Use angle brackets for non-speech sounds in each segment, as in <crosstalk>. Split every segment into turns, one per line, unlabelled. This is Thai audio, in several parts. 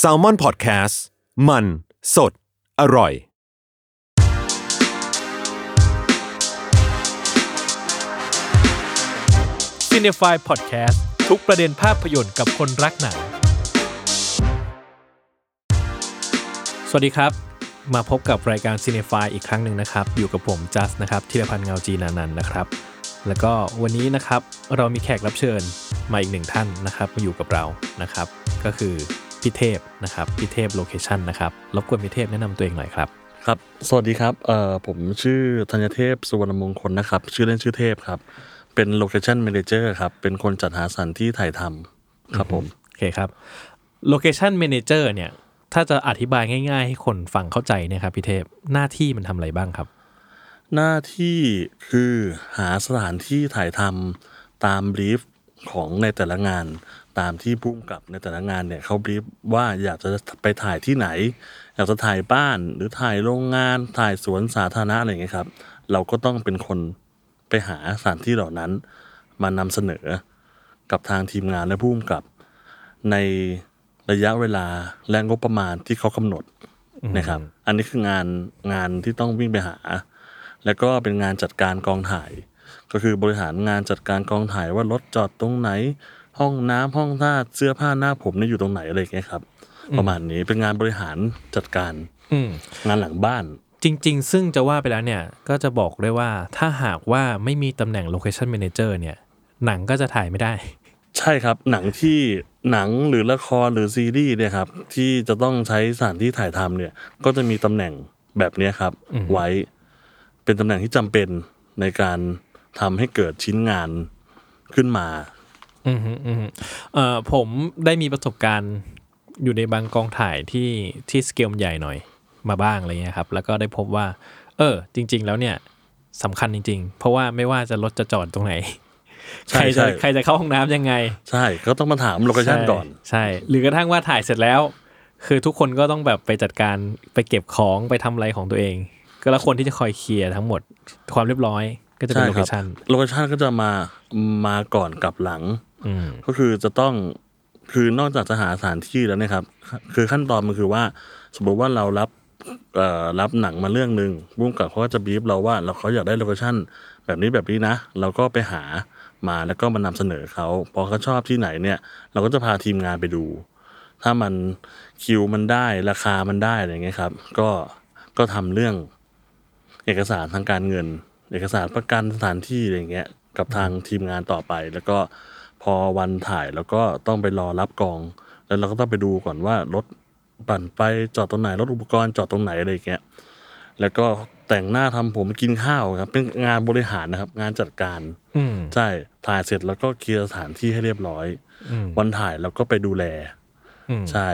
s a l ม o n PODCAST มันสดอร่อย
c i n e f y Podcast ทุกประเด็นภาพยนตร์กับคนรักหนัง สวัสดีครับ มาพบกับรายการ c i n e f y อีกครั้งหนึ่งนะครับ อยู่กับผมจัสนะครับธีรพันธ์เงาจีนานันท์นะครับ แล้วก็วันนี้นะครับเรามีแขกรับเชิญมาอีกหนึ่งท่านนะครับมาอยู่กับเรานะครับ ก็คือพี่เทพนะครับพี่เทพโลเคชันนะครับรบกวนพี่เทพแนะนำตัวเองหน่อยครับ
ครับ สวัสดีครับ เอ่อ ผมชื่อธัญเทพ สุวรรณมงคลนะครับ ชื่อเล่นชื่อเทพครับ เป็นโลเคชั่น m ม n เจอร์ครับ เป็นคนจัดหาสถานที่ถ่ายทำครับผม
โอเคครับ Location Manager เนี่ย ถ้าจะอธิบายง่ายๆ ให้คนฟังเข้าใจเนยครับพี่เทพ หน้าที่มันทำอะไรบ้างครับ
หน้าที่คือหาสถานที่ถ่ายทำตามบรีฟของในแต่ละงาน ตามที่ผู้กำกับในแต่ละงานเนี่ยเขาบรีฟว่าอยากจะไปถ่ายที่ไหน อยากจะถ่ายบ้านหรือถ่ายโรงงานถ่ายสวนสาธารณะอะไรอย่างเงี้ยครับ เราก็ต้องเป็นคนไปหาสถานที่เหล่านั้นมานำเสนอกับทางทีมงานและผู้กำกับ ในระยะเวลาและงบประมาณที่เขากำหนดนะครับ อันนี้คืองานงานที่ต้องวิ่งไปหา แล้วก็เป็นงานจัดการกองถ่าย ก็คือบริหารงานจัดการกองถ่ายว่ารถจอดตรงไหน ห้องน้ำห้องท่าเสื้อผ้าหน้าผมเนี่ยอยู่ตรงไหนอะไรอย่างเงี้ยครับ ประมาณนี้เป็นงานบริหารจัดการ
อืม
งานหลังบ้าน
จริงๆ ซึ่งจะว่าไปแล้วเนี่ย ก็จะบอกเลยว่าถ้าหากว่าไม่มีตำแหน่ง Location Manager เนี่ย หนังก็จะถ่ายไม่ได้
ใช่ครับหนังที่หนังหรือละครหรือซีรีส์เนี่ยครับที่จะต้องใช้สถานที่ถ่ายทำเนี่ย ก็จะมีตำแหน่งแบบเนี้ยครับ ไว้เป็นตำแหน่งที่จำเป็นในการทำให้เกิดชิ้นงานขึ้นมา
อืมฮึอืมฮึเอ่อผมได้มีประสบการณ์อยู่ในบางกองถ่ายที่ที่สเกลใหญ่หน่อยมาบ้างอะไรเงี้ยครับ แล้วก็ได้พบว่า เออ จริง ๆ แล้วเนี่ยสำคัญจริง ๆ เพราะว่าไม่ว่าจะรถจะจอดตรงไหน
ใช่
ใครจะ
ใช่
ใครจะเข้าห้องน้ำยังไง
ใช่ก็ต้องมาถามโลเคชั่น
ใ
ก่อน
ใช่ หรือกระทั่งว่าถ่ายเสร็จแล้ว คือทุกคนก็ต้องแบบไปจัดการไปเก็บของไปทำอะไรของตัวเอง ก็แล้วคนที่จะคอยเคลียร์ทั้งหมดความเรียบร้อยก็จะเป็น
ใช่
โล
ค
เค
รับ
ชั่น
โลเคชันก็จะมามาก่อนกับหลัง
อืม
ก็คือจะต้องคือนอกจากจะหาสถานที่แล้วเนะครับ คือขั้นตอนมันคือว่า สมมติว่าเรารับเอ่อรับหนังมาเรื่องหนึ่งบุ้งกับเขาก็จะบีบเราว่าเราเขาอยากได้โลเคชั่นแบบนี้แบบนี้นะ เราก็ไปหามาแล้วก็มานำเสนอเขาพอเขาชอบที่ไหนเนี่ย เราก็จะพาทีมงานไปดู ถ้ามันคิวมันได้ราคามันได้อะไรอย่างเงี้ยครับ ก็ก็ทำเรื่อง เอกสารทางการเงิน เอกสารประกันสถานที่อะไรอย่างเงี้ยกับทางทีมงานต่อไป แล้วก็พอวันถ่ายแล้วก็ต้องไปรอรับกอง แล้วเราก็ต้องไปดูก่อนว่ารถปั่นไปจอดตรงไหนรถอุปกรณ์จอดตรงไหนอะไรอย่างเงี้ยแล้วก็แต่งหน้าทำผมกินข้าวครับเป็นงานบริหารนะครับ งานจัดการ
อืม
ใช่ถ่ายเสร็จแล้วก็เคลียร์สถานที่ให้เรียบร้อย
อืม
วันถ่ายเราก็ไปดูแล
อืม
ใช่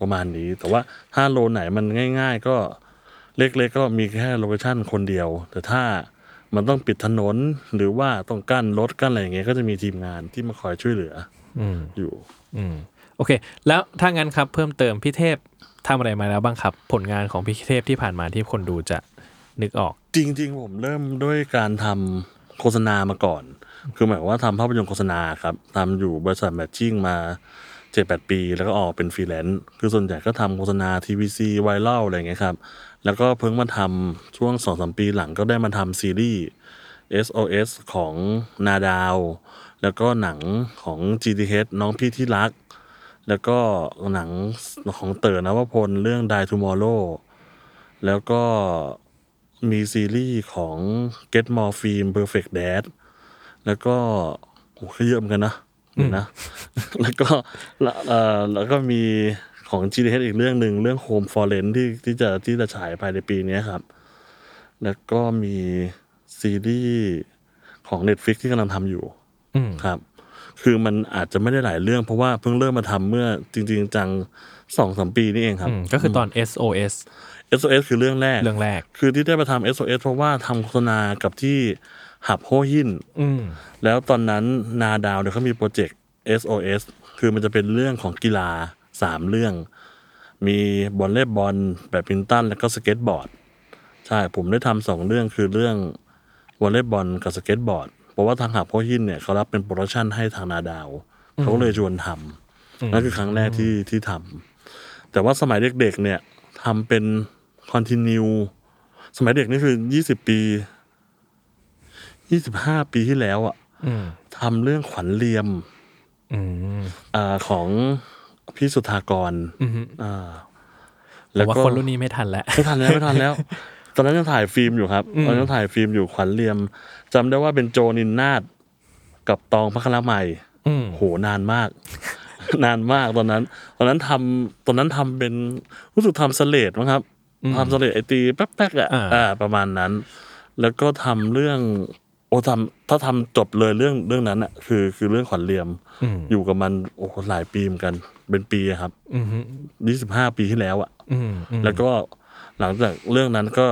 ประมาณนี้ แต่ว่าถ้าโลไหนมันง่าย ๆ ก็เล็กๆก็มีแค่โลเคชั่นคนเดียว แต่ถ้ามันต้องปิดถนนหรือว่าต้องกั้นรถกั้นอะไรอย่างเงี้ยก็จะมีทีมงานที่มาคอยช่วยเหลือ
อืม
อยู่
อืมโอเค แล้วถ้างั้นครับเพิ่มเติมพี่เทพทำอะไรมาแล้วบ้างครับ ผลงานของพี่เทพที่ผ่านมาที่คนดูจะนึกออก
จริงๆ ผมเริ่มด้วยการทำโฆษณามาก่อน คือหมายความว่าทำภาพยนตร์โฆษณาครับทำอยู่บริษัทแมทชิ่งมาเจ็ดแปดปี แล้วก็ออกเป็นฟรีแลนซ์คือส่วนใหญ่ก็ทำโฆษณาทีวีซีไวรัลอะไรอย่างเงี้ยครับ แล้วก็เพิ่งมาทำช่วงสองสามปีหลังก็ได้มาทำซีรีส์ SOS ของนาดาว แล้วก็หนังของ GTH น้องพี่ที่รัก แล้วก็หนังของเต๋อนวพลเรื่อง Die Tomorrow แล้วก็ มีซีรีส์ของ Get More Film Perfect Dad แล้วก็โอ้โหก็เยอะเหมือนกันนะเดี๋ยวนะ <laughs> แล้วก็ละเอ่อแล้วก็มีของ g d h อีกเรื่องหนึ่งเรื่อง Home for Rent ที่ที่จะที่จะฉายภายในปีเนี้ยครับ แล้วก็มีซีรีส์ของ Netflix ที่กำลังทำอยู่
อืม
ครับ คือมันอาจจะไม่ได้หลายเรื่องเพราะว่าเพิ่งเริ่มมาทำเมื่อจริง ๆ จังสองสามปีนี่เองครับ
อืมก็คือตอน SOS
SOS คือเรื่องแรก
เรื่องแรก
คือที่ได้มาทำ SOS เพราะว่าทำโฆษณากับที่หับโฮหิน
อืม
แล้วตอนนั้นนาดาวเนี่ยเขามีโปรเจกต์ SOS คือมันจะเป็นเรื่องของกีฬาสามเรื่อง มีบอลเล่บอลแบดมินตัน แล้วก็สเก็ตบอร์ด ใช่ผมได้ทำสองเรื่องคือเรื่องวอลเลย์บอลกับสเก็ตบอร์ด เพราะว่าทางหับโฮหินเนี่ยเขารับเป็นโปรดักชันให้ทางนาดาว เขาก็เลยชวนทำ นั่นคือครั้งแรกที่ที่ทำแต่ว่าสมัยเด็กๆเนี่ยทำเป็นคอนติเนียสมัยเด็กนี่คือยี่สิบปียี่สิบห้าปีที่แล้วอะ
อืม
ทำเรื่องขวัญเรียม
อืม
อาของพี่สุธากร
อืม
อ่า
แต่ว่าคนรุ่นนี้ไม่ทันแล้ว
ไม่ทันแล้วไม่ทันแล้ว ตอนนั้นยังถ่ายฟิล์มอยู่ครับตอนนั้นยังถ่ายฟิล์มอยู่ขวัญเรียมจำได้ว่าเป็นโจนินนาฏกับตองพัคละใหม่
อืม
โหนานมาก นานมากตอนนั้น ตอนนั้นทำตอนนั้นทำเป็นรู้สึกทำสเลดมั้งครับทำสเลดไอตีแป๊กๆอ่ะอ่า ประมาณนั้น แล้วก็ทำเรื่อง โอ้ทำถ้าทำจบเลยเรื่องเรื่องนั้นอ่ะคือคือเรื่องขวัญเรียม
อืม
อยู่กับมันโอ้โหหลายปีเหมือนกัน เป็นปีอะครับ
อืม
ยี่สิบห้าปีที่แล้วอ่ะ
อืมอืม
แล้วก็หลังจากเรื่องนั้นก็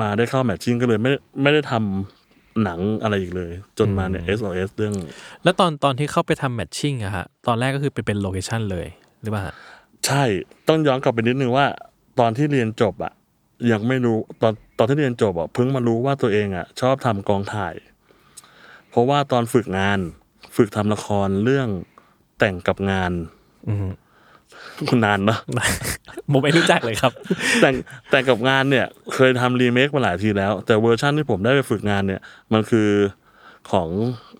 มาได้เข้าแมทชิ่งก็เลยไม่ไม่ได้ทำหนังอะไรอีกเลย จนมาเนี่ย SOS เรื่อง
แล้วตอนตอนที่เข้าไปทำแมทชิ่งอะฮะตอนแรกก็คือไปเป็นโลเคชันเลยหรือเปล่าฮะ
ใช่ต้องย้อนกลับไปนิดนึงว่า ตอนที่เรียนจบอะยังไม่รู้ตอนตอนที่เรียนจบอะเพิ่งมารู้ว่าตัวเองอะชอบทำกองถ่าย เพราะว่าตอนฝึกงานฝึกทำละครเรื่องแต่งกับงาน
อืม
นานเนอะ <laughs>
ผมไม่รู้จักเลยครับ
แต่งแต่งกับงานเนี่ยเคยทำรีเมคมาหลายทีแล้ว แต่เวอร์ชั่นที่ผมได้ไปฝึกงานเนี่ย มันคือของ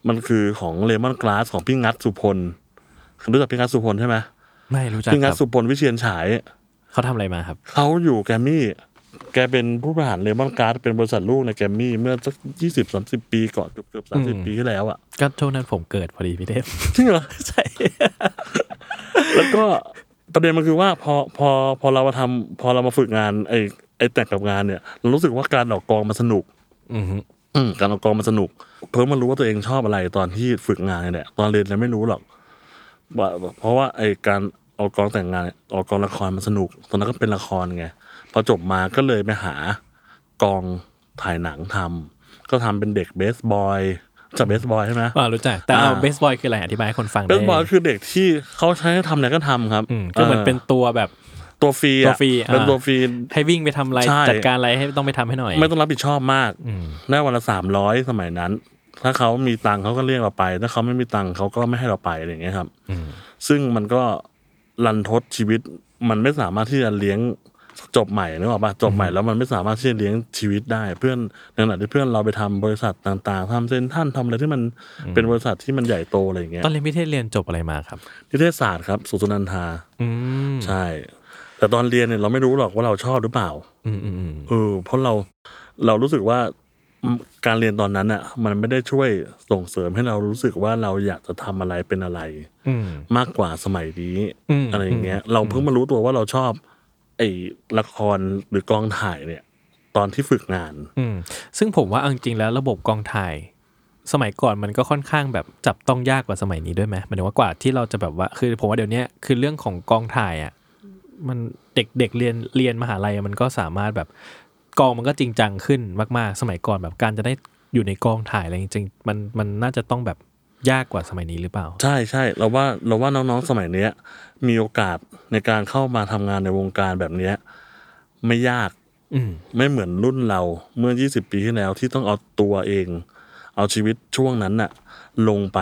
มันคือของเลมอนก a าสของพี่งัดสุพลรู้จักพี่งัดสุพลใช่ไหม
ไม่รู้จัก
พี่
ค
งัด
รับ
สุพลวิเชียนฉาย
เขาทำอะไรมาครับ
เขาอยู่แกรมมี่ แกเป็นผู้บริหารเลมอนก a าสเป็นบริษัทลูกในแกรมมี่เมื่อสักยี่สิบสามสิบปีก่อนเกือบเกือบสามสิบปีที่แล้วอ่ะ
ก็ช่วงนั้นผมเกิดพอดีพี่เทพ
จริงเหรอ
ใช่
แล้วก็ประเด็นมันคือว่าพอพอพอเรามาทำพอเรามาฝึกงานไอ้ไอ้แต่งกับงานเนี่ยเรารู้สึกว่าการออกกองมันสนุก
อืม
อืมการออกกองมันสนุก เพิ่งมารู้ว่าตัวเองชอบอะไรตอนที่ฝึกงานเนี่ยแหละตอนเรียนเนี่ยไม่รู้หรอกว่าเพราะว่าไอการออกกองแต่งงานเนี่ยออกกองละครมันสนุก ตอนนั้นก็เป็นละครไงพอจบมาก็เลยไปหากองถ่ายหนังทำก็ทำเป็นเด็กเบสบอยจากเบสบอยใช่ไหม
อ่ารู้จัก แต่เอา
อ่า
เบสบอยคืออะไรอธิบายให้คนฟัง
เบ
ได้
สบอยคือเด็กที่เขาใช้ให้ทำอะไรก็ทำครับ
อืมก็เหมือนเป็นตัวแบบ
ตัวฟรีอะ
ตัวฟรีอ่า
เป็นตัวฟรี
ให้วิ่งไปทำอะไร
ใช่
จัดการอะไรให้ต้องไปทำให้หน่อย
ไม่ต้องรับผิดชอบมาก
อืม
ได้วันละสามร้อยสมัยนั้น ถ้าเขามีตังค์เขาก็เรียกเราไป ถ้าเขาไม่มีตังค์เขาก็ไม่ให้เราไปอะไรอย่างเงี้ยครับ
อืม
ซึ่งมันก็รันทดชีวิต มันไม่สามารถที่จะเลี้ยงจบใหม่นึกออกปะจบใหม่แล้วมันไม่สามารถที่จะเลี้ยงชีวิตได้ เพื่อนในขณะที่เพื่อนเราไปทำบริษัทต่างๆทำเซ็นท่านทำอะไรที่มันเป็นบริษัทที่มันใหญ่โตอะไรอย่างเงี้ย
ตอนเรียนพี่เทพเรียนจบอะไรมาครับ
นิเทศศาสตร์ครับสุสุนันทา
อืม
ใช่ แต่ตอนเรียนเนี่ยเราไม่รู้หรอกว่าเราชอบหรือเปล่า
อืมอืมอืม
เออเพราะเราเรารู้สึกว่าอืมการเรียนตอนนั้นอ่ะ มันไม่ได้ช่วยส่งเสริมให้เรารู้สึกว่าเราอยากจะทำอะไรเป็นอะไร
อืม
มากกว่าสมัยนี้
อืม
อะไรอย่างเงี้ย เราเพิ่งมารู้ตัวว่าเราชอบ ไอ้ละครหรือกองถ่ายเนี่ย ตอนที่ฝึกงาน
อืมซึ่งผมว่าเอาจริงๆแล้วระบบกองถ่าย สมัยก่อนมันก็ค่อนข้างแบบจับต้องยากกว่าสมัยนี้ด้วยไหมหมายถึงว่ากว่าที่เราจะแบบว่าคือผมว่าเดี๋ยวเนี้ยคือเรื่องของกองถ่ายอ่ะมันเด็กเด็กเรียนเรียนมหาลัยอะมันก็สามารถแบบกองมันก็จริงจังขึ้นมาก ๆ สมัยก่อนแบบการจะได้อยู่ในกองถ่ายอะไรจริงๆมันมันน่าจะต้องแบบยากกว่าสมัยนี้หรือเปล่า
ใช่ใช่เราว่าเราว่าน้องๆสมัยเนี้ย มีโอกาสในการเข้ามาทำงานในวงการแบบเนี้ย ไม่ยาก
อืม
ไม่เหมือนรุ่นเราเมื่อ 20 ปีที่แล้วที่ต้องเอาตัวเอง เอาชีวิตช่วงนั้นน่ะ ลงไป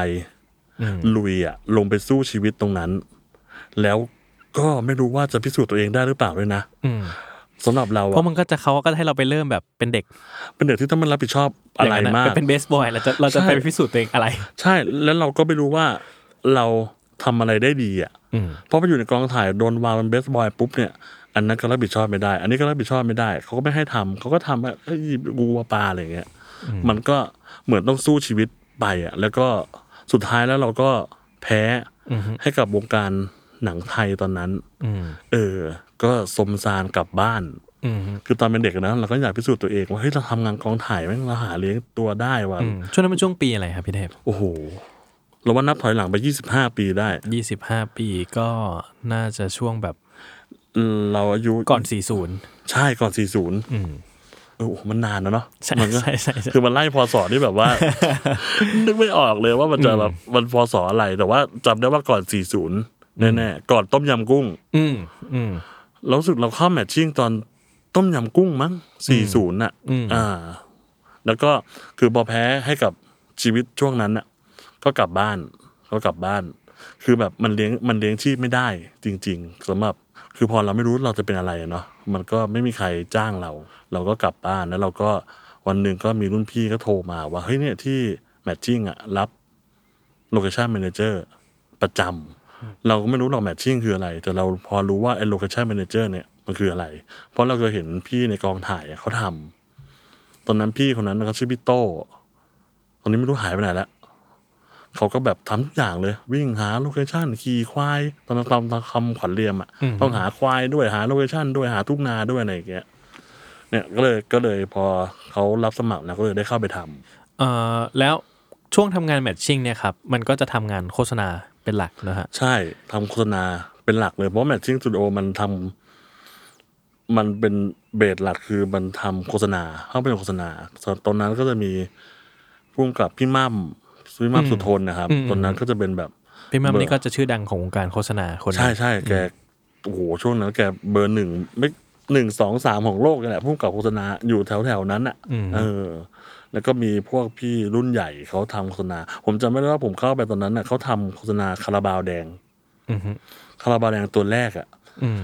อืม
ลุยอ่ะ ลงไปสู้ชีวิตตรงนั้น แล้วก็ไม่รู้ว่าจะพิสูจน์ตัวเองได้หรือเปล่าด้วยนะ
อืม
สำหรับเรา
เพ
อ่ะ
ราะมันก็จะเขาก็ให้เราไปเริ่มแบบเป็นเด็ก
เป็นเด็กที่ต้องมารับผิดชอบอะ
ย่
ไรง
นั้น
มาก
เป็นเบสบอยเราจะเราจะ
ใช่
ไปพิสูจน์ตัวเองอะไร
ใช่แล้วเราก็ไม่รู้ว่าเราทำอะไรได้ดีอ่ะ
อืม
เพราะไปอยู่ในกองถ่ายโดนวางเป็นเบสบอยปุ๊บเนี่ยอันนั้นก็รับผิดชอบไม่ได้ อันนี้ก็รับผิดชอบไม่ได้เขาก็ไม่ให้ทำเขาก็ทำแบบเอ้ยกูว่าปลาอะไรอย่างเงี้ย มันก็เหมือนต้องสู้ชีวิตไปอ่ะ แล้วก็สุดท้ายแล้วเราก็แพ้
อืม
ให้กับวงการหนังไทยตอนนั้น
อืม
เออ ก็สมซานกลับบ้าน
อืม
คือตอนเป็นเด็กนะเราก็อยากพิสูจน์ตัวเองว่าเฮ้ยเราทำงานกองถ่ายแม่งเราหาเลี้ยงตัวได้ว่ะ
อืมช่วงนั้นมันช่วงปีอะไรครับพี่เทพ
โอ้โหเราว่านับถอยหลังไปยี่สิบห้าปีได้
ยี่สิบห้าปีก็น่าจะช่วงแบบ
เราอายุ
ก่อนสี่ศูนย์
ใช่ก่อนสี่ศูนย์
อืม
โอ้โหมันนานนะเนาะ
ใช่
มันก็
ใช่ใช่ใช่
คือมันไล่พอสอที่แบบว่า <laughs> นึกไม่ออกเลยว่ามันจะแบบมันพอสออะไร แต่ว่าจำได้ว่าก่อน 40 แน่ๆ ก่อนต้มยำกุ้ง
อืมอืม
เรารู้สึกเราเข้าแมทชิ่งตอนต้มยำกุ้งมั้ง 40น่ะ
อืม
อ่า แล้วก็คือพอแพ้ให้กับชีวิตช่วงนั้นน่ะ ก็กลับบ้าน ก็กลับบ้าน คือแบบมันเลี้ยงมันเลี้ยงชีพไม่ได้จริง ๆสำหรับคือพอเราไม่รู้เราจะเป็นอะไรอะเนาะมันก็ไม่มีใครจ้างเรา เราก็กลับบ้านแล้วเราก็วันหนึ่งก็มีรุ่นพี่ก็โทรมาว่าเฮ้ยเนี่ยที่แมทชิ่งอะรับโลเคชั่นแมเนเจอร์ประจำเราก็ไม่รู้หรอกแมทชิ่งคืออะไร แต่เราพอรู้ว่าไอ้โลเคชั่นแมเนเจอร์เนี่ยมันคืออะไร เพราะเราเคยเห็นพี่ในกองถ่ายอะเขาทำตอนนั้นพี่คนนั้นเขาชื่อพี่โต้ตอนนี้ไม่รู้หายไปไหนแล้ว เขาก็แบบทำทุกอย่างเลย วิ่งหาโลเคชันขี่ควาย ตอนนั้นตามตามคำขวัญเรียมอ่ะต้องหาควายด้วยหาโลเคชันด้วยหาทุ่งนาด้วยอะไรอย่างเงี้ยเนี่ยก็เลยก็เลยพอเขารับสมัครแล้วก็เลยได้เข้าไปทำ
เอ่อแล้วช่วงทำงานแมทชิ่งเนี่ยครับมันก็จะทำงานโฆษณาเป็นหลักนะฮะ
ใช่ทำโฆษณาเป็นหลักเลย เพราะแมทชิ่งสตูดิโอมันทำมันเป็นเบสหลักคือมันทำโฆษณาเข้าไปในโฆษณาตอนนั้นก็จะมีพุ่มกับพี่มั่มพี่มั่มสุทนนะครับ ตอนนั้นก็จะเป็นแบบ
พี่มัม
เบอร์
นี่ก็จะชื่อดังของวงการโฆษณาคนหนึ่ง
ใช่ใช่แกโอ้โหช่วงนั้นแกเบอร์หนึ่งไม่หนึ่งสองสามของโลกนี่แหละพุ่มกับโฆษณาอยู่แถวแถวๆนั้นอ่ะเออ แล้วก็มีพวกพี่รุ่นใหญ่เขาทำโฆษณา ผมจำไม่ได้ว่าผมเข้าไปตอนนั้นน่ะเขาทำโฆษณาคาราบาวแดง
อือฮึ
คาราบาวแดงตัวแรกอ่ะ
อืม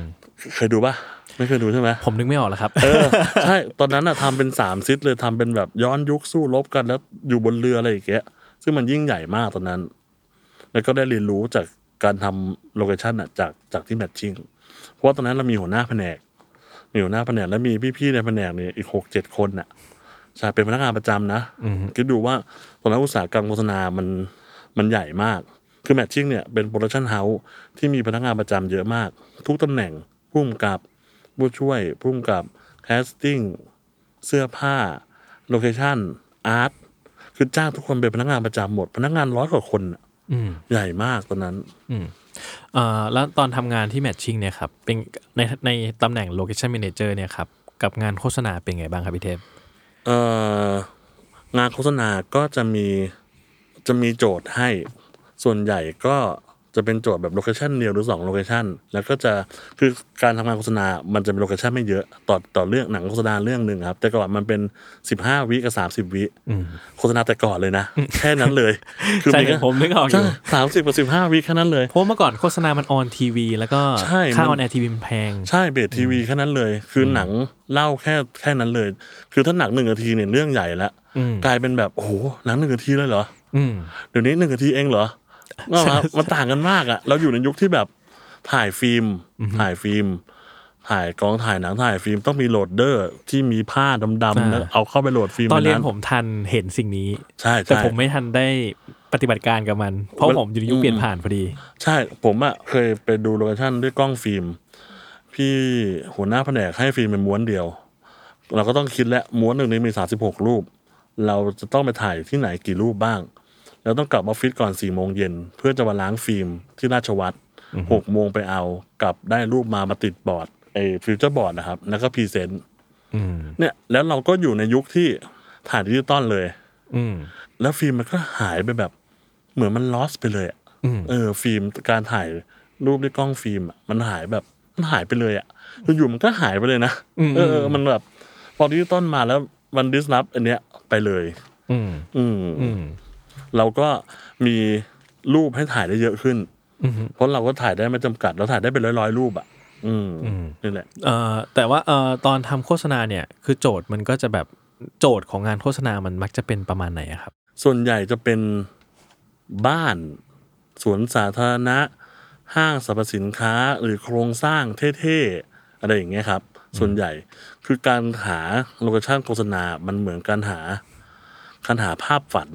เคยดูปะไม่เคยดูใช่ไหม
ผมนึกไม่ออกแล้ว
<laughs>
ครับ
เออใช่ ตอนนั้นอะทำเป็นสามซิดเลยทำเป็นแบบย้อนยุคสู้รบกันแล้วอยู่บนเรืออะไรอย่างเงี้ยซึ่งมันยิ่งใหญ่มากตอนนั้น แล้วก็ได้เรียนรู้จากการทำโลเคชันอะจากจากที่แมทชิ่งเพราะว่าตอนนั้นเรามีหัวหน้าแผนก มีหัวหน้าแผนกแล้วมีพี่ๆในแผนกเนี่ยอีกหกเจ็ดคนอะใช่เป็นพนักงานประจำนะคิดดูว่าตอนนั้นอุตสาหกรรมโฆษณามันมันใหญ่มาก คือแมทชิ่งเนี่ยเป็นโปรดักชันเฮาส์ที่มีพนักงานประจำเยอะมาก ทุกตำแหน่งผู้กำกับ ผู้ช่วยผู้กำกับแคสติ้งเสื้อผ้า โลเคชั่น อาร์ต คือจ้างทุกคนเป็นพนักงานประจำหมด พนักงานร้อยกว่าคนน่ะ
อืม
ใหญ่มากตอนนั้น
เอ่อแล้วตอนทำงานที่แมทชิ่งเนี่ยครับเป็นในในตำแหน่งโลเคชั่น m ม n นเจอร์เนี่ยครับกับงานโฆษณาเป็นไงบ้างครับพี่เทพ
เอ่องานโฆษณาก็จะมีจะมีโจทย์ให้ส่วนใหญ่ก็จะเป็นโจทย์แบบโลเคชันเดียวหรือสองโลเคชันแล้วก็จะคือการทำงานโฆษณา มันจะเป็นโลเคชันไม่เยอะต่อต่อเรื่องหนังโฆษณาเรื่องหนึ่งครับ แต่ก่อนมันเป็นสิบห้าวิกับสามสิบ30 วิโฆษณาแต่ก่อนเลยนะ แค่นั้นเลย
<laughs> ใช่ผมนึกออกอยู่
สามสิบกับสิบห้าวิแค่นั้นเลย
เพราะว่าเมื่อก่อนโฆษณามันออนทีวีแล้วก็
ใช่
ค่าอ
มั
อน
น
แอร์ทีวีมันแพง
ใช่เบสทีวีแค่นั้นเลย คือหนังเล่าแค่แค่นั้นเลย คือถ้าหนังหนึ่งนาทีเนี่ยเรื่องใหญ่ละ
อืม
กลายเป็นแบบโอ้โหหนังหนึ่งนาทีเลยเหรอ
อืม
เดี๋ยวนี้หนึ่งนาทีเองเหรอ
<laughs>
ว่ามามันต่างกันมากอะเราอยู่ในยุคที่แบบถ่ายฟิล์ม ถ่ายฟิล์ม ถ่ายกองถ่ายหนังถ่ายฟิล์มต้องมีโหลดเดอร์ที่มีผ้าดำ
อ่า
ๆแล้วเอาเข้าไปโหลดฟิล์ม
ตอนเรียน
ใ
ผมทันเห็นสิ่งนี้
ใช่
แต่
ใช่
ผมไม่ทันได้ปฏิบัติการกับมัน เพราะ
มัน
ผมอยู่ในยุค
อืม
เปลี่ยนผ่านพอดี
ใช่ผมอะเคยไปดูโลเคชั่นด้วยกล้องฟิล์ม พี่หัวหน้าแผนกให้ฟิล์มเป็นม้วนเดียว เราก็ต้องคิดแล้วม้วนหนึ่งนี้มีสาสิบหกรูป เราจะต้องไปถ่ายที่ไหนกี่รูปบ้าง แล้วต้องกลับออฟฟิศก่อนสี่โมงเย็นเพื่อจะมาล้างฟิล์มที่ราชวัตรหกโมงไปเอา กลับได้รูปมามาติดบอร์ดไอ้ฟิวเจอร์บอร์ดนะครับ แล้วก็พรีเซนต์
อืม
เนี่ยแล้วเราก็อยู่ในยุคที่ถ่ายดิจิตอลเลย
อืม
แล้วฟิล์มมันก็หายไปแบบ เหมือนมันลอสไปเลยอะ
อืม
เออ ฟิล์มการถ่ายรูปด้วยกล้องฟิล์มอะมันหายแบบมันหายไปเลยอะอยู่ๆมันก็หายไปเลยนะเออเออ มันแบบพอดิจิตอลมาแล้วมันดิสรับอันเนี้ยไปเลย
อืม
อืม
อืม
เราก็มีรูปให้ถ่ายได้เยอะขึ้น
อืม
เพราะเราก็ถ่ายได้ไม่จำกัด เราถ่ายได้เป็นร้อยๆรูปอะอืม
อืม
นี่แหละ
เอ่อแต่ว่าเอ่อตอนทำโฆษณาเนี่ย คือโจทย์มันก็จะแบบโจทย์ของงานโฆษณามันมักจะเป็นประมาณไหนอะครับ
ส่วนใหญ่จะเป็นบ้านสวนสาธารณะ ห้างสรรพสินค้าหรือโครงสร้างเท่ๆ อะไรอย่างเงี้ยครับ ส่วนใหญ่คือการหาโลเคชั่นโฆษณา มันเหมือนการหาการหาภาพฝัน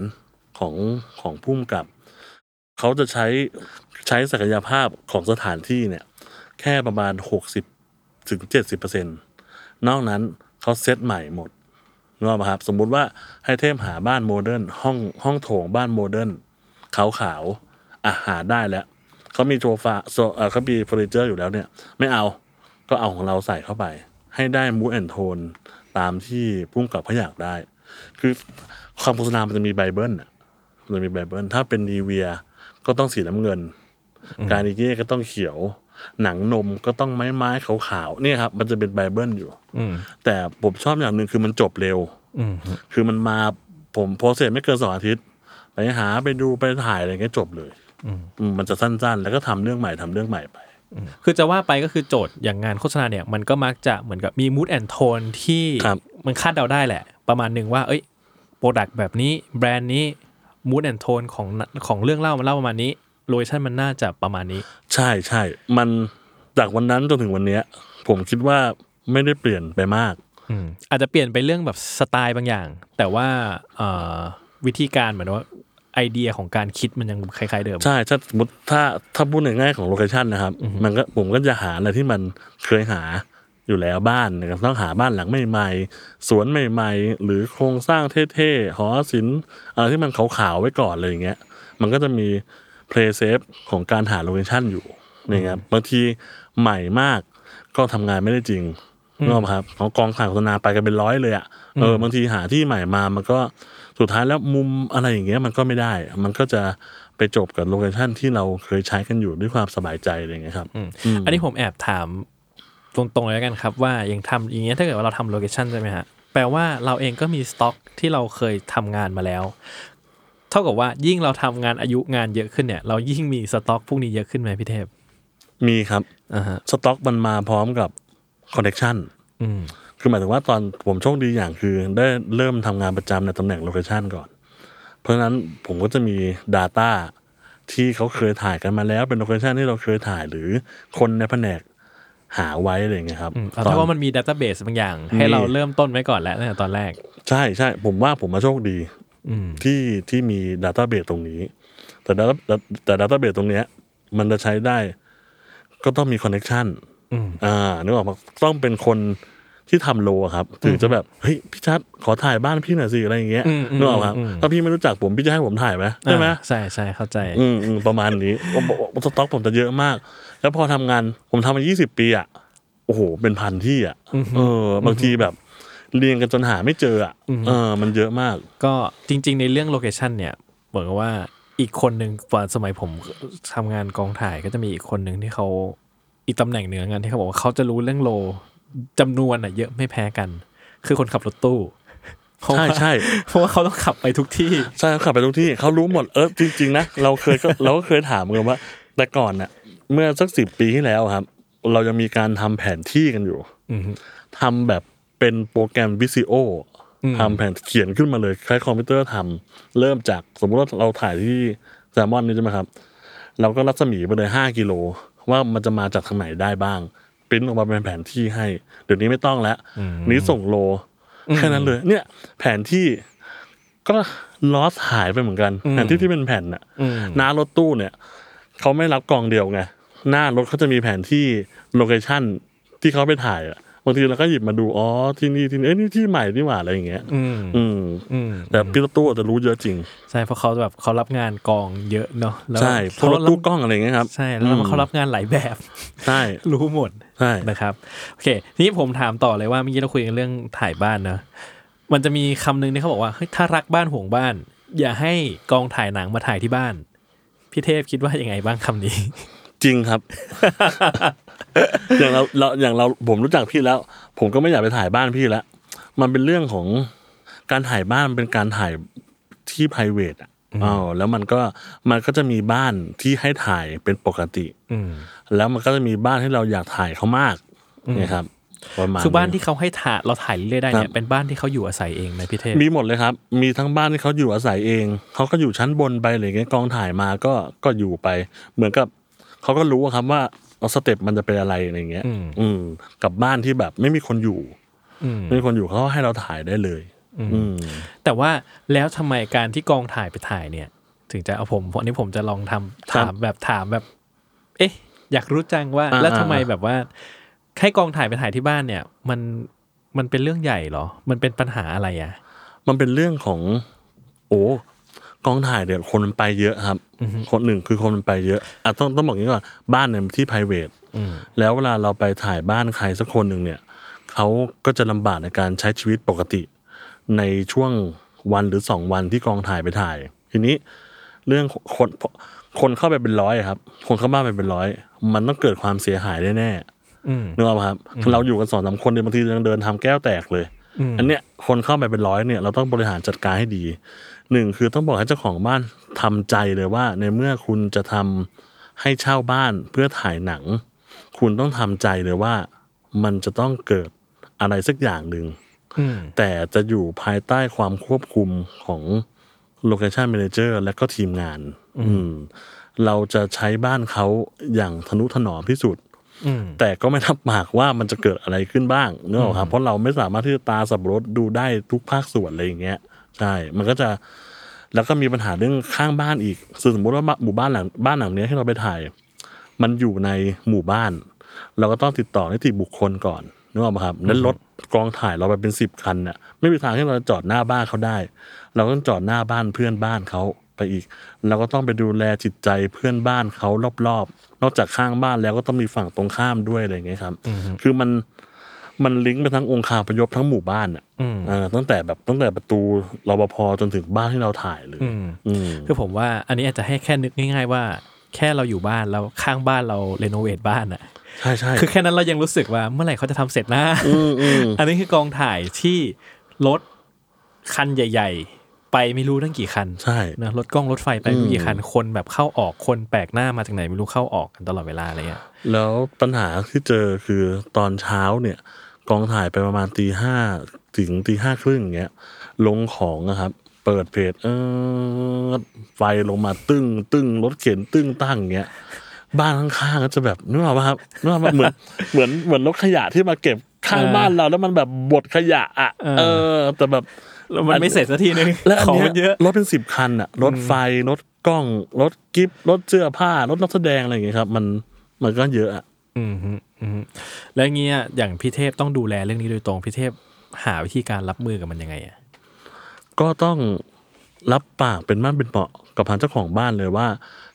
ของของผู้กำกับ เขาจะใช้ใช้ศักยภาพของสถานที่เนี่ย แค่ประมาณ 60ถึง70เปอร์เซ็นนอกนั้นเขาเซตใหม่หมด นึกออกไหมครับสมมุติว่าให้เทพหาบ้านโมเดิร์นห้องห้องโถงบ้านโมเดิร์นขาวขาวๆอ่ะหาได้แล้วเขามีโซฟาโซเอ่อเขามีเฟอร์นิเจอร์อยู่แล้วเนี่ย ไม่เอาก็เอาของเราใส่เข้าไป ให้ได้มู a อนโทนตามที่พุ่มกับเขาอยากได้ คือความโฆษณามันจะมีไบเบิลน่ะมันจะมีไบเบิลถ้าเป็นนีเวียก็ต้องสีน้ำเงิน การนิเย่ก็ต้องเขียว หนังนมก็ต้องไม้ไม้ขาวๆเนี่ยครับ มันจะเป็นไบเบิลอยู่
อืม
แต่ผมชอบอย่างหนึ่งคือมันจบเร็ว
อืม
คือมันมาผมโพสเสร็จไม่เกินสองอาทิตย์ ไปหาไปดูไปถ่ายอะไรเงี้ยจบเลย
อืม
อืมมันจะสั้น ๆ แล้วก็ทำเรื่องใหม่ทำเรื่องใหม่ไป
คือจะว่าไปก็คือโจทย์อย่างงานโฆษณาเนี่ยมันก็มักจะเหมือนกับมี mood and tone ที่
ครับ
มันคาดเดาได้แหละ ประมาณหนึ่งว่าเอ้ยโปรดักต์แบบนี้แบรนด์นี้ mood and tone ของของเรื่องเล่ามันเล่าประมาณนี้โลเคชั่นมันน่าจะประมาณนี้
ใช่ใช่ มันจากวันนั้นจนถึงวันเนี้ย ผมคิดว่าไม่ได้เปลี่ยนไปมาก
อืมอาจจะเปลี่ยนไปเรื่องแบบสไตล์บางอย่าง แต่ว่าเอ่อวิธีการเหมือนว่าไอเดียของการคิดมันยังคล้ายๆเดิม
ใช่ถ้าสมมติถ้าถ้าพูดในแง่ของโลเคชันนะครับ มันก็ผมก็จะหาอะไรที่มันเคยหาอยู่แล้วบ้านนะครับต้องหาบ้านหลังใหม่ๆสวนใหม่ๆ หรือโครงสร้างเท่ๆหอศิลป์อะไรที่มันขาวๆไว้ก่อนอะไรอย่างเงี้ย มันก็จะมีเพลย์เซฟของการหาโลเคชันอยู่นะครับบางทีใหม่มากก็ทำงานไม่ได้จริงนึกออกไหมครับของกองถ่ายโฆษณาไปกันเป็นร้อยเลยอะเออ บางทีหาที่ใหม่มามันก็สุดท้ายแล้วมุมอะไรอย่างเงี้ยมันก็ไม่ได้ มันก็จะไปจบกับโลเคชันที่เราเคยใช้กันอยู่ด้วยความสบายใจอะไรอย่างเงี้ยครับ
อันนี้ผมแอบถามตรงๆเลยแล้วกันครับ ว่าอย่างทำอย่างเงี้ยถ้าเกิดว่าเราทำโลเคชันใช่ไหมฮะแปลว่าเราเองก็มีสต็อกที่เราเคยทำงานมาแล้ว เท่ากับว่ายิ่งเราทำงานอายุงานเยอะขึ้นเนี่ย เรายิ่งมีสต็อกพวกนี้เยอะขึ้นไหมพี่เทพ
มีครับ
อ่าฮะ
สต็อกมันมาพร้อมกับคอนเน t ชัน
อืม
คือหมายถึงว่าตอนผมโชคดีอย่างคือ ได้เริ่มทำงานประจำในตำแหน่งโลเคชันก่อน เพราะฉะนั้นผมก็จะมี Data ที่เขาเคยถ่ายกันมาแล้วเป็นโลเคชันที่เราเคยถ่ายหรือคนในแผนกหาไว้อะไรอย่างเงี้ยครับ
อืมเอา
ตอน
เท่าว่ามันมีดัตเตอร์เบสบางอย่าง ให้
มี
เราเริ่มต้นไว้ก่อนแล้วตั้งแต่ตอนแรก
ใช่ใช่ผมว่าผมมาโชคดี
อืม
ที่ที่มี Database ตรงนี้ แต่ Data แต่ Database ตรงเนี้ย มันจะใช้ได้ก็ต้องมีคอนเน็ชันอ่านึกออกมาต้องเป็นคนที่ทำโลอะครับถึงจะแบบเฮ้ยพี่ชัดขอถ่ายบ้านพี่หน่อยสิอะไรอย่างเงี้ยนึกออกมาถ้าพี่ไม่รู้จักผมพี่จะให้ผมถ่ายไหมใช่ไหม
อ่าใช่ใช่เข้าใจ
อืมอืมประมาณนี้ผมผมผมสต็อกผมจะเยอะมาก แล้วพอทำงานผมทำมายี่สิบปีอ่ะโอ้โห เป็นพันที่อ่ะเออ บางทีแบบเรียงกันจนหาไม่เจออ่ะเออ มันเยอะมาก
ก็จริง ๆ ในเรื่องโลเคชันเนี่ยเหมือนกับว่าอีกคนหนึ่งตอนสมัยผมทำงานกองถ่ายก็จะมีอีกคนหนึ่งที่เขาอีกตำแหน่งเหนืองานที่เขาบอกว่าเขาจะรู้เรื่องโลจำนวนอ่ะเยอะไม่แพ้กัน คือคนขับรถตู้เพราะ
ใช่
ว่า
ใช่
เพราะว่าเขาต้องขับไปทุกที่
ใช่เขาขับไปทุกที่เขารู้หมดเออจริง ๆ นะ เราเคยก็เราก็เคยถามกันว่า แต่ก่อนน่ะ เมื่อสักสิบปีที่แล้วครับ เรายังมีการทำแผนที่กันอยู่
อืม
ทำแบบเป็นโปรแกรมวิซีโอ
อืม
ทำแผนเขียนขึ้นมาเลยคล้ายคอมพิวเตอร์ทำเริ่มจากสมมุติว่าเราถ่ายที่แซลมอนนี่ใช่ไหมครับ เราก็รัศมีไปเลยห้ากิโล ว่ามันจะมาจากทางไหนได้บ้างปริ้นออกมาเป็นแผนที่ให้ เดี๋ยวนี้ไม่ต้องแล้วนี้ส่งโลแค่นั้นเลย เนี่ย แผนที่ก็ลอสหายไปเหมือนกันแผนที่ที่เป็นแผ่นน่ะหน้ารถตู้เนี่ยเขาไม่รับกองเดียวไงหน้ารถเขาจะมีแผนที่โลเคชั่นที่เขาไปถ่ายอะบางทีเราก็หยิบมาดูอ๋อที่นี่ที่นี่เอ้ยนี่ที่ใหม่นี่หว่าอะไรอย่างเงี้ย
อืม
อืม
อืม
แต่พี่รถตู้อาจจะรู้เยอะจริง
ใช่เพราะเขาแบบเขารับงานกองเยอะเนาะแล้ว
ใช่พว
เขา
กรถตู้กล้องอะไรอย่างเงี้ยครับ
ใช่แล้วเขารับงานหลายแบบ <laughs>
ใช่
รู้หมด
ใช่
<laughs> นะครับโอเคทีนี้ผมถามต่อเลยว่าเมื่อกี้เราคุยกันเรื่องถ่ายบ้านนะมันจะมีคำหนึงที่เขาบอกว่าเฮ้ยถ้ารักบ้านห่วงบ้าน อย่าให้กองถ่ายหนังมาถ่ายที่บ้าน พี่เทพคิดว่ายังไงบ้างคำนี้
จริงครับ <laughs> อย่างเราเราอย่างเราผมรู้จักพี่แล้ว ผมก็ไม่อยากไปถ่ายบ้านพี่แล้ว มันเป็นเรื่องของการถ่ายบ้านมันเป็นการถ่ายที่ p r i v a t อ่ะอ้าวแล้วมันก็มันก็จะมีบ้านที่ให้ถ่ายเป็นปกติ
อืม
แล้วมันก็จะมีบ้านที่เราอยากถ่ายเขามากนะครับประมาณ
คือบ้านที่เขาให้ถ่ายเราถ่ายเรื่อยๆได้เนี่
ค
ย
รับ
เป็นบ้านที่เขาอยู่อาศัยเองไหมพี่เทพ
มีหมดเลยครับ มีทั้งบ้านที่เขาอยู่อาศัยเอง เขาก็อยู่ชั้นบนไปอะไรอย่างเงี้ยกองถ่ายมาก็ก็อยู่ไป เหมือนกับเขาก็รู้อะครับว่าเอาสเต็ปมันจะเป็นอะไรอะไรอย่างเงี้ย อืม กับบ้านที่แบบไม่มีคนอยู่
อืม
ไม่มีคนอยู่เขาก็ให้เราถ่ายได้เลย อืม
แต่ว่าแล้วทำไมการที่กองถ่ายไปถ่ายเนี่ย ถึงจะเอาผมอันนี้ผมจะลองทำ
ครับ
ถามแบบถามแบบ เอ๊ะ อยากรู้จังว่า
อ่า
แล้วทำไม
อ่า
แบบว่าให้กองถ่ายไปถ่ายที่บ้านเนี่ย มันมันเป็นเรื่องใหญ่เหรอ มันเป็นปัญหาอะไรอ่ะ
มันเป็นเรื่องของ โอ้กองถ่ายเดี๋ยวคนมันไปเยอะครับ คนหนึ่งคือคนมันไปเยอะอ่ะต้องต้องบอกอย่างนี้ก่อนบ้านเนี่ยมันที่ p r i v a t แล้วเวลาเราไปถ่ายบ้านใครสักคนหนึ่งเนี่ยเขาก็จะลำบากในการใช้ชีวิตปกติ ในช่วงวันหรือสองวันที่กองถ่ายไปถ่าย ทีนี้เรื่องคนคนเข้าไปเป็นร้อยอะครับ คนเข้าบ้านไปเป็นร้อย มันต้องเกิดความเสียหายแน่ๆ
อืม
นึกออกไหมครับเราอยู่กันสองสามคนเนี่ยบางทียังเดินทำแก้วแตกเลย
อืม
อันเนี้ยคนเข้าไปเป็นร้อยเนี่ยเราต้องบริหารจัดการให้ดีหนึ่งคือต้องบอกให้เจ้าของบ้านทำใจเลยว่า ในเมื่อคุณจะทำให้เช่าบ้านเพื่อถ่ายหนัง คุณต้องทำใจเลยว่า มันจะต้องเกิดอะไรสักอย่างหนึ่ง
อืม
แต่จะอยู่ภายใต้ความควบคุมของโลเคชัน m ม n เจอร์และก็ทีมงาน อืม เราจะใช้บ้านเขาอย่างทนุถนอมที่สุด
อืม
แต่ก็ไม่รับปากว่ามันจะเกิดอะไรขึ้นบ้างเนกอะครับ เพราะเราไม่สามารถที่จะตาสับปะรถดูได้ทุกภาคส่วนอะไรอย่างเงี้ยใช่ มันก็จะแล้วก็มีปัญหาเรื่องข้างบ้านอีกซึ่งสมมติว่าหมู่บ้านหลังบ้านหลังเนี้ยที่เราไปถ่าย มันอยู่ในหมู่บ้าน เราก็ต้องติดต่อนิติบุคคลก่อนนึกออกไหมครับนั้นรถกองถ่ายเราไปเป็นสิบคันเนี่ยไม่มีทางที่เราจะจอดหน้าบ้านเขาได้ เราต้องจอดหน้าบ้านเพื่อนบ้านเขาไปอีก เราก็ต้องไปดูแลจิตใจเพื่อนบ้านเขารอบๆ นอกจากข้างบ้านแล้วก็ต้องมีฝั่งตรงข้ามด้วยอะไรอย่างเงี้ยครับ คือมันมันลิงก์ไปทั้งองค์คาพยพทั้งหมู่บ้านอ่ะ
อืม
เออตั้งแต่แบบตั้งแต่ประตูรปภจนถึงบ้านที่เราถ่ายเลย
อืม
อืม
คือผมว่าอันนี้อาจจะให้แค่นึกง่ายๆว่า แค่เราอยู่บ้านแล้วข้างบ้านเราเรโนเวทบ้านอะ
ใช่ใช่
คือแค่นั้นเรายังรู้สึกว่าเมื่อไหร่เขาจะทำเสร็จนะ
อืมอืม
<laughs> อันนี้คือกองถ่ายที่รถคันใหญ่ ๆ ไปไม่รู้ตั้งกี่คัน
ใช่
นะรถกล้องรถไฟไปไม่รู้กี่คันคนแบบเข้าออกคนแปลกหน้ามาจากไหนไม่รู้เข้าออกกันตลอดเวลาอะไรเงี้ย
แล้วปัญหาที่เจอคือตอนเช้าเนี่ย กองถ่ายไปประมาณตีห้าถึงตีห้าครึ่งอย่างเงี้ยลงของนะครับ เปิดเพจเออไฟลงมาตึ้งตึ้งรถเข็นตึ้งตั้งอย่างเงี้ยบ้านข้างๆก็จะแบบนึกออกปะครับนึกออกปะเหมือน <laughs> เหมือนเหมือนรถขยะที่มาเก็บข้างบ้านเราแล้วมันแบบบดขยะอ่ะเออ แต่แบบ
แล้วมันไม่เสร็จสักทีนึง
แล้วอั
ของ
น
มัน
เนี้
เย
ย
อะ
รถเป็นสิบคันอะรถไฟรถกล้อง รถกิฟรถเสื้อผ้ารถนักแสดงอะไรอย่างเงี้ยครับ มันมันก็เยอะอะ
อืมฮึอืมฮึแล้วเงี้ยอย่างพี่เทพต้องดูแลเรื่องนี้โดยตรงพี่เทพหาวิธีการรับมือกับมันยังไงอะ
ก็ต้องรับปากเป็นมั่นเป็นเหมาะกับทางเจ้าของบ้านเลยว่า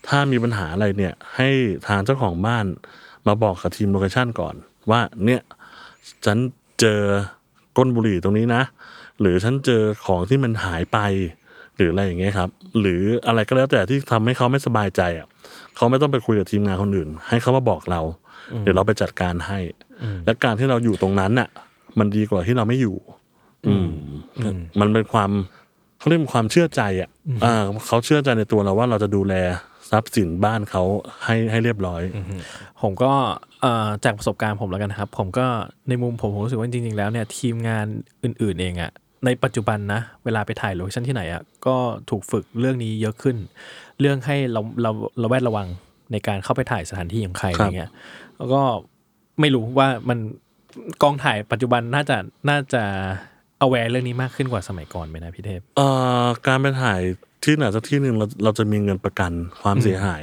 ถ้ามีปัญหาอะไรเนี่ย ให้ทางเจ้าของบ้านมาบอกกับทีมโลเคชั่นก่อน ว่าเนี่ยฉันเจอก้นบุหรี่ตรงนี้นะ หรือฉันเจอของที่มันหายไป หรืออะไรอย่างเงี้ยครับ หรืออะไรก็แล้วแต่ที่ทำให้เขาไม่สบายใจอ่ะเขาไม่ต้องไปคุยกับทีมงานคนอื่น ให้เขามาบอกเรา เดี๋ยวเราไปจัดการให้ และการที่เราอยู่ตรงนั้นน่ะ มันดีกว่าที่เราไม่อยู่ อืม มันเป็นความเขาเรียกเป็นความเชื่อใจอ่ะอ่าเขาเชื่อใจในตัวเราว่าเราจะดูแลทรัพย์สินบ้านเขาให้ให้เรียบร้อย
ผมก็เอ่อจากประสบการณ์ผมแล้วกันนะครับ ผมก็ในมุมผมผมรู้สึกว่าจริงๆแล้วเนี่ยทีมงานอื่นๆเองอะในปัจจุบันนะเวลาไปถ่ายโลเคชั่นที่ไหนอะก็ถูกฝึกเรื่องนี้เยอะขึ้น เรื่องให้เราเราเราแวดระวังในการเข้าไปถ่ายสถานที่ของใครอะไรเงี้ยแล้วก็ไม่รู้ว่ามันกองถ่ายปัจจุบันน่าจะน่าจะเอาแวร์เรื่องนี้มากขึ้นกว่าสมัยก่อนไหมนะพี่เทพ
เอ่อการไปถ่ายที่ไหนสักที่หนึ่งเราเราจะมีเงินประกันความเสียหาย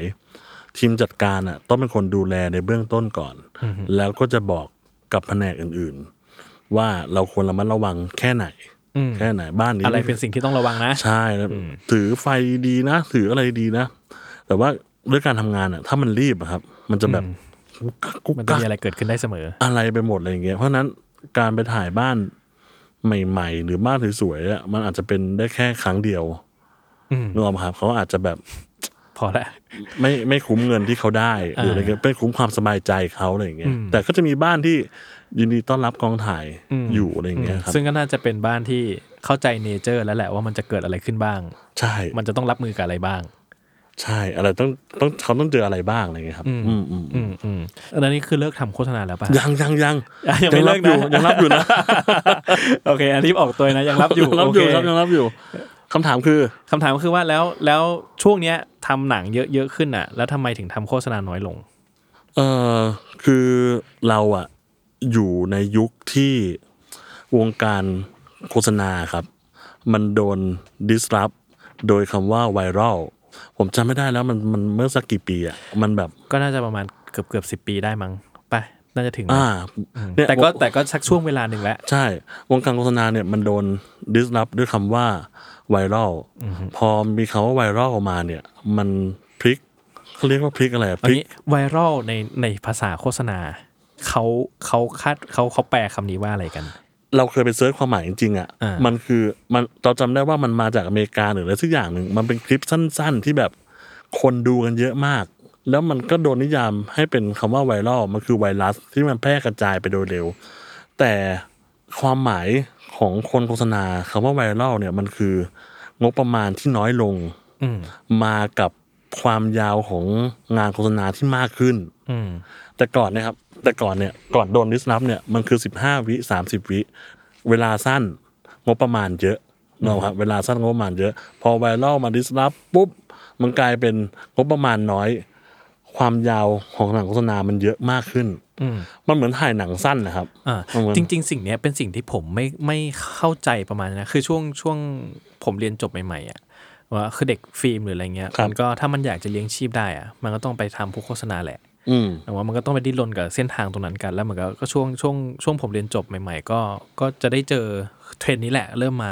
ทีมจัดการอ่ะต้องเป็นคนดูแลในเบื้องต้นก่อน แล้วก็จะบอกกับแผนกอื่นๆ ว่าเราควรระมัดระวังแค่ไหน
อืม
แค่ไหนบ้านนี้
อะไรเป็นสิ่งที่ต้องระวังนะ
ใช่แล้วถือไฟดีนะ ถืออะไรดีนะ แต่ว่าด้วยการทำงานอ่ะ ถ้ามันรีบอะครับ มันจะแบบกุ๊กกักกุ๊ก
มันจะ
กัก
มีอะไรเกิดขึ้นได้เสมอ
อะไรไปหมดอะไรอย่างเงี้ยเพราะฉะนั้นการไปถ่ายบ้านใหม่ ๆ หรือบ้านสวยๆอะมันอาจจะเป็นได้แค่ครั้งเดียว
อืม
นึกออกไหมครับเขาอาจจะแบบ
พอละ
ไม่ไม่คุ้มเงินที่เขาได้หรืออะไรเงี้ยไม่คุ้มความสบายใจเขาอะไรอย่างเงี้ยแต่ก็จะมีบ้านที่ยินดีต้อนรับกองถ่ายอยู่อะไรอย่างเงี้ยครับ
ซึ่งก็น่าจะเป็นบ้านที่เข้าใจเนเจอร์ แล้วแหละว่ามันจะเกิดอะไรขึ้นบ้าง
ใช่
มันจะต้องรับมือกับอะไรบ้าง
ใช่อะไรต้องต้องเขาต้องเจออะไรบ้างอะไรอย่างเงี้ยครับ อืมอืม
อืมอืมอันนี้คือเลิกทำโฆษณาแล้วป่ะ
ยังยังยัง
อ่ะยังไม่
รั
เลิ
อก ยู่
นะ
ยังรับอยู่นะ
โอเค อันนี้ออกตัวนะ ยังรับอยู่
ยังรับ <laughs> อยู่ครับยังรับอยู่คำถามคือ
คำถามก็คือว่าแล้วแล้วช่วงเนี้ยทำหนังเยอะๆขึ้นอ่ะ แล้วทำไมถึงทำโฆษณาน้อยลง
เออคือเราอะอยู่ในยุคที่วงการโฆษณาครับ มันโดน disrupt โดยคำว่าไวรัลผมจำไม่ได้แล้วมันมันเมื่อสักกี่ปีอะมันแบบ
ก็น่าจะประมาณเกือบเกือบสิปีได้มั้งไปน่าจะถึงนะ
อ่าเนี่ย
แต่ก็แต่ก็สักช่วงเวลาหนึ่งแล้ว
ใช่ วงการโฆษณาเนี่ยมันโดนดิสรับด้วยคำว่าไวรัลพอมีคำว่าไวรัลมาเนี่ย มันพลิกเขาเรียกว่าพลิกอะไรอะ
อัน
พลิก
นี้ไวรัลในในภาษาโฆษณาเขาเขาคาดเขาเขาแปลคำนี้ว่าอะไรกัน
เราเคยไปเซิร์ชความหมายจริงๆอ่ะ
อ่ามั
มันคือมันเราจำได้ว่ามันมาจากอเมริกาหรืออะไรสักอย่างหนึ่งมันเป็นคลิปสั้น ๆ ที่แบบคนดูกันเยอะมาก แล้วมันก็โดนนิยามให้เป็นคำว่าไวรัลมันคือไวรัสที่มันแพร่กระจายไปโดยเร็ว แต่ ความหมายของคนโฆษณาคำว่าไวรัลเนี่ยมันคืองบประมาณที่น้อยลง
อืม
มากับความยาวของงานโฆษณาที่มากขึ้น
อืม
แต่ก่อนเนะครับแต่ก่อนเนี่ยก่อนโดนดิสนับเนี่ยมันคือสิบห้าวิสามสิบวิ เวลาสั้นงบประมาณเยอะนะครับเวลาสั้นงบประมาณเยอะ พอไวรัลมาดิสนับปุ๊บมันกลายเป็นงบประมาณน้อย ความยาวของหนังโฆษณามันเยอะมากขึ้น
อืม
มันเหมือนถ่ายหนังสั้นนะครับ
อ่า
ประมาณ
จริง ๆ สิ่งเนี้ยเป็นสิ่งที่ผมไม่ไม่เข้าใจประมาณนั้นนะคือช่วงช่วงผมเรียนจบใหม่ๆอ่ะว่าคือเด็กฟิล์มหรืออะไรเงี้ย
ครับ
มัก็ถ้ามันอยากจะเลี้ยงชีพได้อ่ะมันก็ต้องไปทำพวกโฆษณาแหละ
อืม
แต่ว่ามันก็ต้องไปดิ้นรนกับเส้นทางตรงนั้นกันแล้วเหมือนกับก็ช่วงช่วงช่วงผมเรียนจบใหม่ ๆ ก็ก็จะได้เจอเทรนด์นี้แหละเริ่มมา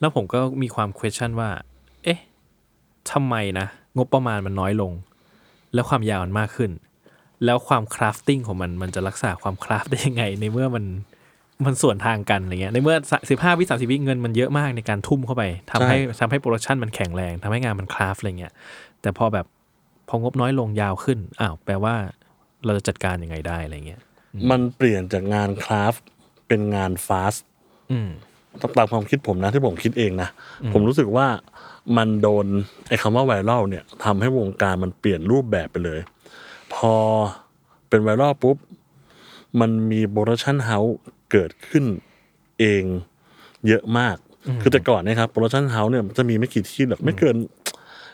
แล้วผมก็มีความ question ว่า เอ๊ะทำไมนะ งบประมาณมันน้อยลง แล้วความยาวมันมากขึ้น แล้วความคราฟติ้งของมันมันจะรักษาความคราฟได้ยังไง ในเมื่อมันมันส่วนทางกันอะไรเงี้ยในเมื่อสิบห้าวิสามสิบวิเงินมันเยอะมากในการทุ่มเข้าไปทำให้ทำให้โปรดักชันมันแข็งแรงทำให้งานมันคราฟอะไรเงี้ยแต่พอแบบพองบน้อยลงยาวขึ้นอ้าวแปลว่าเราจะจัดการยังไงได้อะไรเงี้ย
มันเปลี่ยนจากงานคราฟต์เป็นงานฟาสต์
อืม
ตามความคิดผมนะที่ผมคิดเองนะ ผมรู้สึกว่ามันโดนไอ้คำว่าไวรัลเนี่ยทำให้วงการมันเปลี่ยนรูปแบบไปเลย พอเป็นไวรัลปุ๊บ มันมีโปรดักชันเฮาส์เกิดขึ้นเองเยอะมาก คือแต่ก่อนเนะครับโปรดักชันเฮาส์เนี่ยมันจะมีไม่กี่ที่หรอกไม่เกิน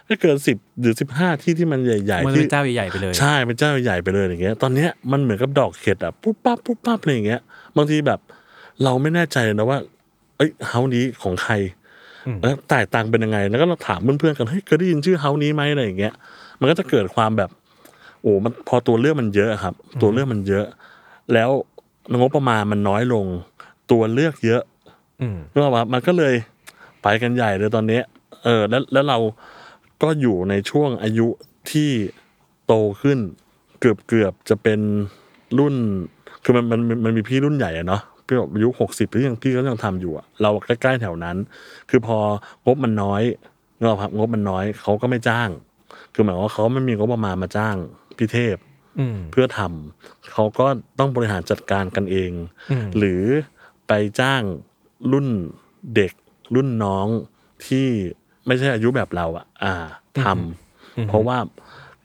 ไม่เกินสิบหรือสิบห้าที่ที่มันใหญ่
มัน
ๆ
เป็
ที่
นเจ้าใหญ่ๆไปเลย
ใช่เป็นเจ้าใหญ่ไปเลยอย่างเงี้ย ตอนเนี้ยมันเหมือนกับดอกเห็ดอะปุ๊บปั๊บปุ๊บปั๊บอะไรอย่างเงี้ย บางทีแบบ เราไม่แน่ใจนะว่า เอ้ยเฮานี้ของใคร
อืม
แล้วจ่ายตังค์เป็นยังไง แล้วก็เราถามเพื่อนๆกันเฮ้ยเคยได้ยินชื่อเฮานี้ไหมอะไรอย่างเงี้ย มันก็จะเกิดความแบบ โอ้มันพอตัวเลือกมันเยอะครับ ตัวเลือกมันเยอะ แล้วงบประมาณมันน้อยลง ตัวเลือกเยอะ
อืม
นึกออกปะมันก็เลยไปกันใหญ่เลยตอนเนี้ยเออแล้วแล้วเราก็อยู่ในช่วงอายุที่โตขึ้น เกือบเกือบจะเป็นรุ่น คือมันมันมันมันมีพี่รุ่นใหญ่อะเนาะพี่แบบอายุหกสิบหรือยังพี่ก็ยังทำอยู่อะเราใกล้ๆแถวนั้น คือพองบมันน้อยนึกออกปะงบมันน้อยเขาก็ไม่จ้าง คือหมายความว่าเขาไม่มีงบประมาณมาจ้างพี่เทพ
อืม
เพื่อทำเขาก็ต้องบริหารจัดการกันเอง
อืม
หรือไปจ้างรุ่นเด็ก รุ่นน้องที่ไม่ใช่อายุแบบเราอะอ่าทำเพราะว่า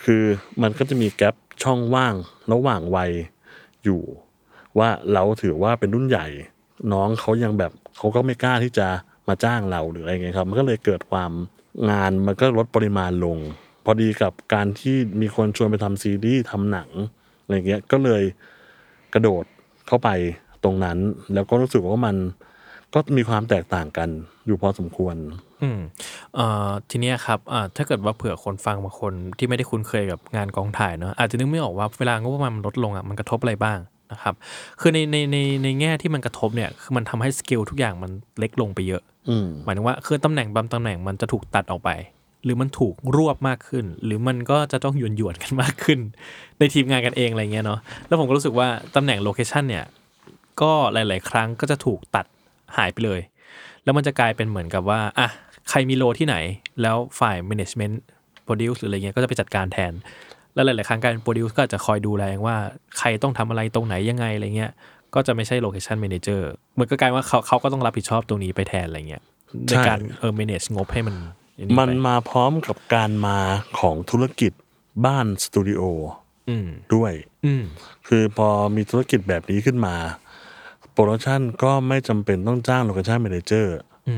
คือมันก็จะมีแกลบช่องว่างระหว่างวัยอยู่ ว่าเราถือว่าเป็นรุ่นใหญ่ น้องเขายังแบบเขาก็ไม่กล้าที่จะมาจ้างเราหรืออะไรเงี้ยครับ มันก็เลยเกิดความงานมันก็ลดปริมาณลง พอดีกับการที่มีคนชวนไปทำซีรีส์ทำหนังอะไรเงี้ยก็เลยกระโดดเข้าไปตรงนั้น แล้วก็รู้สึกว่ามันก็มีความแตกต่างกันอยู่พอสมควร
อืมเอ่อทีเนี้ยครับอ่าถ้าเกิดว่าเผื่อคนฟังบางคนที่ไม่ได้คุ้นเคยกับงานกองถ่ายเนอะอาจจะนึกไม่ออกว่าเวลางบประมาณมันลดลงอ่ะมันกระทบอะไรบ้างนะครับ คือในในในในแง่ที่มันกระทบเนี่ยคือมันทำให้สกิลทุกอย่างมันเล็กลงไปเยอะ
อืม
หมายถึงว่าคือตำแหน่งบางตำแหน่งมันจะถูกตัดออกไป หรือมันถูกรวบมากขึ้น หรือมันก็จะต้องหยวนหยวนๆกันมากขึ้น <laughs> ในทีมงานกันเองอะไรเงี้ยเนาะแล้วผมก็รู้สึกว่าตำแหน่งโลเคชันเนี่ยก็หลาย ๆ ครั้งก็จะถูกตัดหายไปเลย แล้วมันจะกลายเป็นเหมือนกับว่าอ่ะใครมีโลที่ไหน แล้วฝ่าย management produce หรืออะไรเงี้ยก็จะไปจัดการแทน แล้วหลาย ๆ ครั้งการ produce ก็อาจจะคอยดูแลว่าใครต้องทำอะไรตรงไหนยังไงอะไรเงี้ยก็จะไม่ใช่ location manager เหมือนก็กลายว่าเขาเขาก็ต้องรับผิดชอบตรงนี้ไปแทนอะไรเงี้ย ใน
ใช่
การเออ manage งบให้มันอั
มัน
ไป
มาพร้อมกับการมาของธุรกิจบ้านสตูดิโอ
อืม
ด้วย
อืม
คือพอมีธุรกิจแบบนี้ขึ้นมา โปรดักชันก็ไม่จำเป็นต้องจ้างโลเคชันแมเนเจอร์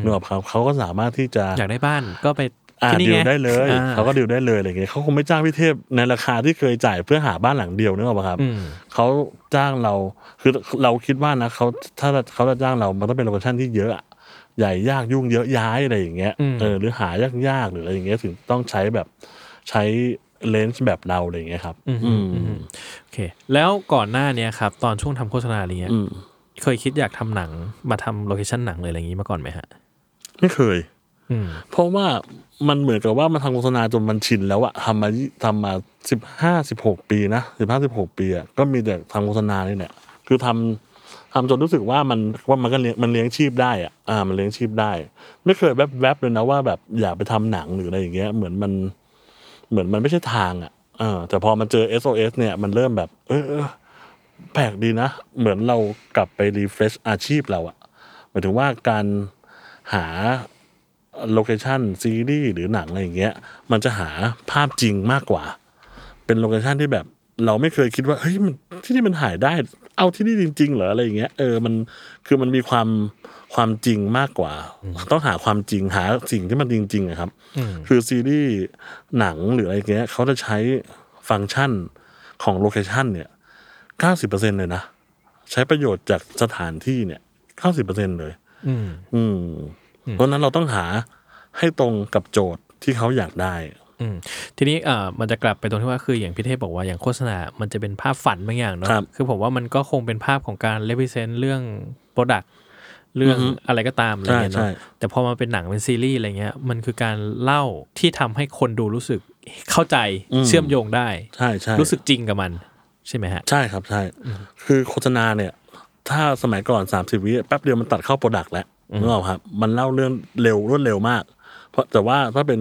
นึกออกครับเขาก็สามารถที่จะ
อยากได้บ้านก็ไป
อ่า
ที่นี่
ดิว
ง
ได้เลย
อ่
เขาก็ดิวได้เลยอะไรเงี้ยเขาคงไม่จ้างพี่เทพในราคาที่เคยจ่ายเพื่อหาบ้านหลังเดียวนึกออกปะครับ
อืม
เขาจ้างเราคือเราคิดว่านะเขาถ้าเขาจะจ้างเรามันต้องเป็นโลเคชันที่เยอะอะใหญ่ยากยุ่งเยอะย้ายอะไรอย่างเงี้ย
อืม
เออหรือหายากยากๆหรืออะไรอย่างเงี้ยถึงต้องใช้แบบใช้เลนส์แบบเราอะไรอย่างเงี้ยครับ อืม
โอเค แล้วก่อนหน้าเนี้ยครับ ตอนช่วงทำโฆษณาอะไรเงี้ย
อืม
เคยคิดอยากทำหนังมาทำโลเคชันหนังเลยอะไรอย่างงี้มาก่อนไหมฮะ
ไม่เคย
อืม
เพราะว่ามันเหมือนกับว่ามันทำโฆษณาจนมันชินแล้วอะทำมาทำมาสิบห้าสิบหกปีนะสิบห้าสิบหกปีอะก็มีแต่ทำโฆษณานี่แหละคือทำทำจนรู้สึกว่ามันว่ามันก็เลี้ยงมันเลี้ยงชีพได้อะอ่า มันเลี้ยงชีพได้ ไม่เคยแวบๆเลยนะว่าแบบอยากไปทำหนังหรืออะไรอย่างเงี้ย เหมือนมัน เหมือนมันไม่ใช่ทางอะเออแต่พอมันเจอ SOS เนี่ยมันเริ่มแบบ เออเออ แปลกดีนะ เหมือนเรากลับไปรีเฟรชอาชีพเราอะหมายถึงว่าการหาโลเคชันซีรีส์หรือหนังอะไรอย่างเงี้ย มันจะหาภาพจริงมากกว่า เป็นโลเคชันที่แบบเราไม่เคยคิดว่าเฮ้ยมันที่นี่มันหายได้ เอาที่นี่จริง ๆ เหรออะไรอย่างเงี้ยเออมันคือมันมีความความจริงมากกว่า ต้องหาความจริงหาสิ่งที่มันจริงๆอะครับ คือซีรีส์หนังหรืออะไรเงี้ยเขาจะใช้ฟังก์ชันของโลเคชันเนี่ย เก้าสิบเปอร์เซ็นเลยนะ ใช้ประโยชน์จากสถานที่เนี่ยเก้าสิบเปอร์เซ็นเลย
อืม
อืม เพราะฉะนั้นเราต้องหาให้ตรงกับโจทย์ที่เขาอยากได้
อืมทีนี้เอ่อมันจะกลับไปตรงที่ว่าคืออย่างพี่เทพบอกว่าอย่างโฆษณา มันจะเป็นภาพฝันบางอย่างเนาะ
ครับ
คือผมว่ามันก็คงเป็นภาพของการเลพิเซนต์เรื่องโปรดักเรื่อง
อือฮึ
อะไรก็ตามอะไรเงี้ย
ใช่
เนาะ
ใช่
แต่พอมาเป็นหนังเป็นซีรีส์อะไรเงี้ยมันคือการเล่าที่ทำให้คนดูรู้สึกเข้าใจเชื่อมโยงได้
ใช่ใช่
รู้สึกจริงกับมัน ใช่ไหมฮะ
ใช่ครับใช่ คือโฆษณาเนี่ย ถ้าสมัยก่อนสามสิบวิแป๊บเดียวมันตัดเข้าโปรดักต์แล้วนึกออกครับ มันเล่าเรื่องเร็วรวดเร็วมาก เพราะแต่ว่าถ้าเป็น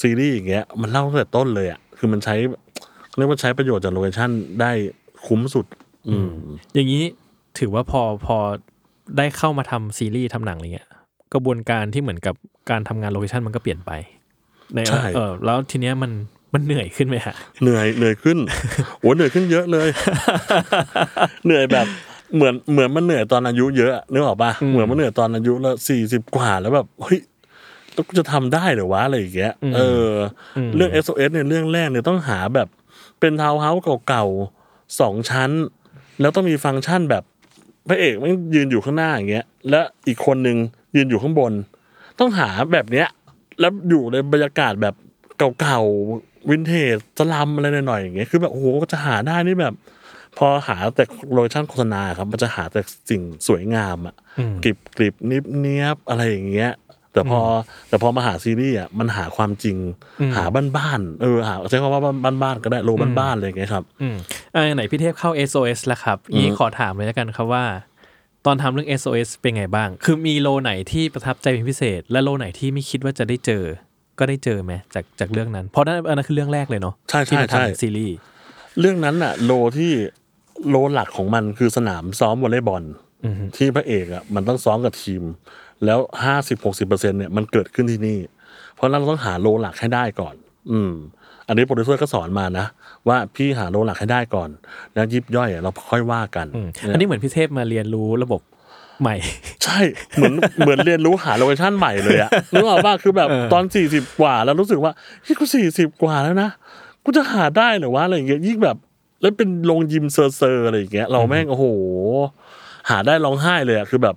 ซีรีส์อย่างเงี้ยมันเล่าตั้งแต่ต้นเลยอ่ะคือมันใช้เรียกว่าใช้ประโยชน์จากโลเคชันได้คุ้มสุด อืม
อย่างนี้ถือว่าพอพอได้เข้ามาทำซีรีส์ทำหนังอะไรเงี้ยกระบวนการที่เหมือนกับการทำงานโลเคชันมันก็เปลี่ยนไปใน
ใช่
เออแล้วทีเนี้ยมันมันเหนื่อยขึ้นไหมฮะ
เหนื่อยเหนื่อย <laughs> ขึ้น โอ้เหนื่อยขึ้นเยอะเลย <laughs> เหนื่อยแบบเหมือนเหมือนมันเหนื่อยตอนอายุเยอะนึกออกปะเหมือนมันเหนื่อยตอนอายุแล้วสี่สิบกว่าแล้วแบบเฮ้ยแล้วกูจะทำได้เหรือวะอะไรอย่างเงี้ยเอออ เรื่อง SOS เนี่ยเรื่องแรกเนี่ยต้องหาแบบเป็นทาวน์เฮาส์เก่าๆสองชั้น แล้วต้องมีฟังก์ชันแบบพระเอกมันยืนอยู่ข้างหน้าอย่างเงี้ย และอีกคนนึงยืนอยู่ข้างบน ต้องหาแบบเนี้ย แล้วอยู่ในบรรยากาศแบบเก่าๆวินเทจสลัมอะไรหน่อยๆอย่างเงี้ยคือแบบโอ้โหจะหาได้นี่แบบ พอหาแต่โลเคชั่นโฆษณาครับ มันจะหาแต่สิ่งสวยงามอะ
อืม
กริบกริบนิบเนียบอะไรอย่างเงี้ย แต่พออแต่พอมาหาซีรีส์อ่ะมันหาความจริงหาบ้านๆเออหาใช้คำว่าบ้านๆก็ได้โลบ้านๆอะไรอย่างเงี้ยครับ
อืมอ่าไหนพี่เทพเข้า SOS แล้วครับนี่ขอถามเลยแล้วกันครับว่า ตอนทำเรื่อง SOS เป็นไงบ้าง คือมีโลไหนที่ประทับใจเป็นพิเศษ และโลไหนที่ไม่คิดว่าจะได้เจอ ก็ได้เจอไหมจากจากเรื่องนั้น เพราะนั่นอันนั้นคือเรื่องแรกเลยเนาะ
ใช่ใช่
ที่มา
ใช่
ทำซีรีส์
เรื่องนั้นน่ะ โลที่โลหลักของมันคือสนามซ้อมวอลเลย์บอลที่พระเอกอ่ะมันต้องซ้อมกับทีม แล้วห้าสิบหกสิบเปอร์เซ็นเนี่ยมันเกิดขึ้นที่นี่ เพราะฉะนั้นเราต้องหาโลหลักให้ได้ก่อน อืม อันนี้โปรดิวเซอร์ก็สอนมานะ ว่าพี่หาโลหลักให้ได้ก่อน แล้วยิบย่อยอ่ะเราค่อยว่ากัน
อืม
เย
อันนี้เหมือนพี่เทพมาเรียนรู้ระบบใหม่
ใช่เหมือน เหมือนเรียนรู้หาโลเคชั่นใหม่เลย <laughs> อะนึกออกป่ะคือแบบตอนสี่สิบกว่าแล้วรู้สึกว่าเฮ้ยกูสี่สิบกว่าแล้วนะกูจะหาได้เหรือวะอะไรอย่างเงี้ยยิ่งแบบ แล้วเป็นโรงยิมเซอร์เซอร์อะไรอย่างเงี้ยเราแม่งโอ้โห หาได้ร้องไห้เลยอะคือแบบ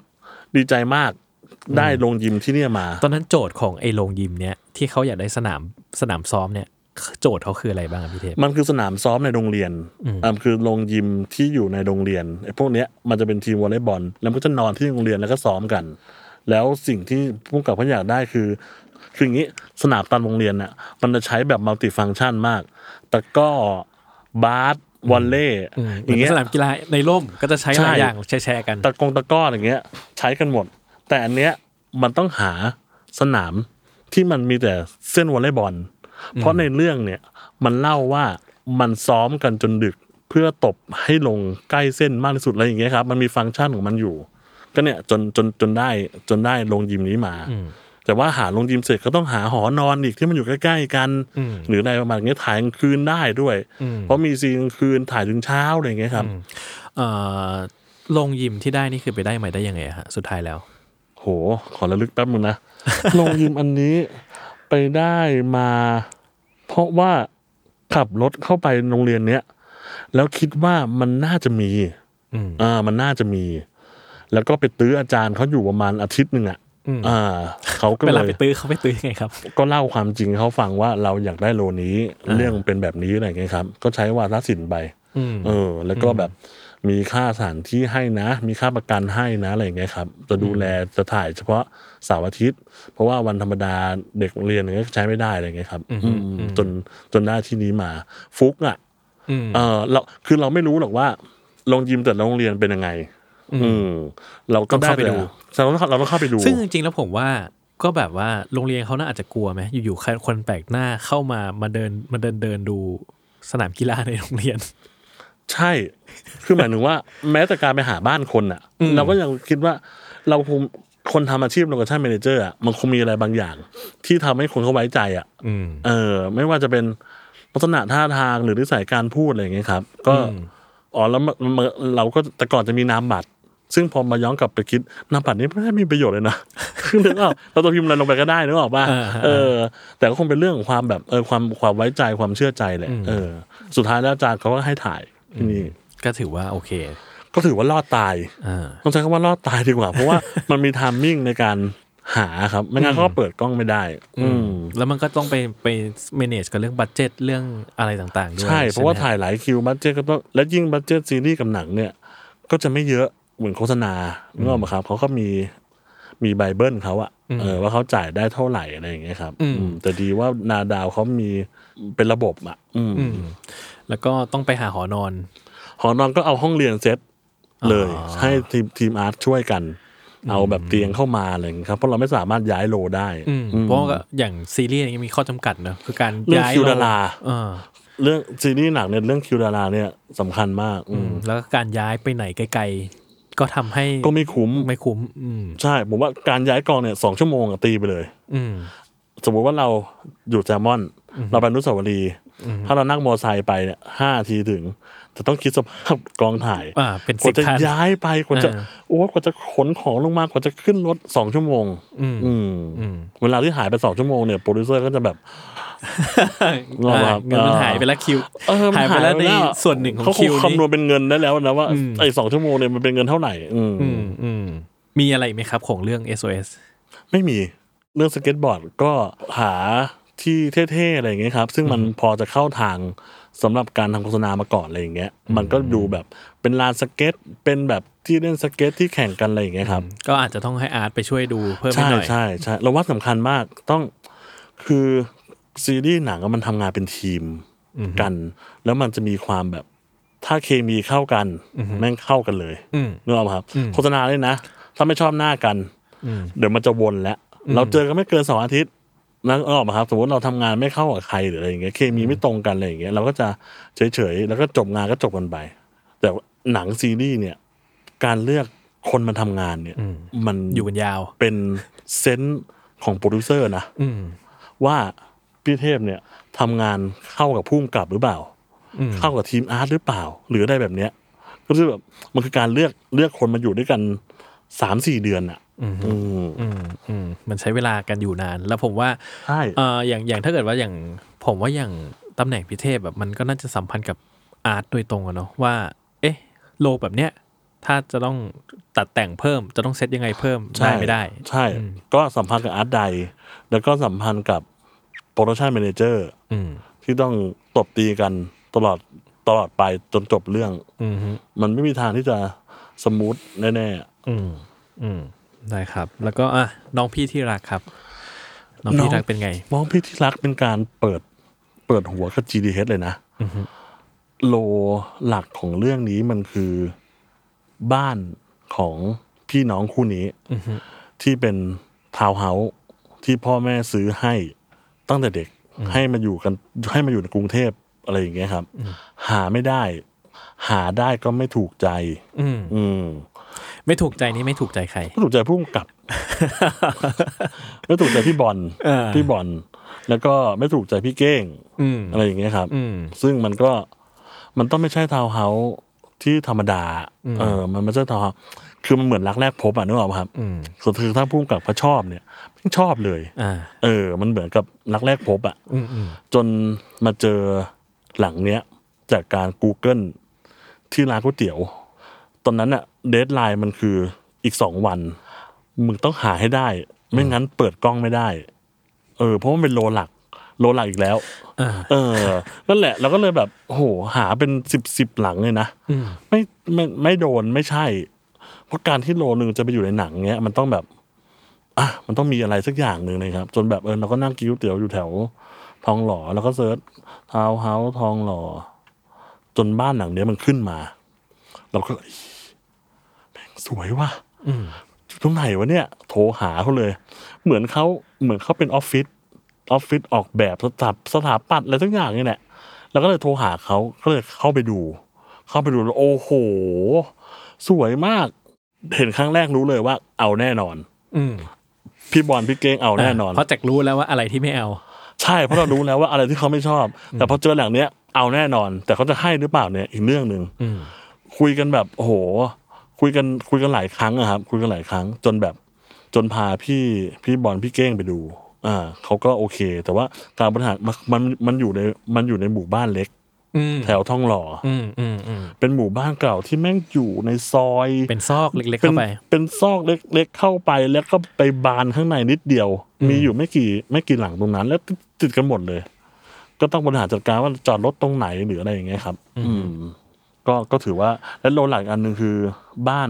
ดีใจมากได้โรงยิมที่เนี่ยมา
ตอนนั้นโจทย์ของไอ้โรงยิมเนี่ยที่เขาอยากได้สนามสนามซ้อมเนี่ยโจทย์เขาคืออะไรบ้างอะพี่เทพ
มันคือสนามซ้อมในโรงเรียนอ่ามันคือโรงยิมที่อยู่ในโรงเรียนไอ้พวกเนี้ยมันจะเป็นทีมวอลเลย์บอล แล้วมันก็จะนอนที่โรงเรียนแล้วก็ซ้อมกัน แล้วสิ่งที่ผู้กำกับเขาอยากได้คือ คืออย่างนี้สนามตามโรงเรียนน่ะ มันจะใช้แบบมัลติฟังก์ชันมากตะกร้อบาสวอลเลย์
อ
อย่า
ย่าง
ง
เงี้
เงี้
ย
ย
สนามกีฬาในร่มก็จะใช้หลาย
ใช่
อย่างแชร์ๆกัน
ตะกงตะกร้ออย่างเงี้ย ใช้กันหมด แต่อันเนี้ยมันต้องหาสนามที่มันมีแต่เส้นวอลเลย์บอล เพราะในเรื่องเนี่ยมันเล่าว่ามันซ้อมกันจนดึกเพื่อตบให้ลงใกล้เส้นมากที่สุดอะไรอย่างเงี้ยครับ มันมีฟังก์ชันของมันอยู่ ก็เนี่ยจนจนจนได้จนได้โรงยิมนี้มา แต่ว่าหาโรงยิมเสร็จก็ต้องหาหอนอนอีกที่มันอยู่ใกล้ๆกัน
อืม
หรืออะไรประมาณเงี้ยถ่ายกลางคืนได้ด้วย เพราะมีซีนกลางคืนถ่ายถึงเช้าอะไรอย่างเงี้ยครับ
เอ่อลงยิมที่ได้นี่คือไปได้มาได้ยังไงอะฮะสุดท้ายแล้ว
โห ขอระลึกแป๊บนึงนะ <laughs> ลงยิมอันนี้ไปได้มา เพราะว่าขับรถเข้าไปโรงเรียนเนี้ย แล้วคิดว่ามันน่าจะมี
อืม
อ่า มันน่าจะมี แล้วก็ไปตื้ออาจารย์เขาอยู่ประมาณอาทิตย์หนึ่งอ่ะอ่าเขาก็
เว
เล
ลาย ไปตื้อเขาไปตื้อยังไงครับ
ก็เล่าความจริงให้เขาฟังว่าเราอยากได้โลนี้ เรื่องเป็นแบบนี้อะไรอย่างเงี้ยครับ ก็ใช้วาทศิลป์ไป
อืม
เออ แล้วก็แบบมีค่าสถานที่ให้นะ มีค่าประกันให้นะอะไรอย่างเงี้ยครับ จะดูแลจะถ่ายเฉพาะเสาร์อาทิตย์ เพราะว่าวันธรรมดาเด็กเรียนอย่างเงี้ยใช้ไม่ได้อะไรอย่างเงี้ยครับอืมจนจนได้ที่นี้มา ฟุกอ่ะ
อืม
เออเราคือเราไม่รู้หรอกว่าโรงยิมแต่ละโรงเรียนเป็นยังไง อืม เราก็ด้
ต้องเข้าไปดู
แต่เราต้องเราต้องเข้าไปดู
ซึ่งจริงๆแล้วผมว่าก็แบบว่าโรงเรียนเขาน่าอาจจะกลัวไหมอยู่ๆใครคนแปลกหน้าเข้ามามาเดินมาเดินเดินดูสนามกีฬาในโรงเรียน
ใช่ คือหมายถึงว่า <laughs> แม้แต่การไปหาบ้านคนอ่ะ เราก็ยังคิดว่า เราคงคนทำอาชีพโลเคชั่น m ม n เจอร์อ่ะมันคงมีอะไรบางอย่าง ที่ทำให้คนเขาไว้ใจอ่ะ
อืม
เออไม่ว่าจะเป็นลักษณะท่าทางหรือนิสัยการพูดอะไรอย่างเงี้ยครับ ก็อ๋อแล้วมันมันเราก็แต่ก่อนจะมีนามบัตร ซึ่งพอมาย้อนกลับไปคิดนามบัตรนี้ไม่ได้มีประโยชน์เลยนะ <laughs> นึกออกเราจะพิมพ์อะไรลงไปก็ได้นึกออกป่ะ
อ่าฮะ
เออ แต่ก็คงเป็นเรื่องของความแบบเออความความไว้ใจความเชื่อใจแหละเออ สุดท้ายแล้วอาจารย์เขาก็ให้ถ่ายที่นี่
ก็ถือว่าโอเค
ก็ถือว่ารอดตาย
อ่า
ต้องใช้คำว่ารอดตายดีกว่า เพราะว่า มันมีไทามมิ่งในการหาครับไม่งั้นเขาก็เปิดกล้องไม่ได้ อืม
แล้วมันก็ต้องไปไป manage กับเรื่องบัตเจตเรื่องอะไรต่างๆด้วย
ใช่ เพราะว่า
ใช่ไหม
ถ่ายหลายคิวบัตเจตก็ต้องและยิ่งบัตเจตซีรีส์กับหนังเนี่ย ก็จะไม่เยอะเหมือนโฆษณาเนกออกไหมครับเขาก็มีมีไบเบิลเขาอะเออว่าเขาจ่ายได้เท่าไหร่อะไรอย่างเงี้ยครับ อืมแต่ดีว่านาดาวเขามีเป็นระบบอะอืม
แล้วก็ต้องไปหาหอนอน
หอนอนก็เอาห้องเรียนเซตเลย ให้ทีมทีมอาร์ตช่วยกัน เอาแบบเตียงเข้ามาอะไรอย่างเงี้ยครับเพราะเราไม่สามารถย้ายโลได้
อืมเพราะว่าอย่างซีรีส์อย่างเงี้ยมีข้อจำกัดเนอะคือการ
เรื่อง
ย้าย
คิวดารา
เออ
เรื่องซีรีส์หนังเนี่ยเรื่องคิวดาราเนี่ยสำคัญมาก อืม
แล้วก็การย้ายไปไหนไกลๆ ก็ทำให้
ก็ไม่คุ้ม
ไม่คุ้ม อืม
ใช่ ผมว่าการย้ายกองเนี่ยสองชั่วโมงอะตีไปเลย
อืม
สมมุติว่าเราอยู่แจมอน เราไปอนุสาวรีย์ถ้าเรานั่งมอไซค์ไปเนี่ยห้าทีถึง แต่ต้องคิดสภาพกองถ่าย
อ่าเป็น
กว่าจะ
สิบคัน
ย้ายไปกว่าจะ
อ่า
โอ้ยกว่าจะขนของลงมากว่าจะขึ้นรถสองชั่วโมง
อืม
อืมเวลาที่หายไปสองชั่วโมงเนี่ยโปรดิวเซอร์ก็จะ
<laughs>
แบบ รอรับ
เงินมันหายไปแล้วคิว
เออมัน
หายไปแล้วใน
อะ
ส่วนหนึ่งของ
เขา
คิว
คำน
นี้
วณเป็นเงินได้แล้วนะว่า
อืม
ไอ้สองชั่วโมงเนี่ยมันเป็นเงินเท่าไหร่ อืม
อืมอืมมีอะไรไหมครับของเรื่อง SOS
ไม่มีเรื่องสเก็ตบอร์ดก็หาที่เท่ๆอะไรอย่างเงี้ยครับ ซึ่งมันพอจะเข้าทางสำหรับการทำโฆษณามาก่อนอะไรอย่างเงี้ย มันก็ดูแบบเป็นลานสเก็ตเป็นแบบที่เล่นสเก็ตที่แข่งกันอะไรอย่างเงี้ยครับ
ก็อาจจะต้องให้อาร์ตไปช่วยดูเพิ่มให้
ใช่
หน่อย
ใช่ใช่เราว่าสำคัญมากต้องคือซีรีส์หนังอะมันทำงานเป็นทีมกัน แล้วมันจะมีความแบบถ้าเคมีเข้ากัน แม่งเข้ากันเลย
อืม
นึกออกไหมครับ โฆษณาเลยนะ ถ้าไม่ชอบหน้ากัน เดี๋ยวมันจะวนแล้ว เราเจอกันไม่เกินสองอาทิตย์นั่นออกไหมาครับ สมมติเราทำงานไม่เข้ากับใครหรืออะไรอย่างเงี้ยเคมีไม่ตรงกันอะไรอย่างเงี้ยเราก็จะเฉยๆแล้วก็จบงานก็จบกันไป แต่หนังซีรีส์เนี่ย การเลือกคนมาทำงานเนี่ย มัน
อยู่กันยาว
เป็นเซนส์ของโปรดิวเซอร์นะ
อืม
ว่าพี่เทพเนี่ยทำงานเข้ากับผู้กำกับหรือเปล่า
อืม
เข้ากับทีมอาร์ตหรือเปล่า หรืออะไรแบบเนี้ยก็คือแบบมันคือการเลือกเลือกคนมาอยู่ด้วยกันสามสี่เดือนอ่ะอืม
อืมอืมมันใช้เวลากันอยู่นาน แล้วผมว่า
ใช่
เอ่ออย่างอย่างถ้าเกิดว่าอย่างผมว่าอย่างตำแหน่งพิเทพแบบมันก็น่าจะสัมพันธ์กับอาร์ตโดยตรงอะเนาะว่า เอ๊ะ โลแบบเนี้ยถ้าจะต้องตัดแต่งเพิ่ม จะต้องเซตยังไงเพิ่ม
ใช่
ได้ไม่ได้
ใช่ ก็สัมพันธ์กับอาร์ตใด แล้วก็สัมพันธ์กับโปรดักชันแมเนเจอร์
อืม
ที่ต้องตบตีกันตลอดตลอดไปจนจบเรื่อง
อืมฮึ
มันไม่มีทางที่จะสมูทแน่ๆ
อืมอืมได้ครับ แล้วก็อ่ะน้องพี่ที่รักครับ น้องพี่
น้อง
รักเป็นไง
มองพี่ที่รักเป็นการเปิดเปิดหัวกับ GDH เลยนะโลหลักของเรื่องนี้มันคือบ้านของพี่น้องคู่นี้ที่เป็นทาวน์เฮาส์ที่พ่อแม่ซื้อให้ตั้งแต่เด็กให้มาอยู่กันให้มาอยู่ในกรุงเทพอะไรอย่างเงี้ยครับ หาไม่ได้ หาได้ก็ไม่ถูกใจ
อืม
อืม
ไม่ถูกใจนี่ไม่ถูกใจใคร
ไม่ถูกใจผู้กำ
<laughs>
กับ ไม่ถูกใจพี่บอล
เออ
พี่บอลแล้วก็ไม่ถูกใจพี่เก้ง
อืม
อะไรอย่างเงี้ยครับ
อืม
ซึ่งมันก็มันต้องไม่ใช่ทาวน์เฮาส์ที่ธรรมดา เออ มันไม่ใช่ทาวน์เฮาส์คือมันเหมือนรักแรกพบอ่ะนึกออกไหมครับ
อืม
ส่วนคือถ้าผู้กำกับเขาชอบเนี่ยไม่งชอบเลย
อ่า
เออ มันเหมือนกับรักแรกพบอ่ะ
อืมอืม
จนมาเจอหลังเนี้ย จากการ Google ที่ร้านก๋วยเตี๋ยว ตอนนั้นอะเดทไลน์มันคืออีกสองวัน มึงต้องหาให้ได้ ไม่งั้นเปิดกล้องไม่ได้ เออ เพราะมันเป็นโลหลัก โลหลักอีกแล้ว
อ่า
เออ นั่นแหละเราก็เลยแบบโอ้โหหาเป็นสิบสิบหลังเลยนะ
อืม
ไม่ไม่ไม่โดนไม่ใช่ เพราะการที่โลหนึ่งจะไปอยู่ในหนังเนี้ย มันต้องแบบ อ่ะมันต้องมีอะไรสักอย่างหนึ่งเลยครับ จนแบบเออเราก็นั่งกินก๋วยเตี๋ยวอยู่แถว ทองหล่อแล้วก็เซิร์ชทาวน์เฮาส์ทองหล่อ จนบ้านหลังเนี้ยมันขึ้นมา เราก็เอ้ยแม่งสวยว่ะ
อืม
อยู่ตรงไหนวะเนี่ย โทรหาเขาเลย เหมือนเขาเหมือนเขาเป็นออฟฟิศออฟฟิศออกแบบสถาสถาปัตย์อะไรสักอย่างนี่แหละแล้วก็เลยโทรหาเขาก็เลยเข้าไปดู เข้าไปดูแล้วโอ้โห สวยมาก เห็นครั้งแรกรู้เลยว่าเอาแน่นอน
อืม
พี่บอลพี่เก้งเอาแน่นอน
เพราะแจ็ครู้แล้วว่าอะไรที่ไม่เอา
ใช่เพราะเรารู้แล้วว่าอะไรที่เขาไม่ชอบ แต่พอเจอหลังเนี้ยเอาแน่นอน แต่เขาจะให้หรือเปล่าเนี่ยอีกเรื่องหนึ่ง
อืม
คุยกันแบบโอ้โห คุยกันคุยกันหลายครั้งอะครับ คุยกันหลายครั้ง จนแบบจนพาพี่พี่บอลพี่เก้งไปดู อ่าเขาก็โอเค แต่ว่าการบริหารมันมันมันอยู่ในมันอยู่ในหมู่บ้านเล็ก
อืม
แถวท่องหล่ออ
อืมอืมอืม
เป็นหมู่บ้านเก่าที่แม่งอยู่ในซอย
เป็นซอกเล็กๆเข้าไป
นเป็นซอกเล็ก ๆ เข้าไปแล้วก็ไปบานข้างในนิดเดียว มีอยู่ไม่กี่ไม่กี่หลังตรงนั้น แล้วติดกันหมดเลย ก็ต้องบริหารจัดการว่าจอดรถตรงไหนหรืออะไรอย่างเงี้ยครับ อืม ก็ก็ถือว่าและโลหลักอันหนึ่งคือ บ้าน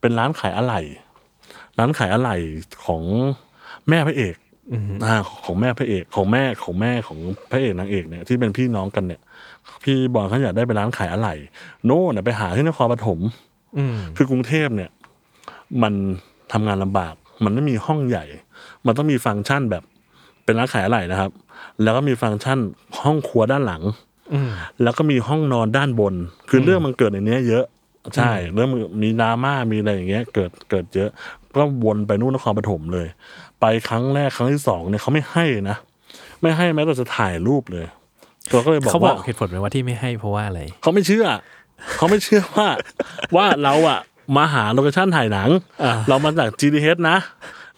เป็นร้านขายอะไหล่ร้านขายอะไหล่ของแม่พระเอกอ่าของแม่พระเอกของแม่ของแม่ของพระเอกนางเอกเนี่ยที่เป็นพี่น้องกันเนี่ย พี่บอลเขาอยากได้ไปร้านขายอะไหล่โน่นนะไปหาที่นครปฐม
อืม
คือกรุงเทพเนี่ย มันทำงานลำบาก มันไม่มีห้องใหญ่ มันต้องมีฟังก์ชันแบบเป็นร้านขายอะไหล่นะครับ แล้วก็มีฟังก์ชันห้องครัวด้านหลัง
อืม
แล้วก็มีห้องนอนด้านบน คือเรื่องมันเกิดในเนี้ยเยอะ ใช่ เรื่องมันมีดราม่า มีอะไรอย่างเงี้ย เกิด เกิดเยอะ ก็วนไปนู่นนครปฐมเลย ไปครั้งแรกครั้งที่สองเนี่ยเขาไม่ให้นะ ไม่ให้แม้แต่จะถ่ายรูปเลยเราก็เลยบอก
เขาบอ
ว่า
กเหตุผลไหมว่าที่ไม่ให้เพราะว่าอะไร
เขาไม่เชื่อ เขาไม่เชื่อว่า <laughs> ว่าเราอะมาหาโลเคชั่นถ่ายหนัง
อ่า
เรามาจาก g d h นะ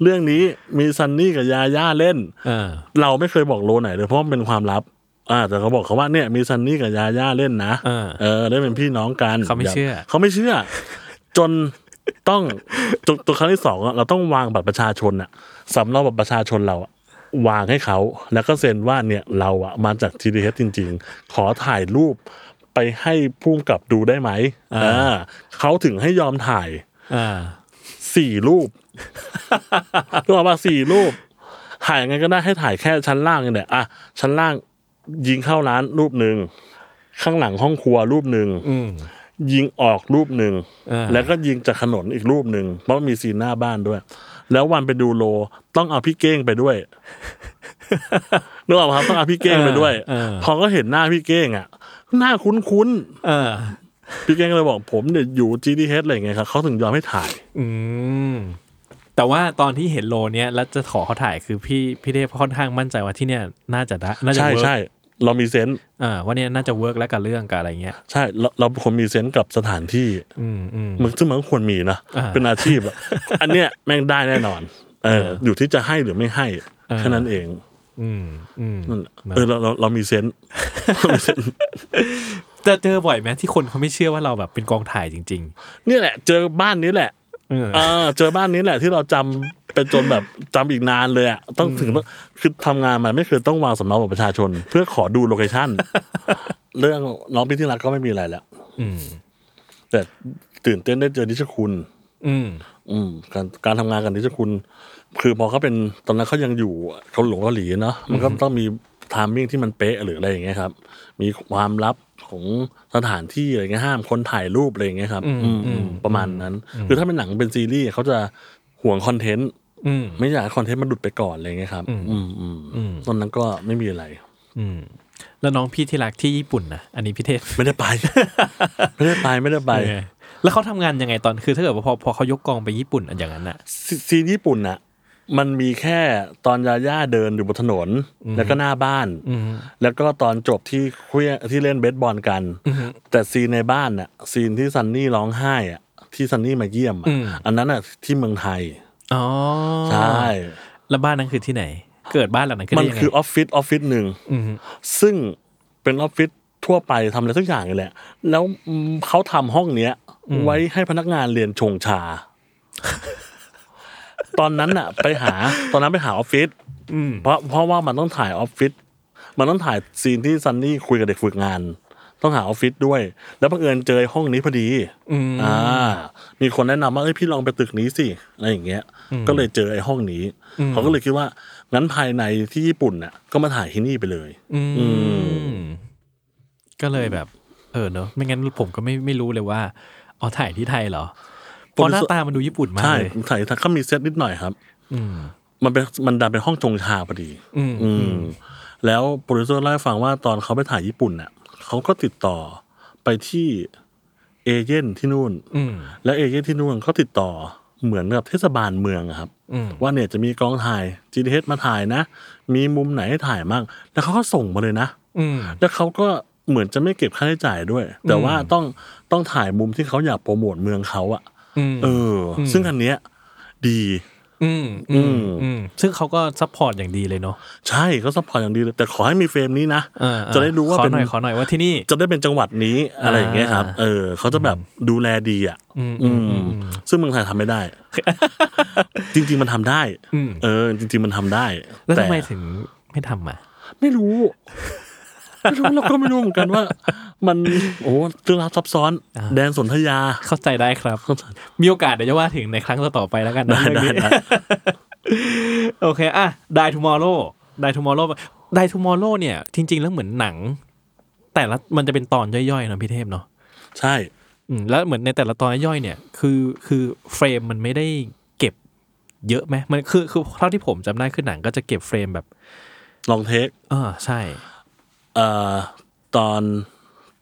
เรื่องนี้มีซันนี่กับยาย่าเล่น
เออ
เราไม่เคยบอกโลไหนเลยเพราะมันเป็นความลับ อ่า แต่เขาบอกเขาว่าเนี่ยมีซันนี่กับยาย่าเล่นนะ
เออ
เออได้เป็นพี่น้องกัน
เขาไม่เชื่อ
เขาไม่เชื่อ จนต้องจนตัวครั้งที่สองอะเราต้องวางบัตรประชาชนอะสำเนาบัตรประชาชนเราอะวางให้เขา แล้วก็เซ็นว่าเนี่ยเราอะมาจาก t d h จริง ๆ ขอถ่ายรูปไปให้พุ่งกลับดูได้ไหมอ่าเขาถึงให้ยอมถ่าย
เออ
สี่รูป รู้ป่ะสี่รูป ถ่ายยังไงก็ได้ให้ถ่ายแค่ชั้นล่างนี่แหละอ่ะชั้นล่างยิงเข้าร้านรูปหนึ่งข้างหลังห้องครัวรูปหนึ่ง
อืม
ยิงออกรูปหนึ่ง
อ่า
แล้วก็ยิงจากถนนอีกรูปหนึ่งเพราะมีซีนหน้าบ้านด้วย แล้ววันไปดูโลต้องเอาพี่เก้งไปด้วย <laughs> นึกออกไหมครับต้องเอาพี่เก้งไปด้วย
เออเออ
พอก็เห็นหน้าพี่เก้งอ่ะ หน้าคุ้น
เออ
ๆพี่เก้งก็เลยบอกผมเนี่ยอยู่ GDH อะไรอย่างเงี้ยครับเขาถึงยอมให้ถ่าย
อืม แต่ว่าตอนที่เห็นโลเนี้ยแล้วจะขอเขาถ่ายคือพี่พี่เทพค่อนข้างมั่นใจว่าที่เนี่ยน่าจะได้น่าจะ
ใช่
เวิร์ก
ใช่เรามีเซนส์
เอ่าว่าเนี่ยน่าจะเวิร์กแล้วกับเรื่องกับอะไรเงี้ย
ใช่เราเราเป็นคนมีเซนส์กับสถานที่
อืมอืม
มันซึ่งมันก็ควรมีนะ
อ่า
เป็นอาชีพ
<laughs>
อะ อันเนี้ยแม่งได้แน่นอน เออ อยู่ที่จะให้หรือไม่ให้
อ่า
แค่นั้นเอง
อืมอืม
นั่นแหละเออเราเราเรามีเซนส์ <laughs> เรามีเซนส์
จะเจอบ่อยไหมที่คนเขาไม่เชื่อว่าเราแบบเป็นกองถ่ายจริง
นี่แหละ เจอบ้านนี้แหละ
ๆ เออ
เออเจอบ้านนี้แหละ ที่เราจำเป็นจนแบบจำอีกนานเลยอะต้องถึงต้องคือทำงานมาไม่เคยต้องวางสำเนาบัตรประชาชน เพื่อขอดูโลเคชั่น <laughs> เรื่องน้องพี่ที่รักก็ไม่มีอะไรแล้ว
อืม
แต่ตื่นเต้นได้เจอนิชคุณ
อืม
อืมการการทำงานกันนิชคุณ คือพอเขาเป็นตอนนั้นเขายังอยู่เขาหลงเกาหลีเนาะมันก็ต้องมีไทามมิ่งที่มันเป๊ะหรืออะไรอย่างเงี้ยครับ มีความลับของสถานที่อะไรเงี้ยห้ามคนถ่ายรูปอะไรอย่างเงี้ยครับ
อืม
อืมอื
อื
ม
ม
ประมาณนั้น คือถ้าเป็นหนังเป็นซีรีส์เขาจะห่วงคอนเทนต์
อืม
ไม่อยากให้คอนเทนต์มันหลุดไปก่อนอะไรเงี้ยครับ อืมอืม
อืม
ตอนนั้นก็ไม่มีอะไร
อืม แล้วน้องพี่ที่รักที่ญี่ปุ่นนะอันนี้พี่เทพ
ไม่ได้ไป <laughs> ไม่ได้ไปไม่ได้ไป
เออแล้วเขาทำงานยังไงตอนคือถ้าเกิดว่าพอพอเขายกกองไปญี่ปุ่นอันอย่างนั้นอ่ะ
ซีซีนญี่ปุ่นน่ะ มันมีแค่ตอนยาย่าเดินอยู่บนถนน แล้วก็หน้าบ้าน
อืม
แล้วก็ตอนจบที่เคลียที่เล่นเบสบอลกัน แต่ซีนในบ้านน่ะ ซีนที่ซันนี่ร้องไห้อะที่ซันนี่มาเยี่ยมอะ
อืม
อันนั้นอ่ะที่เมืองไทย
อ๋อ
ใช่
แล้วบ้านนั้นคือที่ไหน เกิดบ้านหลังนั้นขึ้น
มัน
ได้ยังไง
คือออฟฟิศออฟฟิศหนึ่ง
อืม
ซึ่งเป็นออฟฟิศทั่วไปทำอะไรสักอย่างนี่แหละ แล้วอืมเขาทำห้องเนี้ย ไว้ให้พนักงานเรียนชง
<laughs>
ชา ตอนนั้นน่ะ ไปหา ตอนนั้นไปหาออฟฟิศเพราะเพราะว่ามันต้องถ่ายออฟฟิศมันต้องถ่ายซีนที่ซันนี่คุยกับเด็กฝึกงาน ต้องหาออฟฟิศด้วย แล้วบังเอิญเจอห้องนี้พอดี
อืม
อ่า มีคนแนะนำว่าเอ้ยพี่ลองไปตึกนี้สิอะไรอย่างเงี้ย ก็เลยเจอไอ้ห้องนี้เขาก็เลยคิดว่างั้นภายในที่ญี่ปุ่นน่ะ ก็มาถ่ายที่นี่ไปเลย
อืมก็เลยแบบ เออเนอะไม่งั้นผมก็ไม่ไม่รู้เลยว่าอ๋อถ่ายที่ไทยเหรอเพราะหน้าตามันดูญี่ปุ่นมาก
ใช่
เลย
ถ่ายก็มีเซตนิดหน่อยครับ
อืม
มันเป็นมันดันเป็นห้องชงชาพอดี
อืม
อืม แล้วโปรดิวเซอร์เล่าให้ฟังว่าตอนเขาไปถ่ายญี่ปุ่นน่ะเขาก็ติดต่อไปที่ เอเย่นที่นู่น
อืม
และเอเย่นที่นู่นเขาติดต่อเหมือนกับเทศบาลเมืองอะครับ
อืม
ว่าเนี่ยจะมีกองถ่าย g d h มาถ่ายนะ มีมุมไหนให้ถ่ายบ้างแล้วเขาก็ส่งมาเลยนะ
อืม
แล้วเขาก็เหมือนจะไม่เก็บค่าใช้จ่ายด้วย แต่
อืม
ว่าต้องต้องถ่ายมุมที่เขาอยากโปรโมทเมืองเขาอะ
อืม
เอออ
ม
ซึ่งอันเนี้ยดี
อืมอืม
ม
อืมซึ่งเขาก็ซัพพอร์ตอย่างดีเลยเนาะ
ใช่เขาซัพพอร์ตอย่างดีเลย แต่ขอให้มีเฟรมนี้นะ
อ่า
จะได้รู้ว่า
ขอ
เป็น
หน่อยขอหน่อยว่าที่นี่
จะได้เป็นจังหวัดนี้อะไรอย่างเงี้ยครับ
อ่า
เออเขาจะแบบดูแลดีอ่ะ
อืม
อื
อืม
ม ซึ่งเมืองไทยทำไม่ได้
<laughs>
จริง ๆ มันทำได้
อืม
เออ จริง ๆ มันทำได้
แล้วทำไมถึงไม่ทำอ่ะ
ไม่รู้ ไม่รู้เราก็ไม่รู้เหมือนกันว่า มันโอ้เรื่องราวซับซ้อน
อ่า
แดนสนธยา
เข้าใจได้ครับ มีโอกาสเดี๋ยวจะว่าถึงในครั้งต่อๆไปแล้วกันนะ
ได้
เรื่องนี้
ได้
โอเคอ่ะได้ทูมอร์โลได้ทูมอร์โลได้ทูมอร์โลเนี่ย จริง ๆ แล้วเหมือนหนัง แต่ละมันจะเป็นตอนย่อยๆเนอะพี่เทพเนาะ
ใช่
อืมแล้วเหมือนในแต่ละตอนย่อยๆเนี่ย คือคือเฟรมมันไม่ได้เก็บเยอะไหมมันคือคือเท่าที่ผมจำได้คือหนังก็จะเก็บเฟรมแบบ
ลองเทค
อ่าใช่
เอ่อตอน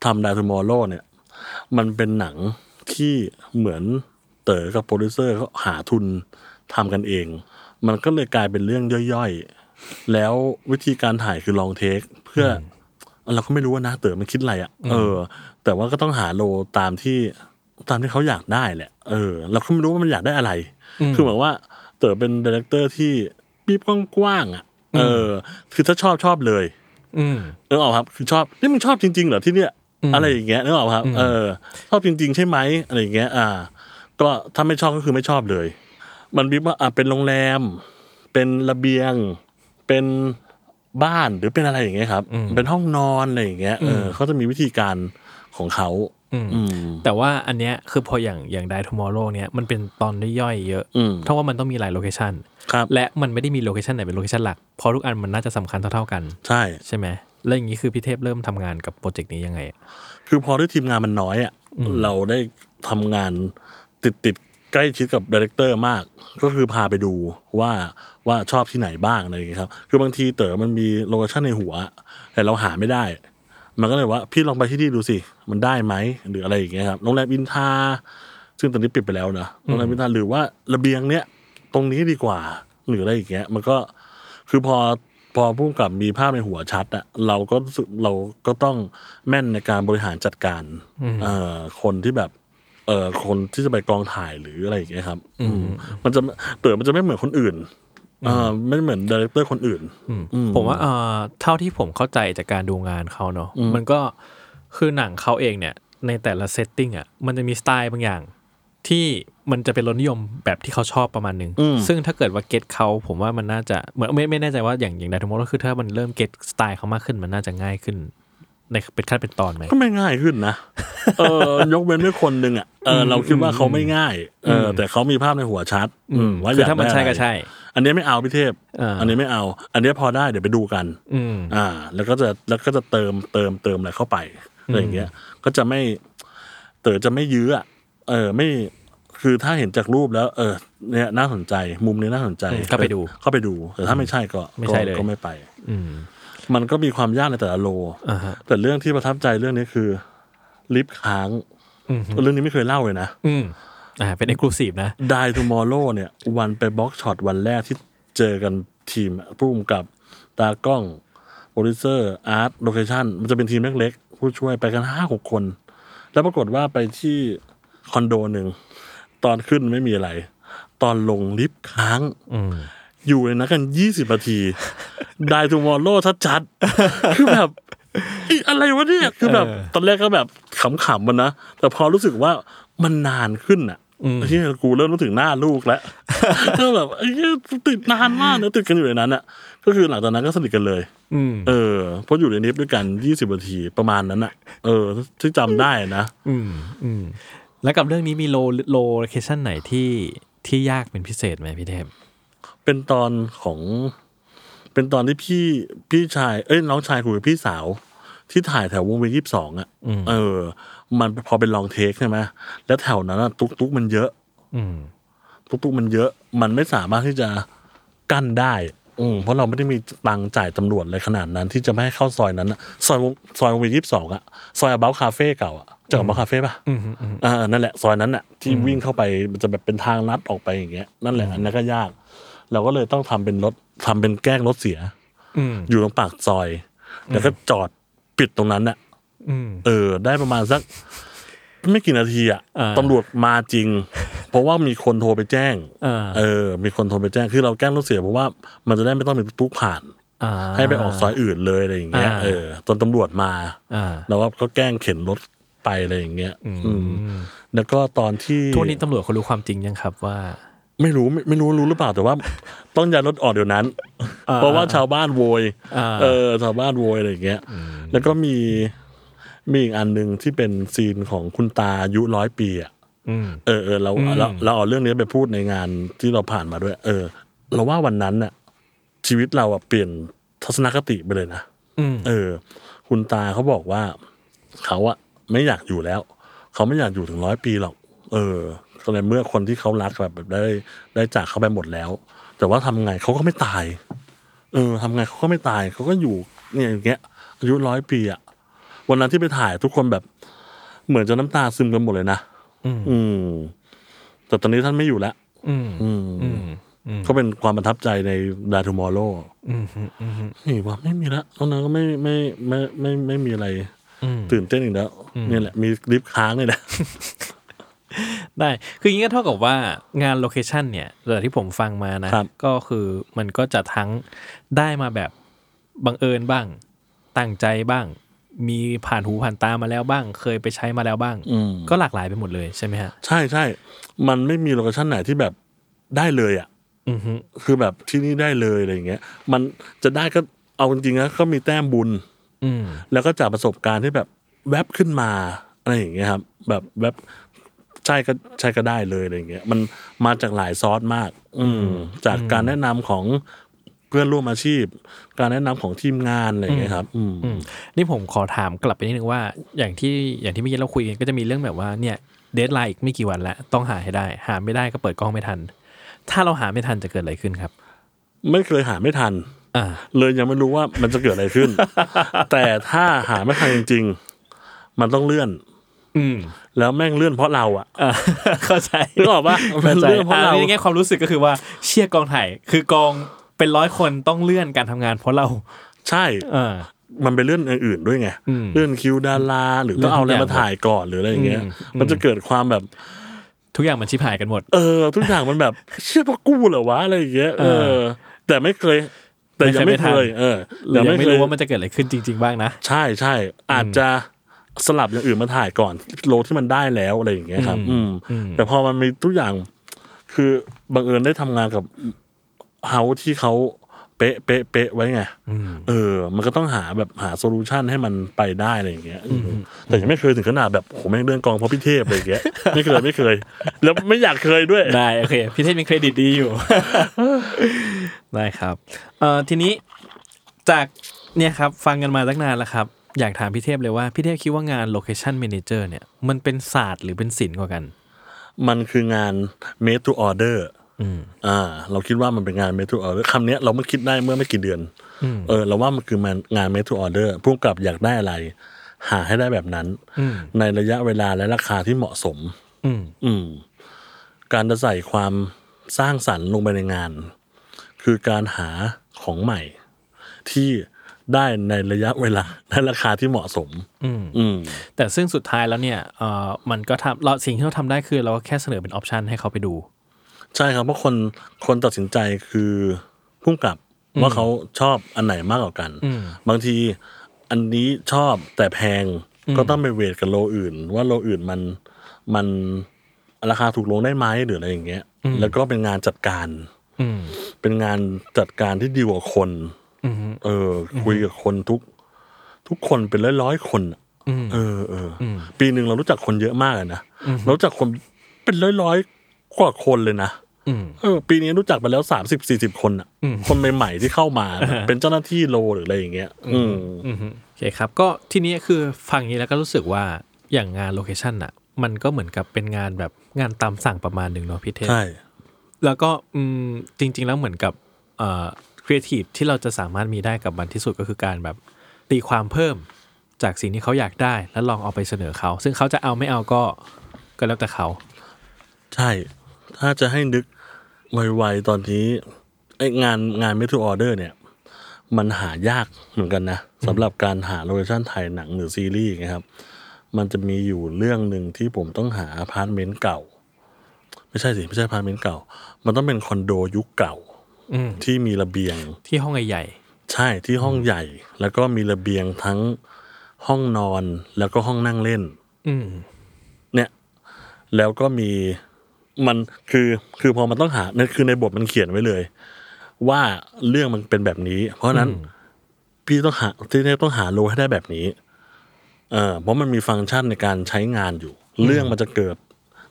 ทำดาทูมอร์โลเนี่ย มันเป็นหนังที่เหมือนเต๋อกับโปรดิวเซอร์เขาหาทุนทำกันเอง มันก็เลยกลายเป็นเรื่องย่อยๆ แล้ววิธีการถ่ายคือลองเทค เพื่ออเราก็ไม่รู้ว่านะเต๋อมันคิดอะไรอะ่ะเออ แต่ว่าก็ต้องหาโลตามที่ตามที่เขาอยากได้แหละ เออ เราก็ไม่รู้ว่ามันอยากได้อะไร
อืม
คือเหมือนว่าเต๋อเป็นดีเลกเตอร์ที่ปีบกว้างๆอ่ะ เออ คือถ้าชอบชอบเลย
อืม
นึกออกครับคือชอบนี่มึงชอบจริงๆเหรอที่เนี่ยอะไรอย่างเงี้ยนึกออกครับ เออ ชอบจริง ๆ ใช่ไหมอะไรอย่างเงี้ย อ่า ก็ถ้าไม่ชอบก็คือไม่ชอบเลย มันบีบว่าอ่ะเป็นโรงแรม เป็นระเบียง เป็นบ้านหรือเป็นอะไรอย่างเงี้ยครับ เป็นห้องนอนอะไรอย่างเงี้ยเออเขาจะมีวิธีการของเขา
อืม
อืม
แต่ว่าอันเนี้ยคือพออย่างอย่างไดทูมอร์โลเนี่ยมันเป็นตอนย่อยๆเยอะ
อืม
เท่าว่ามันต้องมีหลายโลเคชัน
ครับ
และมันไม่ได้มีโลเคชันไหนเป็นโลเคชันหลักเพราะทุกอันมันน่าจะสำคัญเท่าๆกัน
ใช่
ใช่ไหมแล้วอย่างนี้คือพี่เทพเริ่มทำงานกับโปรเจกต์นี้ยังไงอะ
คือพอด้วยทีมงานมันน้อยอ่ะเราได้ทำงานติดติดๆใกล้ชิดกับดีเรคเตอร์มาก ก็คือพาไปดูว่าว่าชอบที่ไหนบ้างอะไรอย่างเงี้ยครับ คือบางทีเต๋อมันมีโลเคชั่นในหัว แต่เราหาไม่ได้ มันก็เลยว่า พี่ลองไปที่นี่ดูสิ มันได้ไหมหรืออะไรอย่างเงี้ยครับโรงแรมอินทาซึ่งตอนนี้ปิดไปแล้วนะโรงแรมอินทาหรือว่าระเบียงเนี้ยตรงนี้ดีกว่าหรืออะไรอย่างเงี้ย มันก็คือพอพอผู้กำกับมีภาพในหัวชัดอะเราก็รู้สึกเราก็ต้องแม่นในการบริหารจัดการเอ่อคนที่แบบ เอ่อคนที่จะไปกองถ่ายหรืออะไรอย่างเงี้ยครับ อืมมันจะเต๋อมันจะไม่เหมือนคนอื่นเอ่อไม่เหมือนดีเรคเตอร์คนอื่น
อืม
อืม
ผมว่าเอ่อเท่าที่ผมเข้าใจจากการดูงานเขาเนอะมันก็คือหนังเขาเองเนี่ย ในแต่ละเซตติ้งอ่ะมันจะมีสไตล์บางอย่าง ที่มันจะเป็นรสนิยมแบบที่เขาชอบประมาณหนึง
อืม
ซึ่งถ้าเกิดว่าเก็ตเขาผมว่ามันน่าจะเหมือนไม่ไม่แน่ใจว่าอย่างอย่างไดทมอลก็คือถ้ามันเริ่มเก็ตสไตล์เขามากขึ้นมันน่าจะง่ายขึ้น ในเป็นขั้นเป็นตอนไหม
ก็ไม่ง่ายขึ้นนะ เอ <laughs> อยกเว้นไม่คนหนึ่งอ่ะ เออเราคิดว่าเขาไม่ง่าย เออ แต่เขามีภาพในหัวชัด อืมว่า
คือย
อาก
ถ้ามัน
ได้
ใช่ก็
อะไร
ใช่
อันนี้ไม่เอาพี่เทพ
อ่า
อันนี้ไม่เอา อันนี้พอได้เดี๋ยวไปดูกัน
อืม
อ่า แล้วก็จะแล้วก็จะเติมเติมเติมอะไรเข้าไปอะไรอย่างเงี้ย ก็จะไม่เต๋อจะไม่ยื้ออะเออไม่คือถ้าเห็นจากรูปแล้ว เออ เนี่ยน่าสนใจมุมนี้น่าสนใจ
อืมก็ไปดู
ก็ไปดูแต่ถ้าไม่ใช่ก็
ไม่ใช่เลย
ก็ไม่ไป
อืม
มันก็มีความยากในแต่ละโล
อ่าฮะ
แต่เรื่องที่ประทับใจเรื่องนี้คือ ลิฟต์ค้าง
อืม
เรื่องนี้ไม่เคยเล่าเลยนะ
อืมอ่าเป็นเอกลูซีฟนะ
ด t ทูมอร์โลเนี่ย วันไปบล็อกช็อตวันแรกที่เจอกันทีมผู้กำกับตากล้องโปรดิวเซอร์อาร์ตโลเคชันมันจะเป็นทีมเล็กๆ ผู้ช่วยไปกันห้าหกคน แล้วปรากฏว่าไปที่คอนโดหนึ่ง ตอนขึ้นไม่มีอะไร ตอนลงลิฟต์ค้าง
อืม
อยู่ในนั้นกันยี่สิบนาที ไดทูมอร์โลชัดๆ คือแบบอีอะไรวะเนี่ย คือแบบ
เออ
ตอนแรกก็แบบขำๆมันนะ แต่พอรู้สึกว่ามันนานขึ้นอ่ะ
อืม
ที่กูเริ่มรู้ถึงหน้าลูก
<laughs>
แล้วก็แบบไอ้เหี้ยติดนานมากนะติดกันอยู่ในนั้นอ่ะ ก็คือหลังจากนั้นก็สนิทกันเลย
อืม
เออเพราะอยู่ในนิฟด้วยกันยี่สิบนาทีประมาณนั้นอ่ะ เออที่จำได้นะ
อืมอืมแล้วกับเรื่องนี้มีโลโลเคชั่นไหนที่ที่ยากเป็นพิเศษไหมพี่เทพ
เป็นตอนของ เป็นตอนที่พี่พี่ชาย เอ้ยน้องชายคุยกับพี่สาว ที่ถ่ายแถววงเวียนยี่สิบสองอ่ะ
อืม
เออ มันพอเป็นลองเทคใช่ไหมแล้วแถวนั้นอะตุ๊กตุ๊กมันเยอะ
อืม
ตุ๊กตุ๊กมันเยอะ มันไม่สามารถที่จะกั้นได้ อืมเพราะเราไม่ได้มีตังค์จ่ายตำรวจเลยขนาดนั้น ที่จะไม่ให้เข้าซอยนั้นอะซอยวงซอยวงเวียนยี่สิบสองอะซอยอ b บ u t คาเฟ่เก่าอะเจออ b บ u t คาเฟ่ปะอ่านั่นแหละ ซอยนั้นอะที่วิ่งเข้าไปมันจะแบบเป็นทางลัดออกไปอย่างเงี้ยนั่นแหละอันนั้นก็ยาก เราก็เลยต้องทำเป็นรถทำเป็นแกล้งรถเสีย
อืม
อยู่ตรงปากซอย แล้วก็จอดปิดตรงนั้นอะ
อืม
เออได้ประมาณสัก ไม่กี่นาทีอ่ะ
อ่า
ตำรวจมาจริง เพราะว่ามีคนโทรไปแจ้ง
อ่า
เออ มีคนโทรไปแจ้งคือเราแกล้งรถเสียเพราะว่ามันจะได้ไม่ต้องมีตุ๊กผ่าน
อ่า
ให้ไปออกซอยอื่นเลยอะไรอย่างเงี้ย
อ่า
เออตอนตำรวจมา
อ่า
เราก็แกล้งเข็นรถไปอะไรอย่างเงี้ยอืมแล้วก็ตอนที่
ทุกวันนี้ตำรวจเขารู้ความจริงยังครับว่า
ไม่รู้ไม่ไม่รู้รู้หรือเปล่า
<laughs>
แต่ว่า ต้องย้ายรถออกเดี๋ยวนั้น เพราะว่าชาวบ้านโวย
อ่า
เออชาวบ้านโวยอะไรอย่างเงี้ย แล้วก็มีมีอีกอันหนึ่งที่เป็นซีนของคุณตาอายุร้อยปีอ่ะ
อืม
เออเออเราเราเราเอาเรื่องนี้ไปพูดในงานที่เราผ่านมาด้วย เออ เราว่าวันนั้นน่ะ ชีวิตเราอะเปลี่ยนทัศนคติไปเลยนะ
อืม
เออ คุณตาเขาบอกว่า เขาอะไม่อยากอยู่แล้ว เขาไม่อยากอยู่ถึงร้อยปีหรอก เออก็เลยเมื่อคนที่เขารักแบบได้ได้จากเขาไปหมดแล้ว แต่ว่าทำไงเขาก็ไม่ตาย เออทำไงเขาก็ไม่ตายเขาก็อยู่เนี่ยอย่างเงี้ยอายุร้อยปีอะวันนั้นที่ไปถ่ายทุกคนแบบ เหมือนจะน้ำตาซึมกันหมดเลยนะ
อืม
อืม แต่ตอนนี้ท่านไม่อยู่แล้ว
อืม
อืม
อืมอืม
ก็เป็นความประทับใจในดาทูมอโล
อืมอืมอืม
นี่ว่าไม่มีละตอนนั้นก็ไม่ไม่ไม่ไม่ไม่มีอะไร
อืม
ตื่นเต้นอีกแล้วเนี่ยแหละ มีลิฟต์ค้างเลยแหละ <laughs>
ได้ คืออย่างนี้ก็เท่ากับว่างานโลเคชันเนี่ยแต่ที่ผมฟังมานะ
ครับ
ก็คือมันก็จะทั้งได้มาแบบบังเอิญบ้าง ตั้งใจบ้าง มีผ่านหูผ่านตามาแล้วบ้าง เคยไปใช้มาแล้วบ้าง ก็หลากหลายไปหมดเลยใช่ไหมฮะ
ใช่ใช่มันไม่มีโลเคชั่นไหนที่แบบได้เลยอ่ะ
อือฮึ
คือแบบที่นี่ได้เลยอะไรอย่างเงี้ย มันจะได้ก็เอาจริงๆนะก็มีแต้มบุญ
อืม
แล้วก็จากประสบการณ์ที่แบบแวบขึ้นมาอะไรอย่างเงี้ยครับ แบบแวบใช่ก็ใช่ก็ได้เลยอะไรอย่างเงี้ยมันมาจากหลายซอสมาก อืม จากการแนะนำของเพื่อนร่วมอาชีพ การแนะนำของทีมงานอะไรอย่างเงี้ยครับ อืม
อืมนี่ผมขอถามกลับไปนิดนึงว่าอย่างที่อย่างที่เมื่อกี้เราคุยกันก็จะมีเรื่องแบบว่าเนี่ยเดทไลน์อีกไม่กี่วันแล้วต้องหาให้ได้ หาไม่ได้ก็เปิดกล้องไม่ทัน ถ้าเราหาไม่ทันจะเกิดอะไรขึ้นครับ
ไม่เคยหาไม่ทัน
อ่า
เลยยังไม่รู้ว่ามันจะเกิดอะไรขึ้น <laughs> แต่ถ้าหาไม่ทันจริง ๆ มันต้องเลื่อน
อืม
แล้วแม่งเลื่อนเพราะเราอะ
อ่า เข้าใจ
นึกออกปะ
เข้าใจ
เรื่องเพราะเรา
ในแง่ความรู้สึกก็คือว่าเชียร์กองถ่ายคือกองเป็นร้อยคนต้องเลื่อนการทำงานเพราะเรา
ใช่
อ่า
มันไปเลื่อนอย่างอื่นด้วยไง
อืม
เลื่อนคิวดาราหรือต้องเอาอะไรมาถ่ายก่อนหรืออะไรอย่างเงี้ย
อืม
มันจะเกิดความแบบ
ทุกอย่างมันชิบหายกันหมด
เออ ทุกอย่างมันแบบ เชื่อพระกูเหรอวะอะไรอย่างเงี้ย เอ
เอ
อ
อ
แต่ไม่เคย แต่ยัง
ไม่
ไม่
เค
เค
ยไม่ทัน
ย เออ
เรายังไม่รู้ว่ามันจะเกิดอะไรขึ้นจริง ๆ บ้างนะ
ใช่ใช่อาจจะสลับอย่างอื่นมาถ่ายก่อนโลที่มันได้แล้วอะไรอย่างเงี้ยครับ
อื
อื
ม
ม
อืม
แต่พอมันมีทุกอย่าง คือบังเอิญได้ทำงานกับเฮาที่เขาเป๊ะเป๊ะเป๊ะไว้ไง
อืม
เออ มันก็ต้องหาแบบหาโซลูชันให้มันไปได้อะไรอย่างเงี้ยเอออแต่ยังไม่เคยถึงขนาดแบบโหแม่งเรื่องกองเพราะพี่เทพอะไรอย่างเงี้ย ไม่เคยไม่เคย แล้วไม่อยากเคยด้วย
ได้โอเคพี่เทพมีเครดิตดีอยู่ <laughs> ได้ครับเอ่อทีนี้จากเนี่ยครับฟังกันมาตั้งนานแล้วครับ อยากถามพี่เทพเลยว่าพี่เทพคิดว่างาน location manager เนี่ยมันเป็นศาสตร์หรือเป็นศิลป์กว่ากัน
มันคืองาน made to order
อืม
อ่า เราคิดว่ามันเป็นงาน made to order คำเนี้ยเราไม่คิดได้เมื่อไม่กี่เดือน เออ เราว่ามันคือมันงาน made to order ผู้กำกับอยากได้อะไร หาให้ได้แบบนั้น
อืม
ในระยะเวลาและราคาที่เหมาะสม
อืม
อืม การจะใส่ความสร้างสรรค์ลงไปในงาน คือการหาของใหม่ ที่ได้ในระยะเวลาและราคาที่เหมาะสม
อืม
อืม
แต่ซึ่งสุดท้ายแล้วเนี่ยเอ่อมันก็ทำเราสิ่งที่เราทำได้คือเราก็แค่เสนอเป็นออปชันให้เขาไปดู
ใช่ครับเพราะคนคนตัดสินใจคือพุ่งกับว่าเขาชอบอันไหนมากกว่ากัน
อืม
บางทีอันนี้ชอบแต่แพงก็ต้องไปเวทกับโลอื่น ว่าโลอื่นมันมันราคาถูกลงได้ไหมหรืออะไรอย่างเงี้ย แล้วก็เป็นงานจัดการ
อืม
เป็นงานจัดการที่ดีกว่าคน
อืม
เอออคุยกับคนทุก ทุกคนเป็นร้อยร้อยๆคนอะ
อืม
เออเอออปีหนึ่งเรารู้จักคนเยอะมากเลยนะเรารู้จักคนเป็นร้อยร้อยๆกว่าคนเลยนะ
อืม
เออ ปีนี้รู้จักไปแล้วสามสิบสี่สิบคนอะ
อืม
คนใหม่ๆที่เข้ามาเป็นเจ้าหน้าที่โลหรืออะไรอย่างเงี้ย อืม
อืมโอเคครับก็ทีนี้คือฟังอย่างนี้แล้วก็รู้สึกว่าอย่างงานโลเคชันอ่ะ มันก็เหมือนกับเป็นงานแบบงานตามสั่งประมาณหนึ่งเนาะพี่เทพ
ใช่
แล้วก็อืมจริง ๆ แล้วเหมือนกับเอ่อ ครีเอทีฟที่เราจะสามารถมีได้กับมันที่สุดก็คือการแบบตีความเพิ่มจากสิ่งที่เขาอยากได้ แล้วลองเอาไปเสนอเขา ซึ่งเขาจะเอาไม่เอาก็ก็แล้วแต่เขา
ใช่ ถ้าจะให้นึกไวๆตอนนี้ไองานงานเมทัลออเดอร์เนี่ย มันหายากเหมือนกันนะสำหรับการหาโลเคชั่นถ่ายหนังหรือซีรีส์ไงครับ มันจะมีอยู่เรื่องหนึ่งที่ผมต้องหาอพาร์ตเมนต์เก่า ไม่ใช่สิ ไม่ใช่อพาร์ตเมนต์เก่า มันต้องเป็นคอนโดยุคเก่า
อืม
ที่มีระเบียง
ที่ห้องใหญ่
ใช่ที่ห้องใหญ่ แล้วก็มีระเบียงทั้งห้องนอนแล้วก็ห้องนั่งเล่น
ๆอืม
เนี่ยแล้วก็มีมันคือคือพอมันต้องหานั่นคือในบทมันเขียนไว้เลย ว่าเรื่องมันเป็นแบบนี้ เพราะฉะนั้นพี่ต้องหาที่เนี่ยต้องหาโลให้ได้แบบนี้เออเพราะมันมีฟังก์ชันในการใช้งานอยู่ เรื่องมันจะเกิด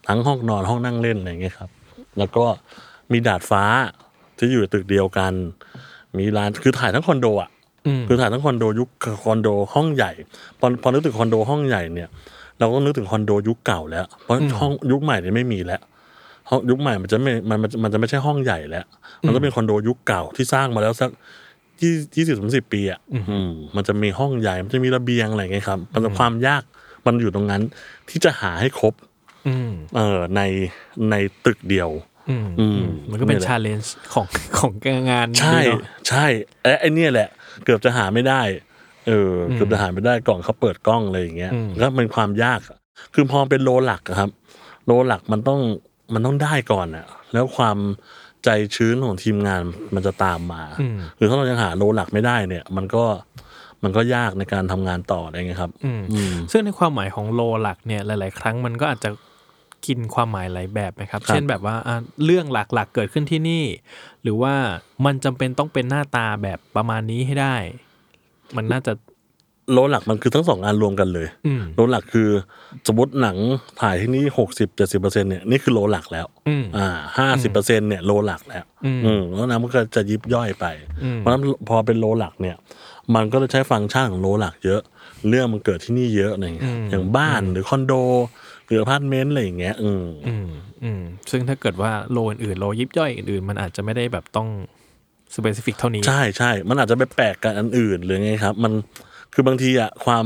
ทั้งห้องนอนห้องนั่งเล่นอะไรอย่างเงี้ยครับ แล้วก็มีดาดฟ้าที่อยู่ตึกเดียวกัน มีร้านคือถ่ายทั้งคอนโดอ่ะ
อืม
คือถ่ายทั้งคอนโดยุคคอนโดห้องใหญ่พอพอนึกถึงคอนโดห้องใหญ่เนี่ย เราก็นึกถึงคอนโดยุคเก่าแล้ว เพราะห้องยุคใหม่เนี่ยไม่มีแล้วห้องยุคใหม่มันจะไม่มันมันมันจะไม่ใช่ห้องใหญ่แล้ว มันต้องเป็นคอนโดยุคเก่าที่สร้างมาแล้วสักยี่ยี่สิบสามสิบปีอ่ะอืมมันจะมีห้องใหญ่มันจะมีระเบียงอะไรอย่างเงี้ยครับมันจะความยากมันอยู่ตรงนั้นที่จะหาให้ครบ
อืม
เอ่อในในตึกเดียว
อืม
อืม
มันก็เป็นชาเลนจ์ของ <laughs> ของงาน
ใช่
นี้เนอะ
ใช่ไอ้ไอเนี่ยแหละ เกือบจะหาไม่ได้ เอออเกือบจะหาไม่ได้กล่องเขาเปิดกล้องอะไรอย่างเงี้ยก็มันความยากอะคือพอเป็นโลหลักอะครับ โลหลักมันต้องมันต้องได้ก่อนอะแล้วความใจชื้นของทีมงานมันจะตามมาคือถ้าเรายังหาโลหลักไม่ได้เนี่ย มันก็มันก็ยากในการทำงานต่ออะไรเงี้ยครับ
อืม
อืม
ซึ่งในความหมายของโลหลักเนี่ยหลาย ๆ ครั้งมันก็อาจจะกินความหมายหลายแบบนะครับ เช่นแบบว่าอ่ะเรื่องหลัก ๆ เกิดขึ้นที่นี่ หรือว่ามันจำเป็นต้องเป็นหน้าตาแบบประมาณนี้ให้ได้ มันน่าจะ
โลหลักมันคือทั้งสองงานรวมกันเลย
อืม
โลหลักคือสมมติหนังถ่ายที่นี่หกสิบเจ็ดสิบเปอร์เซ็นเนี่ยนี่คือโลหลักแล้ว
อืม
อ่าห้าสิบเปอร์เซ็นเนี่ยโลหลักแล้ว
อืม
อืมแล้วน้ำมันก็จะยิบย่อยไป เพราะฉะนั้นพอเป็นโลหลักเนี่ย มันก็จะใช้ฟังก์ชันของโลหลักเยอะ เรื่องมันเกิดที่นี่เยอะอะไรอย่างเงี้ยอย่างบ้านหรือคอนโด หรืออพาร์ตเมนต์อะไรอย่างเงี้ยอืม
อืมอืมซึ่งถ้าเกิดว่าโลอื่นๆโลยิบย่อยอื่นๆ มันอาจจะไม่ได้แบบต้องสเปซิฟิกเท่านี้
ใช่ใช่มันอาจจะไปแปลกกับอันอื่นหรือไงครับ มันคือบางทีอะความ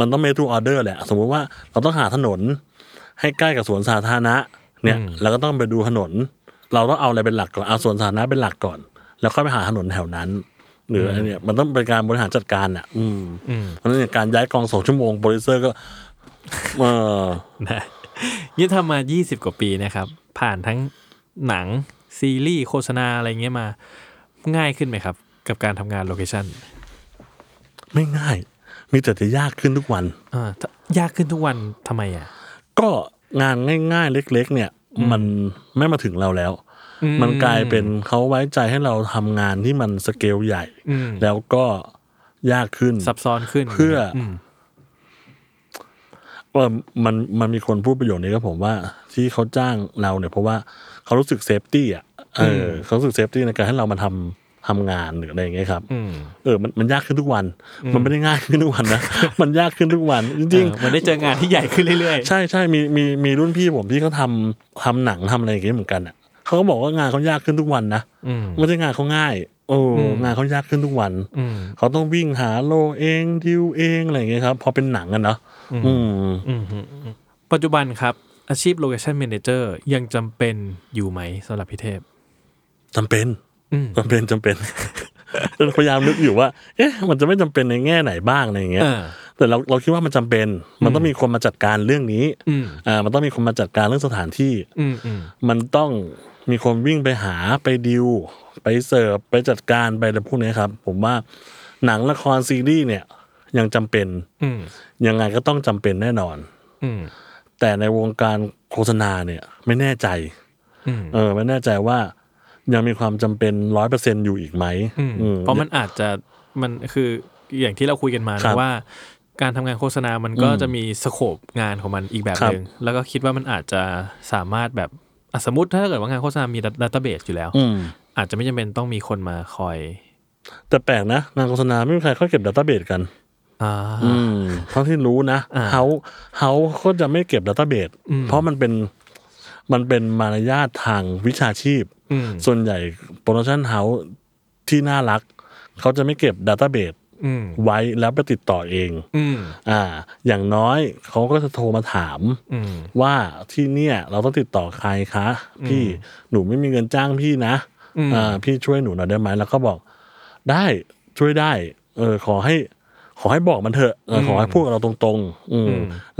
มันต้องเมทูออเดอร์แหละ สมมุติว่าเราต้องหาถนน ให้ใกล้กับสวนสาธารณะเนี่ยเราก็ต้องไปดูถนน เราต้องเอาอะไรเป็นหลักก่อนเอาสวนสาธารณะเป็นหลักก่อน แล้วค่อยไปหาถนนแถวนั้น หรืออะไรเนี่ยมันต้องเป็นการบริหารจัดการอ่ะ อืม
อืม
เพราะฉะนั้นเนี่ยการย้ายกองสองชั่วโมงโปรดิวเซอร์ก็เออ
นะ <laughs> นี่ทำมา 20 กว่าปีนะครับ ผ่านทั้งหนังซีรีส์โฆษณาอะไรเงี้ยมา ง่ายขึ้นไหมครับ กับการทำงานโลเคชัน
ไม่ง่าย มีแต่จะยากขึ้นทุกวัน
อ่าถ้ายากขึ้นทุกวันทำไมอ่ะ
ก็งานง่าย ๆ เล็ก ๆ เนี่ย มันไม่มาถึงเราแล้ว มันกลายเป็นเขาไว้ใจให้เราทำงานที่มันสเกลใหญ่
อืม
แล้วก็ยากขึ้น
ซับซ้อนขึ้น
เพื่ออว่ามันมันมีคนพูดประโยคนี้กับผมว่า ที่เขาจ้างเราเนี่ย เพราะว่าเขารู้สึกเซฟตี้อ่ะเออเขารู้สึกเซฟตี้ในการให้เรามาทำทำงานหรืออะไรอย่างเงี้ยครับ
อืม
เออมันมันยากขึ้นทุกวัน มันไม่ได้ง่ายขึ้นทุกวันนะ <laughs> มันยากขึ้นทุกวันจ
จริ
ริ
ง
ง
มันได้เจองานที่ใหญ่ขึ้นเรื่อย
ๆใช่ใช่มีมีมีรุ่นพี่ผมที่เขาทำทำหนังทำอะไรอย่างเงี้ยเหมือนกันอ่ะเขาก็บอกว่างานเขายากขึ้นทุกวันนะ
ๆอืม
ไม่ใช่งานเขาง่ายโอ้
อืม
งานเขายากขึ้นทุกวัน
อืม
เขาต้องวิ่งหาโลเองดิวเองอะไรอย่างเงี้ยครับ พอเป็นหนังกันเนาะอืม
อืมฮึอืมปัจจุบันครับ อาชีพโลเคชันเม a เจอร์ยังจำเป็นอยู่ไหมสำหรับพี่เทพ
จำเป็น
อืม
จำเป็นจำเป็น <laughs> เราพยายามนึกอยู่ว่า เอ๊ะ มันจะไม่จำเป็นในแง่ไหนบ้างอะไรอย่างเงี้ย
เออ
แต่เราเราคิดว่ามันจำเป็น มันต้องมีคนมาจัดการเรื่องนี้
อืม
อ่ามันต้องมีคนมาจัดการเรื่องสถานที่
อืมอืม
มันต้องมีคนวิ่งไปหาไปดิวไปเสิร์ฟไปจัดการไปอะไรพวกเนี้ยครับ ผมว่าหนังละครซีรีส์เนี่ย ยังจำเป็น
อืม
ยังไงก็ต้องจำเป็นแน่นอน
อืม
แต่ในวงการโฆษณาเนี่ยไม่แน่ใจ
อืม
เออไม่แน่ใจว่ายังมีความจำเป็นร้อยเปอร์เซ็นอยู่อีกไหม
อืม
อืม
เพราะมันอาจจะมันคืออย่างที่เราคุยกันมา
ครั
นะ
บ
ว่า การทำงานโฆษณามันก็
อืม
จะมีสโคปงานของมันอีกแบบ
ครั
ห
บ
นึ่งแล้วก็คิดว่ามันอาจจะสามารถแบบอ่ะสมมติถ้าเกิดว่างานโฆษณามีดัตเตอร์เบสอยู่แล้ว
อืม
อาจจะไม่จำเป็นต้องมีคนมาคอย
แต่แปลกนะ งานโฆษณาไม่มีใครเขาเก็บดัตต้าเบสกัน
อ่า
เท่าที่รู้นะ
อ่า
เฮาเฮาก็จะไม่เก็บดัตต้าเบสเพราะมันเป็นมันเป็นมารยาททางวิชาชีพ
อืม
ส่วนใหญ่โปรดักชั่นเฮา ที่น่ารัก เขาจะไม่เก็บดัต a ้ a เบ e
อืม
ไว้แล้วไปติดต่อเอง
อืม
อ่า อย่างน้อยเขาก็จะโทรมาถาม
อืม
ว่าที่เนี่ยเราต้องติดต่อใครคะ พี่หนูไม่มีเงินจ้างพี่นะ
อืม
อ่าพี่ช่วยหนูหน่อยได้ไหมแล้วก็บอก ได้ช่วยได้ เออ ขอให้ ขอให้บอกมันเถอะเอออขอให้พูดกับเราตรงๆ อืม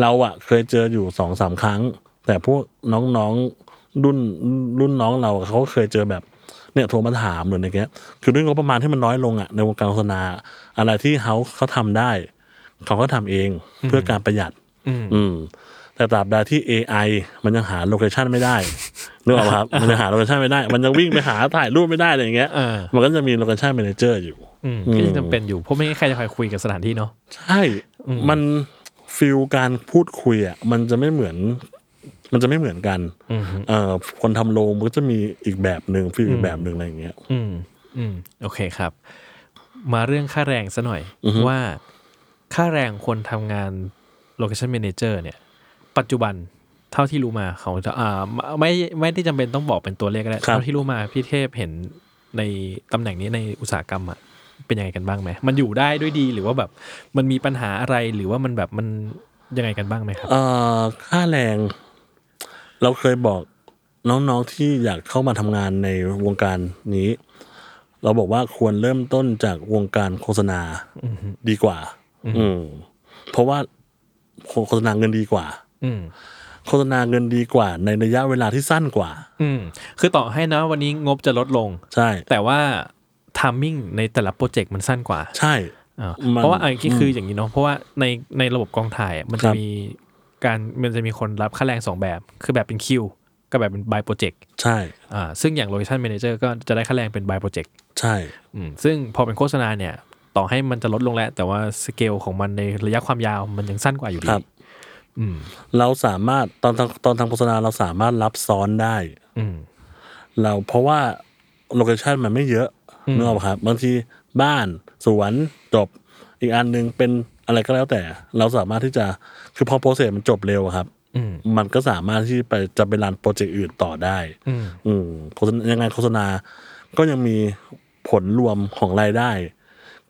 เราอะเคยเจออยู่สองสามครั้ง แต่พวกน้องๆรุ่นรุ่นน้องเราอะเขาก็เคยเจอแบบเนี่ยโทรมาถามหรืออะไรเงี้ยคือเรื่องงบประมาณที่มันน้อยลงอะในวงการโฆษณา อะไรที่เขาเขาทำได้เขาก็ทำเองเพื่อการประหยัด
อืม
อืมแต่ตราบใดที่ AI มันยังหาโลเคชันไม่ได้ นึกออกไหมครับ มันยังหาโลเคชันไม่ได้ มันยังวิ่งไปหาถ่ายรูปไม่ได้อะไรอย่างเงี้ย
อ่ามั
มันก็จะมีโลเคชัน m ม n เจอร์อยู่
อืมก็ยังจำเป็นอยู่เพราะไม่งั้นใครจะคอยคุยกับสถานที่เนาะ
ใช่ มันฟิลการพูดคุยอ่ะมันจะไม่เหมือน มันจะไม่เหมือนกัน
อือฮึ
เอ่อคนทำโลมันก็จะมีอีกแบบหนึ่งฟิลอีกแบบหนึ่งอะไรอย่างเงี้ย
อืมอืมโอเคครับ มาเรื่องค่าแรงซะหน่อย ว่าค่าแรงคนทำงาน location manager เนี่ย ปัจจุบันเท่าที่รู้มาเขาจะอ่าไม่ไม่ไม่ได้จำเป็นต้องบอกเป็นตัวเลขก็ได้
ครับ
เท่าที่รู้มาพี่เทพเห็นในตำแหน่งนี้ในอุตสาหกรรมอะเป็นยังไงกันบ้างไหมมันอยู่ได้ด้วยดีหรือว่าแบบมันมีปัญหาอะไรหรือว่ามันแบบมันยังไงกันบ้างไหมครับ
เอ่อค่าแรง เราเคยบอกน้องๆที่อยากเข้ามาทำงานในวงการนี้ เราบอกว่าควรเริ่มต้นจากวงการโฆษณาดีกว่า อืมเพราะว่าโฆโฆษณาเงินดีกว่า
อืม
โฆษณาเงินดีกว่า ในระยะเวลาที่สั้นกว่า
อืมคือต่อให้นะวันนี้งบจะลดลง
ใช่
แต่ว่าทามมิ่งในแต่ละโปรเจกต์มันสั้นกว่า
ใช่
อ่า
มัน
เพราะว่าอันนี้คืออย่างนี้เนาะเพราะว่าในในระบบกองถ่ายอะมัน
ค
จะ
รับ
มีการมันจะมีคนรับค่าแรงสองแบบ คือแบบเป็นคิวกับแบบเป็นบายโปรเจกต์
ใช่
อ่าซึ่งอย่างโลเคชั่น m ม n เจอร์ก็จะได้ค่าแรงเป็นบายโปรเจกต์
ใช่
อืมซึ่งพอเป็นโฆษณาเนี่ย ต่อให้มันจะลดลงแล้ว แต่ว่าสเกลของมันในระยะความยาวมันยังสั้นกว่าอยู่
ค
ดี
รับ
อืม
เราสามารถตอนทางตอนทางโฆษณาเราสามารถรับซ้อนได้
อืม
เราเพราะว่าโลเคชันมันไม่เยอะนึกออกปะครับบางทีบ้านสวนจบ อีกอันหนึ่งเป็นอะไรก็แล้วแต่ เราสามารถที่จะคือพอโปรเซสมันจบเร็วอะครับ
อืม
มันก็สามารถที่ไปจะไปรันโปรเจกต์อื่นต่อได้
อืม
อืมโฆษณายังไงโฆษณาก็ยังมีผลรวมของรายได้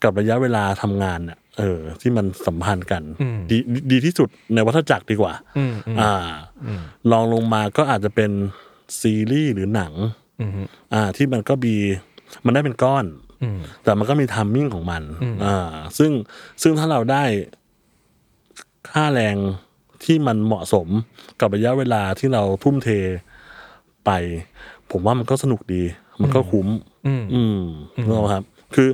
กับระยะเวลาทำงานน่ะเออ ที่มันสัมพันธ์กันดดีดีที่สุดในวัฏจักรดีกว่า
อืมอืม
อ่าลองลงมาก็อาจจะเป็นซีรีส์หรือหนัง
อืม
อ่าที่มันก็มีมันได้เป็นก้อน
อืม
แต่มันก็มีทัมมิ่งของมันอ่าซึ่งซึ่งถ้าเราได้ค่าแรงที่มันเหมาะสมกับระยะเวลาที่เราทุ่มเทไป ผมว่ามันก็สนุกดี มันก็คุ้ม
อืม
อืมนึกออกไหมครับ คือ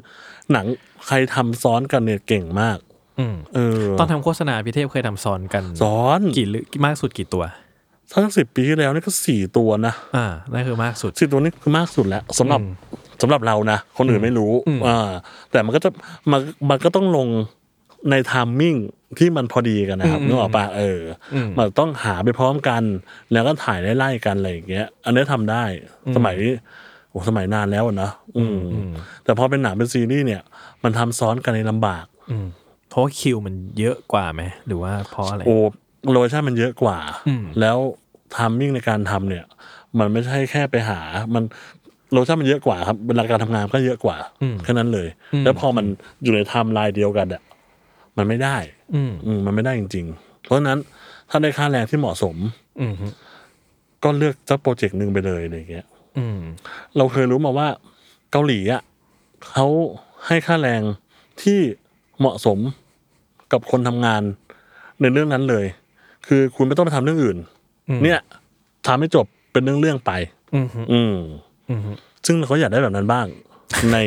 หนังใครทำซ้อนกันเนี่ยเก่งมาก
อืม
เออ
ตอนทำโฆษณาพี่เทพเคยทำซ้อนกัน
ซ้อน
กี่ลึกมากสุดกี่ตัว
ทั้งสิบปีที่แล้วนี่ก็สี่ตัวนะ
อ่านั่นคือมากสุด
สิบตัวนี้คือมากสุดแล้วสำหรับสำหรับเรานะ คนอื่นไม่รู้อ่าแต่มันก็จะมันมันก็ต้องลงในไทามมิ่งที่มันพอดีกันนะครับนึกออกปะเอออมันต้องหาไปพร้อมกัน แล้วก็ถ่ายไล่ๆกันอะไรอย่างเงี้ย อันนี้ทำได้สมัยโอ้สมัยนานแล้วอะนะอืมแต่พอเป็นหนังเป็นซีรีส์เนี่ย มันทำซ้อนกันในลำบาก
อืมเพราะว่าคิวมันเยอะกว่าไหมหรือว่าเพราะอะไร
โอ้โลเคชั่นมันเยอะกว่า แล้วทามมิ่งในการทำเนี่ย มันไม่ใช่แค่ไปหา มันโลเคชั่นมันเยอะกว่าครับเวลาการทำงานก็เยอะกว่าแค่นั้นเลย แล้วพอมันอยู่ในไทม์ไลน์เดียวกันอ่ะมันไม่ได้
อืม
อืมมันไม่ได้จริง ๆ เพราะฉะนั้นถ้าได้ค่าแรงที่เหมาะสม
อืมฮึ
ก็เลือกสักโปรเจกต์หนึ่งไปเลยอะไรอย่างเงี้ย
อืม
เราเคยรู้มาว่าเกาหลีอ่ะเขาให้ค่าแรงที่เหมาะสมกับคนทำงานในเรื่องนั้นเลย คือคุณไม่ต้องไปทำเรื่องอื่น เนี่ยทำให้จบเป็นเรื่องๆไป
อืมฮึ
อืม
อืมฮึ
ซึ่งเราก็อยากได้แบบนั้นบ้าง ใน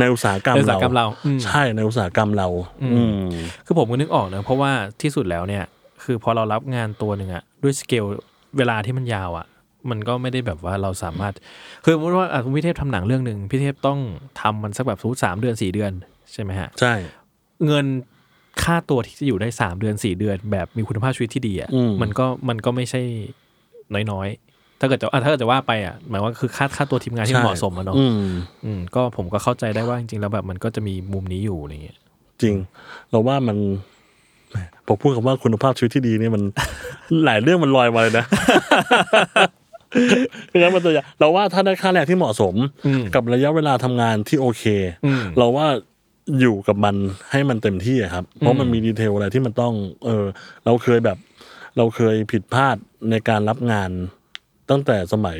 ในอุตสาหกรรม
ในอุตสา
เรา
หกรรมเราอืม
ใช่ในอุตสาหกรรมเรา อืม
คือผมก็นึกออกนะเพราะว่าที่สุดแล้วเนี่ย คือพอเรารับงานตัวหนึ่งอะด้วยสเกลเวลาที่มันยาวอะมันก็ไม่ได้แบบว่าเราสามารถ คือสมมติว่าอ่ะคุณพี่เทพทำหนังเรื่องหนึ่งพี่เทพต้องทำมันสักแบบสมมติสามเดือนสี่เดือนใช่ไหมฮะ
ใช่
เงินค่าตัวที่จะอยู่ได้ 3 เดือน 4 เดือน แบบมีคุณภาพชีวิตที่ดีอ่ะ
อืม
มันก็มันก็ไม่ใช่น้อยๆ ถ้าเกิดจะอ่ะถ้าเกิดจะว่าไปอ่ะหมายว่าคือค่าค่าตัวทีมงานที่มันเหมาะสมอะเนาะ
อืม
อืมก็ผมก็เข้าใจได้ว่าจริงๆแล้วแบบมันก็จะมีมุมนี้อยู่อะไรเงี้ย
จริง เราว่ามันแหม <laughs> พอพูดคำว่าคุณภาพชีวิตที่ดีเนี่ยมัน หลายเรื่องมันลอยมาเลยนะ <laughs> เพราะฉะนั้นมันตัวอย่างเราว่าถ้าได้ค่าแรงที่เหมาะสม
อืม
กับระยะเวลาทำงานที่โอเค
อืม
เราว่าอยู่กับมันให้มันเต็มที่อะครับ เพ
อื
ราะ
ม
มันมีดีเทลอะไรที่มันต้อง เออ เราเคยแบบ เราเคยผิดพลาดในการรับงานตั้งแต่สมัย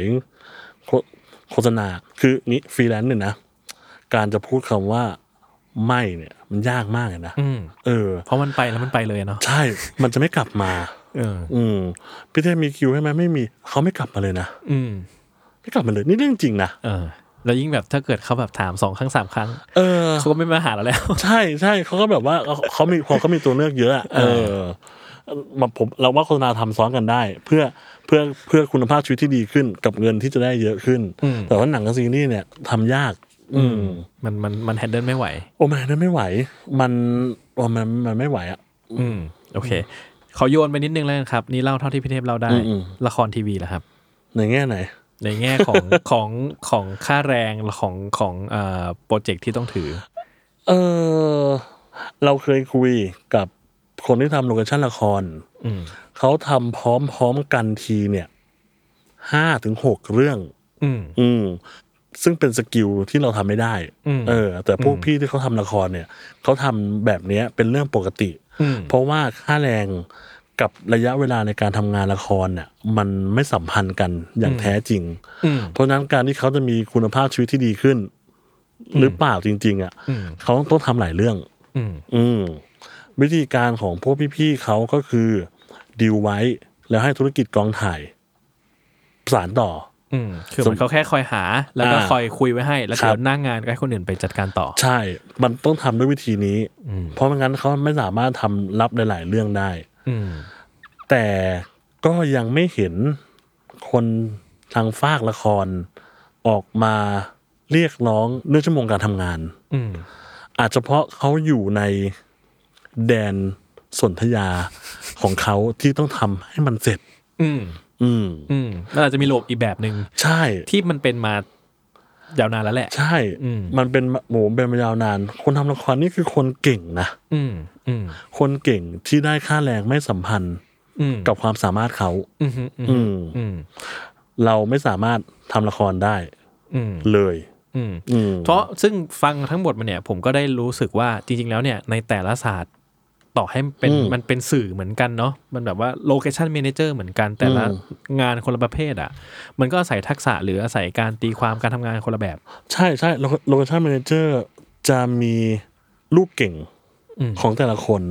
โฆโฆษณา คือนี้ฟรีแลนซ์เนี่ยนะ การจะพูดคำว่าไม่เนี่ย มันยากมากเลยนะ
อืม
เออ
เพราะมันไปแล้วมันไปเลยเนาะ
ใช่ มันจะไม่กลับมา
เออ
อืมพี่เทพมีคิวให้ไหมไม่มี เขาไม่กลับมาเลยนะ
อืม
ไม่กลับมาเลย นี่เรื่องจริงนะ
เออ แล้วยิ่งแบบถ้าเกิดเขาแบบถามสองครั้งสามครั้ง
เออ
เขาก็ไม่มาหาเราแล้ว
ใช่ใช่เขาก็แบบว่าเขาเขามีพอเขามีตัวเลือกเยอะอะเออแบบผมเราว่าโฆษณาทำซ้อนกันได้ เพื่อเพื่อเพื่อคุณภาพชีวิตที่ดีขึ้นกับเงินที่จะได้เยอะขึ้น
อืม
แต่ว่าหนังกับซีรีส์เนี่ยทำยาก อืม
มันมันมันแฮนเดิลไม่ไหว
โอ้มันนั้นไม่ไหว มันโอ้มันมันไม่ไหวอ่ะ
อืมโอเคขอโยนไปนิดนึงแล้วกันครับ นี่เล่าเท่าที่พี่เทพเล่าได้
อืมอืม
ละครทีวีแหละครับ
ในแง่ไหน
ในแง่ของ <laughs> ของของค่าแรงของของเอ่อโปรเจกต์ที่ต้องถือ
เออเราเคยคุยกับคนที่ทำโลเคชั่นละคร
อืม
เขาทำพร้อมๆกันทีเนี่ยห้าถึงหกเรื่อง
อืม
อืมซึ่งเป็นสกิลที่เราทำไม่ได้
อืม
เออ แต่พวกพี่ที่เขาทำละครเนี่ยเขาทำแบบเนี้ยเป็นเรื่องปกติ
อืม
เพราะว่าค่าแรงกับระยะเวลาในการทำงานละครเนี่ยมันไม่สัมพันธ์กันอย่างแท้จริง
อืม
เพราะฉะนั้นการที่เขาจะมีคุณภาพชีวิตที่ดีขึ้น หรือเปล่าจริง ๆอ่ะ
อืม
เขาต้องทำหลายเรื่อง
อืม
อืมวิธีการของพวกพี่ๆเขาก็คือดีลไว้แล้วให้ธุรกิจกองถ่ายสานต่อ
อืมคือเหมือนเขาแค่คอยหา แล้วก็
อ่า
คอยคุยไว้ให้ แล้วเดี๋ย
ครั
ว
บ
หน้างงานก็ให้คนอื่นไปจัดการต่อ
ใช่ มันต้องทำด้วยวิธีนี้
อืม
เพราะไม่งั้นเขาไม่สามารถทำรับหลาย ๆ เรื่องได้
อืม
แต่ก็ยังไม่เห็นคนทางฝากละครออกมาเรียกร้องเรื่องชั่วโมงการทำงาน
อืม
อาจจะเพราะเขาอยู่ในแดนสนธยาของเขาที่ต้องทำให้มันเสร็จ
อืม
อืม
อืมมันอาจจะมีโลบอีกแบบหนึ่ง
ใช่
ที่มันเป็นมายาวนานแล้วแหละ
ใช่
อืม
มันเป็นโหมเป็นมายาวนาน คนทำละครนี่คือคนเก่งนะ
อืม อืม
คนเก่งที่ได้ค่าแรงไม่สัมพันธ์
อืม
กับความสามารถเขา
อืมอืม
อืม
อืม
เราไม่สามารถทำละครได้
อืม
เลย
อืม
อืม
เพราะซึ่งฟังทั้งหมดมาเนี่ยผมก็ได้รู้สึกว่าจริง ๆ แล้วเนี่ยในแต่ละศาสตร์ต่อให้เป็น
อืม
มันเป็นสื่อเหมือนกันเนาะมันแบบว่าโลเคชัน m ม n เจอร์เหมือนกันแต่ละ
อืม
งานคนละประเภทอะ่ะ มันก็อาศัยทักษะหรืออาศัยการตีความการทำงานคนละแบบ
ใช่ใช่โลเคชั่นแมเนเจอร์จะมีลูกเก่ง
อืม
ของแต่ละคน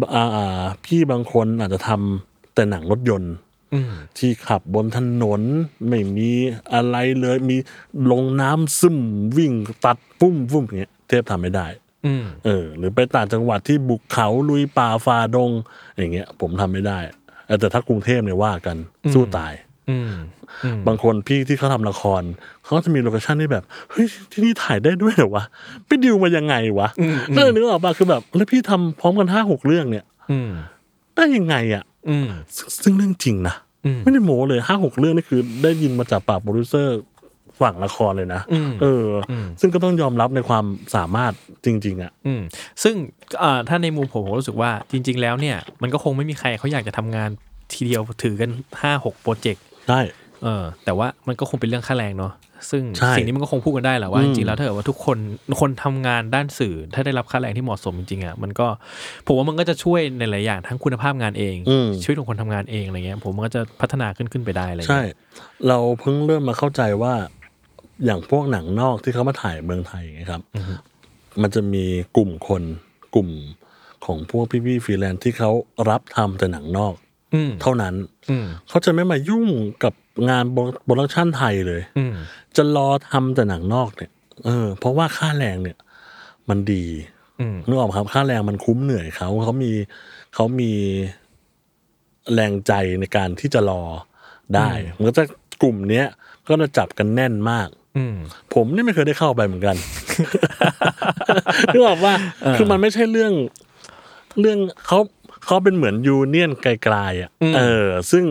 บอ่าอ่าพี่บางคนอาจจะทำแต่หนังรถยนต์
อืม
ที่ขับบนถนน ไม่มีอะไรเลยมีลงน้ำซึมวิ่งตัดปุ้มปุ้มอย่างเงี้ยเทพทำไม่ได้
อืม
เออหรือไปต่างจังหวัดที่บุกเขาลุยป่าฝ่าดง อย่างเงี้ย ผมทำไม่ได้เออแต่ถ้ากรุงเทพเนี่ยว่ากันสู้ตาย
อืม อืม
บางคนพี่ที่เขาทำละครเขาก็จะมีโลเคชั่นที่แบบเฮ้ยที่นี่ถ่ายได้ด้วยเหรอวะไปดิวมายังไงวะเออนึกออกปะคือแบบแล้วพี่ทำพร้อมกันห้าหกเรื่องเนี่ย
อืม
ได้ยังไงอะ
อืม
ซึ่งซึ่งเรื่องจริงนะ
อืม
ไม่ได้โม้เลยห้าหกเรื่องนี่คือ ได้ยินมาจากปากโปรดิวเซอร์ฝั่งละครเลยนะ
อืม
เอออ ซึ่งก็ต้องยอมรับในความสามารถจริง ๆอะ
อืมซึ่งอ่าถ้าในมุมผมผมรู้สึกว่าจริง ๆ แล้วเนี่ยมันก็คงไม่มีใครเขาอยากจะทำงานทีเดียวถือกันห้าหกโปรเจกต์
ได้
เออแต่ว่ามันก็คงเป็นเรื่องค่าแรงเนาะซึ่ง
ใช่
สิ่งนี้มันก็คงพูดกันได้แหละว่า
อื
จ
ม
ริงๆแล้วถ้าเกิดว่าทุกคนคนทำงานด้านสื่อ ถ้าได้รับค่าแรงที่เหมาะสมจริงๆอ่ะมันก็ผมว่ามันก็จะช่วยในหลายอย่างทั้งคุณภาพงานเอง
อืม
ชีวิตของคนทำงานเองอะไรเงี้ยผมมันก็จะพัฒนาขึ้นขึ้นไปได้อะไร
ใช่
เงี้ย
เราเพิ่งเริ่มมาเข้าใจว่าอย่างพวกหนังนอกที่เขามาถ่ายเมืองไทยอย่างเงี้ยครับ มันจะมีกลุ่มคนกลุ่มของพวกพี่ๆฟรีแลนซ์ที่เขารับทำแต่หนังนอก
อืม
เท่านั้น
อืม
เขาจะไม่มายุ่งกับงานโปรดักชั่นไทยเลย
อืม
จะรอทำแต่หนังนอกเนี่ย เออ เพราะว่าค่าแรงเนี่ย มันดี
อืม
นึกออกไหมครับ ค่าแรงมันคุ้มเหนื่อยเขาเขามีเขามีแรงใจในการที่จะรอได้มันก็จะกลุ่มเนี้ย ก็จะจับกันแน่นมาก
อืม
ผมนี่ไม่เคยได้เข้าไปเหมือนกัน <laughs> นึกออกว่าคือมันไม่ใช่เรื่อง เรื่องเขาเขาเป็นเหมือนยูเนียนไกลๆอ่ะ
อืม
เออ ซึ่ง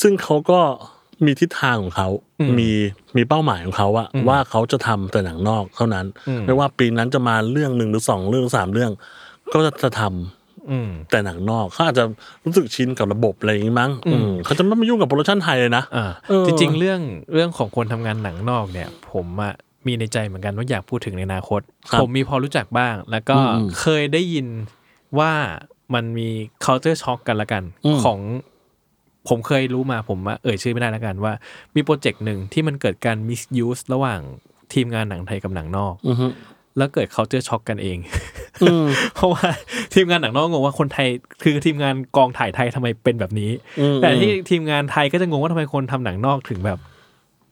ซึ่งเขาก็มีทิศทางของเขา มีมีเป้าหมายของเขาอะว่าเขาจะทำแต่หนังนอกเท่านั้น
อืม
ไม่ว่าปีนั้นจะมาเรื่องหนึ่งหรือสองเรื่องสามเรื่อง ก็จะทำ
อืม
แต่หนังนอกเขาอาจจะรู้สึกชินกับระบบอะไรอย่างงี้มั้งอืมเขาจะไม่มายุ่งกับโปรดักชันไทยเลยนะ
อ่า
เออ
จริงๆเรื่องเรื่องของคนทำงานหนังนอกเนี่ย ผมอะมีในใจเหมือนกันว่าอยากพูดถึงในอนาคต
ครับ
ผมมีพอรู้จักบ้าง แล้วก็
อืม
เคยได้ยินว่ามันมี culture shock กันละกัน
อืม
ของผมเคยรู้มาผมว่าเอ่ยชื่อไม่ได้ละกันว่า มีโปรเจกต์หนึ่งที่มันเกิดการ misuse ระหว่างทีมงานหนังไทยกับหนังนอก
อือฮึ
แล้วเกิด culture shock กันเอง <laughs> เพราะว่าทีมงานหนังนอกงงว่าคนไทยคือทีมงานกองถ่ายไทยทำไมเป็นแบบนี้
อืม
แต่ที่ทีมงานไทยก็จะงงว่าทำไมคนทำหนังนอกถึงแบบ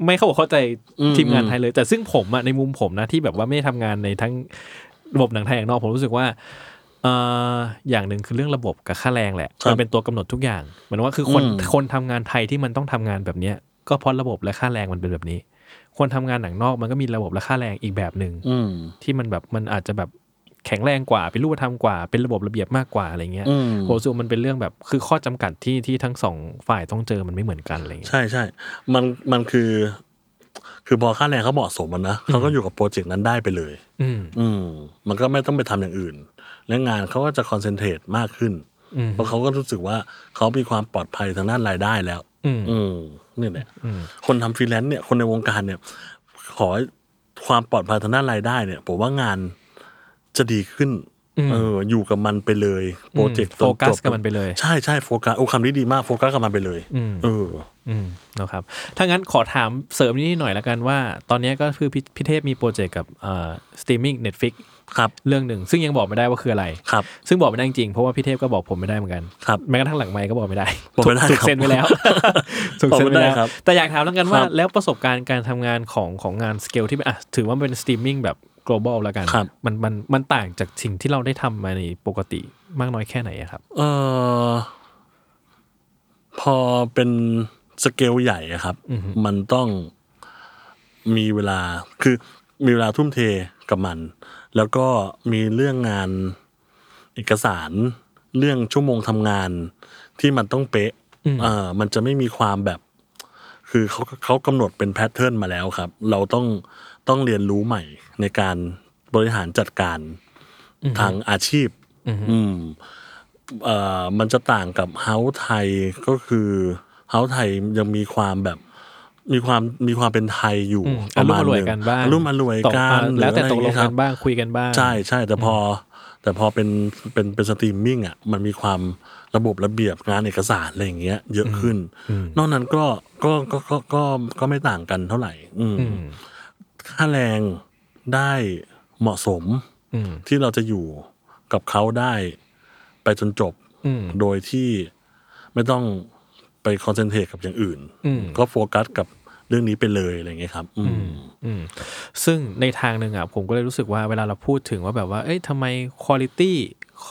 ไม่เข้าอกเข้าใจ
อืม
ทีมงานไทยเลย แต่ซึ่งผมอะในมุมผมนะที่แบบว่าไม่ได้ทำงานในทั้งระบบหนังไทยอย่างนอกผมรู้สึกว่าเอ่ออย่างหนึ่งคือเรื่องระบบกับค่าแรงแหละมันเป็นตัวกำหนดทุกอย่างเหมือนว่าคือคนคนทำงานไทยที่มันต้องทำงานแบบเนี้ยก็เพราะระบบและค่าแรงมันเป็นแบบนี้ คนทำงานหนังนอกมันก็มีระบบและค่าแรงอีกแบบหนึ่ง
อืม
ที่มันแบบมันอาจจะแบบแข็งแรงกว่า เป็นรูปธรรมกว่า เป็นระบบระเบียบมากกว่าอะไรเงี้ย
อืม
ผมรู้สึกว่ามันเป็นเรื่องแบบคือข้อจำกัดที่ที่ทั้งสองฝ่ายต้องเจอมันไม่เหมือนกันอะไรเงี้ย
ใช่ใช่มันมันคือ คือพอค่าแรงเขาเหมาะสมมันนะเขาก็อยู่กับโปรเจกต์นั้นได้ไปเลย
อืม
อืม มันก็ไม่ต้องไปทำอย่างอื่น และงานเขาก็จะคอนเซนเทรตมากขึ้น
อืม
เพราะเขาก็รู้สึกว่าเขามีความปลอดภัยทางด้านรายได้แล้ว
อืม
อืมนี่แหละ
อืม
คนทำฟรีแลนซ์เนี่ยคนในวงการเนี่ย ขอความปลอดภัยทางด้านรายได้เนี่ยผมว่างานจะดีขึ้น เออ อยู่กับมันไปเลยโปรเจกต์
โฟกัสกับมันไปเลย
ใช่ใช่โฟกัสโอ้คำนี้ดีมากโฟกัสกับมันไปเลย
อืม
เออ
อืมนะครับถ้างั้นขอถามเสริมนิดหน่อยละกันว่า ตอนเนี้ยก็คือพี่พี่เทพมีโปรเจกต์กับเอ่อสตรีมมิ่งเน็ตฟิก
ครับ
เรื่องหนึ่ง ซึ่งยังบอกไม่ได้ว่าคืออะไร
ครับ
ซึ่งบอกไม่ได้จริงๆเพราะว่าพี่เทพก็บอกผมไม่ได้เหมือนกัน
ครับ
แม้กระทั่งหลังไมค์ก็บอกไม่ได้
<laughs> บอกไม่ได้
ถูก
ครับ
เซ็นไป
<laughs>
แล้วถูกเซ็นไป
บอกไม่ได้
แล้ว
ครับ
แต่อยากถามแล้วกัน
ครับ
ว่าแล้วประสบการณ์การทำงานของของงานสเกลที่เป็นอ่ะถือว่าเป็นสตรีมมิ่งแบบ global แล้วกัน
ครับ
มันมันมันต่างจากสิ่งที่เราได้ทำมาในปกติมากน้อยแค่ไหนอะครับ
เออพอเป็นสเกลใหญ่อะครับ มันต้องมีเวลาคือมีเวลาทุ่มเทกับมัน แล้วก็มีเรื่องงานเอกสาร เรื่องชั่วโมงทำงานที่มันต้องเป๊ะเออมันจะไม่มีความแบบ คือเขาเขากำหนดเป็นแพทเทิร์นมาแล้วครับ เราต้องต้องเรียนรู้ใหม่ในการบริหารจัดการทางอาชีพ อืม เอ่อมันจะต่างกับเฮาส์ไทยก็คือเฮาส์ไทยยังมีความแบบ มีความมีความเป็นไทยอยู่
อืม
ประมาณ
อ
ห
รวย
นึ่ง
กันบ้าง
อรุ่มอรวย
ตก
กัน
อ่าแล้วแต่
ห
ต
รื
ก
อ
ล
อะไรอง
กั
ย่าเยครั
นบ้างคุยกันบ้าง
ใช่ใช่แต่พอแต่พอเป็นเป็นเป็นสตรีมมิ่งอ่ะมันมีความระบบระเบียบงานเอกสารอะไรอย่างเงี้ย เยอะขึ้น นอกนั้นก็ก็ก็ก็ก็ก็ไม่ต่างกันเท่าไหร่ อืม
อืม
ค่าแรงได้เหมาะสม
อืม
ที่เราจะอยู่กับเขาได้ไปจนจบ
อืม
โดยที่ไม่ต้องไปคอนเซนเทรตกับอย่างอื่น
อืม
ก็โฟกัสกับเรื่องนี้ไปเลยอะไรอย่างเงี้ยครับ อืม
อืมซึ่งในทางหนึ่งอ่ะผมก็เลยรู้สึกว่าเวลาเราพูดถึงว่าแบบว่า เอ้ยทำไมคุณ i t y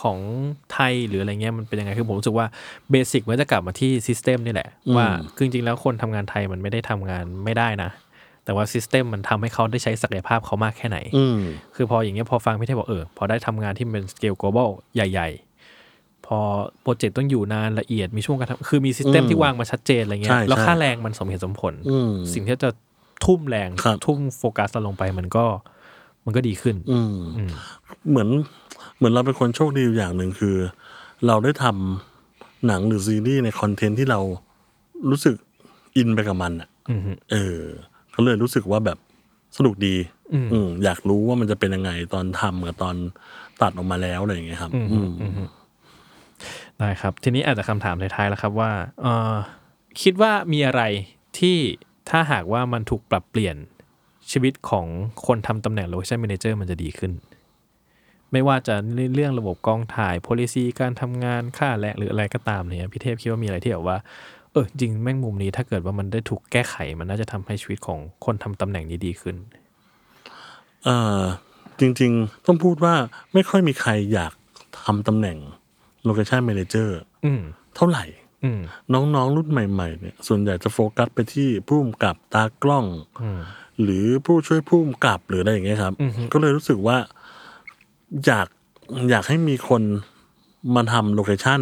ของไทยหรืออะไรเงี้ยมันเป็นยังไง คือผมรู้สึกว่าเบสิกมันจะกลับมาที่ซิสเต็มนี่แหละ
อืม
ว่าคือจริงๆแล้วคนทำงานไทยมันไม่ได้ทำงานไม่ได้นะ แต่ว่าซิสเต็มมันทำให้เขาได้ใช้ศักยภาพเขามากแค่ไหน
อืม
คือพออย่างเงี้ยพอฟังพี่เทพบอกเออพอได้ทำงานที่มันเป็นสเกล global ใหญ่ ๆ พอโปรเจกต์ต้องอยู่นานละเอียดมีช่วงการทำคือมีซิสเต็ม
อืม
ที่วางมาชัดเจนอะไรเงี้
ใช่
ยแล้ว
ใช่
ค่าแรงมันสมเหตุสมผล
อืม
สิ่งที่จะทุ่มแรง
ครับ
ทุ่มโฟกัสเราลงไปมันก็มันก็ดีขึ้น
อืม
อืม
เหมือนเหมือนเราเป็นคนโชคดีอยู่อย่างหนึ่งคือ เราได้ทำหนังหรือซีรีส์ในคอนเทนต์ที่เรารู้สึกอินไปกับมันอ่ะ
อืมฮึ
เออ ก็เลยรู้สึกว่าแบบสนุกดี
อืม
อืม อยากรู้ว่ามันจะเป็นยังไงตอนทำกับตอนตัดออกมาแล้วอะไรอย่างเงี้ยครับ อืม
ได้ครับ ทีนี้อาจจะคำถามท้ายๆแล้วครับว่าเออคิดว่ามีอะไรที่ถ้าหากว่ามันถูกปรับเปลี่ยนชีวิตของคนทำตำแหน่ง location manager มันจะดีขึ้น ไม่ว่าจะเรื่องระบบกองถ่าย policy การทำงานค่าแรงหรืออะไรก็ตามเนี่ยพี่เทพคิดว่ามีอะไรที่แบบว่า เออจริงแม่งมุมนี้ถ้าเกิดว่ามันได้ถูกแก้ไข มันน่าจะทำให้ชีวิตของคนทำตำแหน่งนี้ดีขึ้น
เอ่อจริงๆ ต้องพูดว่าไม่ค่อยมีใครอยากทำตำแหน่งโลเคชัน m ม n นเจอร์
อืม
เท่าไหร่
อืม
น้องๆ รุ่นใหม่ๆเนี่ยส่วนใหญ่จะโฟกัสไปที่ผู้กำกับตากล้อง
อืม
หรือผู้ช่วยผู้กำกับหรืออะไรอย่างเงี้ยครับ
อือฮึ
ก็เลยรู้สึกว่าอยากอยากให้มีคนมาทำโลเคชัน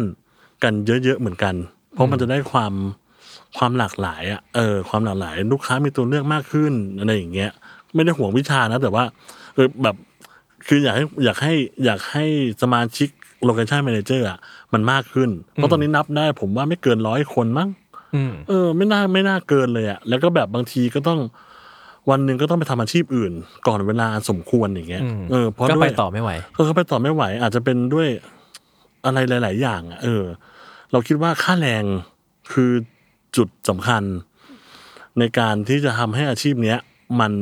กันเยอะๆ เหมือนกัน เพราะมันจะได้ความความหลากหลายอะเออความหลากหลาย ลูกค้ามีตัวเลือกมากขึ้นอะไรอย่างเงี้ย ไม่ได้ห่วงวิชานะ แต่ว่าเออแบบ คืออยากให้อยากให้อยากให้สมาชิก โลเคชั่นแมเนเจอร์อ่ะมันมากขึ้น เพราะตอนนี้นับได้ผมว่าไม่เกินร้อยคนมั้ง
อืม
เออไม่น่าไม่น่าเกินเลยอะแล้วก็แบบบางทีก็ต้อง วันหนึ่งก็ต้องไปทำอาชีพอื่น ก่อนเวลาอันสมควรอย่างเงี้ย
อืม
เออเพราะ
ก็
ด้
ไป
วย
ต่อไม่ไหว
ก็เขาไปต่อไม่ไหว อาจจะเป็นด้วยอะไรหลาย ๆ อย่างอะเออ เราคิดว่าค่าแรงคือจุดสำคัญ ในการที่จะทำให้อาชีพเนี้ย มัน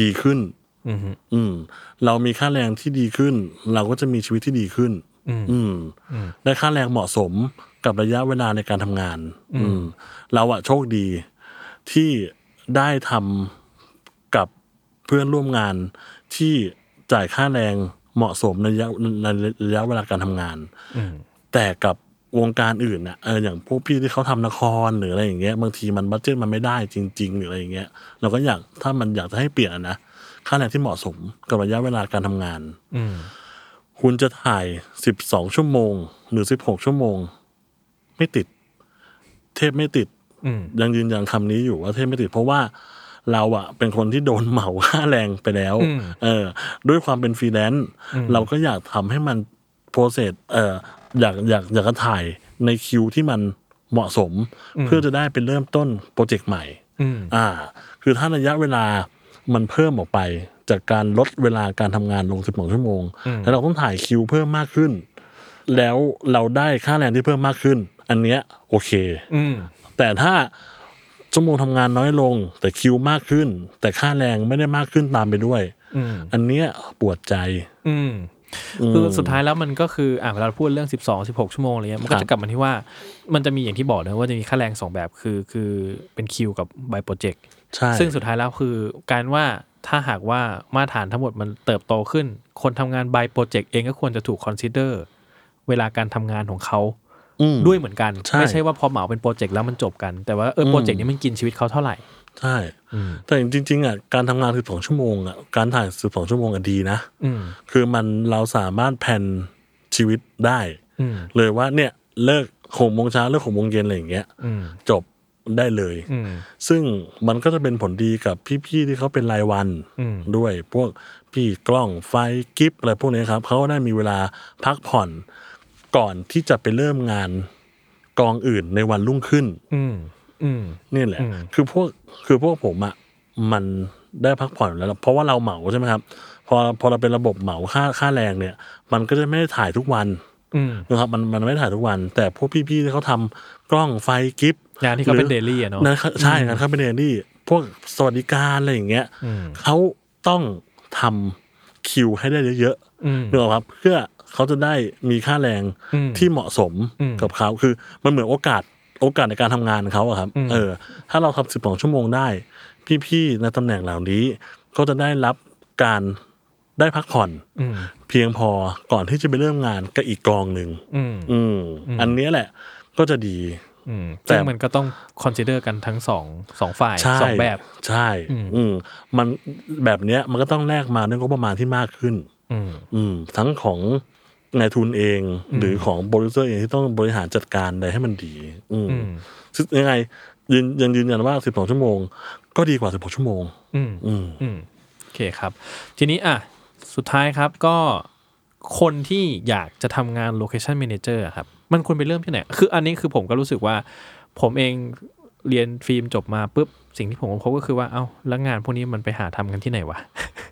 ดีขึ้น
อืมฮึ
อืม เรามีค่าแรงที่ดีขึ้น เราก็จะมีชีวิตที่ดีขึ้น
อืม
อืมได้ค่าแรงเหมาะสมกับระยะเวลาในการทำงาน อืม เราอะโชคดีที่ได้ทำกับเพื่อนร่วมงานที่จ่ายค่าแรงเหมาะสมในระยะในระยะเวลาการทำงาน
อืม
แต่กับวงการอื่นน่ะเอออย่างพวกพี่ที่เขาทำละครหรืออะไรอย่างเงี้ยบางทีมันบัตเจ็ตมันไม่ได้จริง ๆ หรืออะไรอย่างเงี้ยเราก็อยากถ้ามันอยากจะให้เปลี่ยนอะนะค่าแรงที่เหมาะสมกับระยะเวลาการทำงาน
อืม
คุณจะถ่าย 12 ชั่วโมง หรือ 16 ชั่วโมง ไม่ติด เทพไม่ติด
อืม
ยังยืนยันคำนี้อยู่ว่าเทพไม่ติด เพราะว่าเราอะเป็นคนที่โดนเหมาค่าแรงไปแล้ว
อืม
เออ ด้วยความเป็นฟรีแลนซ์เราก็อยากทำให้มันโปรเซสเอออยากอยากอยากจะถ่ายในคิวที่มันเหมาะสม เพื่อจะได้เป็นเริ่มต้นโปรเจกต์ใหม่
อืม
อ่า คือถ้าระยะเวลามันเพิ่มออกไป จากการลดเวลาการทำงานลง 12 ชั่วโมง
อืม
แล้วเราต้องถ่ายคิวเพิ่มมากขึ้น แล้วเราได้ค่าแรงที่เพิ่มมากขึ้น อันเนี้ยโอเค
อืม
แต่ถ้าชั่วโมงทำงานน้อยลง แต่คิวมากขึ้น แต่ค่าแรงไม่ได้มากขึ้นตามไปด้วย
อืม
อันเนี้ยปวดใจ
อืมคือสุดท้ายแล้วมันก็คืออ่าเวลาพูดเรื่อง 12 16 ชั่วโมงอะไรเงี้ยมันก็
ครับ
จะกลับมาที่ว่ามันจะมีอย่างที่บอกนะว่าจะมีค่าแรงสองแบบคือคือเป็นคิวกับใบโปรเจกต์
ใช่
ซึ่งสุดท้ายแล้วคือการว่าถ้าหากว่ามาตรฐานทั้งหมดมันเติบโตขึ้น คนทำงานใบโปรเจกต์เองก็ควรจะถูกคอนซิเดอร์เวลาการทำงานของเขา
อืม
ด้วยเหมือนกัน
ใช่
ไม่ใช่ว่าพอเหมาเป็นโปรเจกต์แล้วมันจบกัน แต่ว่าเอออ
ม
โปรเจกต์นี้มันกินชีวิตเขาเท่าไหร่
ใช่
อืม
แต่จริงๆอ่ะการทำงาน 12 ชั่วโมงอ่ะการถ่าย 12 ชั่วโมงอ่ะดีนะ
อืม
คือมันเราสามารถแผนชีวิตได้
อืม
เลยว่าเนี่ยเลิกหกโมงเช้าเลิกหกโมงเย็นอะไรอย่างเงี้ย
อืม
จบได้เลย
อืม
ซึ่งมันก็จะเป็นผลดีกับพี่ๆที่เขาเป็นรายวัน
อืม
ด้วยพวกพี่กล้องไฟกิฟอะไรพวกนี้ครับเขาก็ได้มีเวลาพักผ่อนก่อนที่จะไปเริ่มงานกองอื่นในวันรุ่งขึ้น
อืมอืม
นี่แหละ
อืม
คือพวกคือพวกผมอะมันได้พักผ่อนแล้ว เพราะว่าเราเหมาใช่ไหมครับ พอพอเราเป็นระบบเหมาค่าค่าแรงเนี่ย มันก็จะไม่ได้ถ่ายทุกวัน
อืม
นะครับมันมันไม่ได้ถ่ายทุกวัน แต่พวกพี่ๆที่เขาทำกล้องไฟกิฟต์
งานที่เขาเป็นเดลี่อะเนาะ
นะใช่ครับเขาเป็นเดลี่พวกสวัสดิการอะไรอย่างเงี้ย
อืม
เขาต้องทำคิวให้ได้เยอะ
อืม
ๆเนกอะครับเพื่อเขาจะได้มีค่าแรง
อืม
ที่เหมาะสม
อืม
กับเขาคือมันเหมือนโอกาสโอกาสในการทำงานเขาอะครับ
อืม
เออ ถ้าเราทำสิบสองชั่วโมงได้ พี่ๆในตำแหน่งเหล่านี้ก็จะได้รับการได้พักผ่อน
อืม
เพียงพอก่อนที่จะไปเริ่มงานกับอีกกองหนึ่ง
อืม
อืม อันเนี้ยแหละก็จะดี
อืม
แต่
ซึ่งมันก็ต้องคอนซิเดอร์กันทั้งสองสองฝ่าย
ใช่
สองแบบ
ใช่
อืม
อืม มันแบบเนี้ยมันก็ต้องแลกมาด้วยงบประมาณที่มากขึ้น
อืม
อืม ทั้งของนายทุนเอง หรือของโปรดิวเซอร์เองที่ต้องบริหารจัดการอะไรให้มันดี อืม
อืม
ซึ่งยังไงยืนยังยืนยันว่า 12 ชั่วโมง ก็ดีกว่า 16 ชั่วโมง
อืม
อืม
อืมโอเคครับ ทีนี้อ่ะ สุดท้ายครับก็คนที่อยากจะทำงานโลเคชัน m ม n นเจอร์ครับ มันควรไปเริ่มที่ไหน คืออันนี้คือผมก็รู้สึกว่า ผมเองเรียนฟิล์มจบมาปุ๊บ สิ่งที่ผมพบก็คือว่า เอ้า แล้วงานพวกนี้มันไปหาทำกันที่ไหนวะ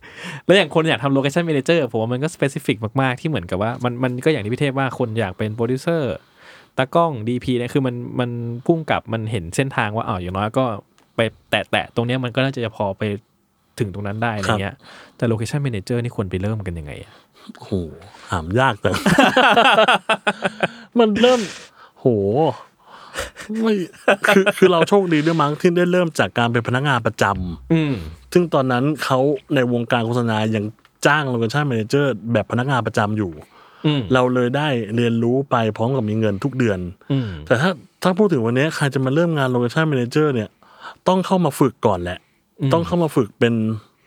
<laughs> แล้วอย่างคนอยากทำโลเคชัน m ม n นเจอร์ผมว่ามันก็สเปซิฟิกมาก ๆ ที่เหมือนกับว่ามันมันก็อย่างที่พี่เทพว่าคนอยากเป็นโปรดิวเซอร์ ตากล้อง DP เนี่ยคือมันมันพุ่งกลับมันเห็นเส้นทางว่าอ๋ออย่างน้อยก็ไปแตะแตะๆตรงเนี้ยมันก็น่าจะพอไปถึงตรงนั้นได้อะไรเงี้ย แต่โลเคชัน m ม n นเจอร์นี่ควรไปเริ่มกันยังไงอะ
โอ้โหถามยากจัง <laughs> มันเริ่ม โห ไม่คือคือเราโชคดีด้วยมั้งที่ได้เริ่มจากการเป็นพนักงานประจำ
อืม
ซึ่งตอนนั้นเขาในวงการโฆษณายังจ้างโลเคชั่น m ม n นเจอร์แบบพนักงานประจำอยู่
อืม
เราเลยได้เรียนรู้ไปพร้อมกับมีเงินทุกเดือน
อืม
แต่ถ้าถ้าพูดถึงวันนี้ใครจะมาเริ่มงานโลเคชั่น m ม n นเจอร์เนี่ย ต้องเข้ามาฝึกก่อนแหละ ต้องเข้ามาฝึกเป็น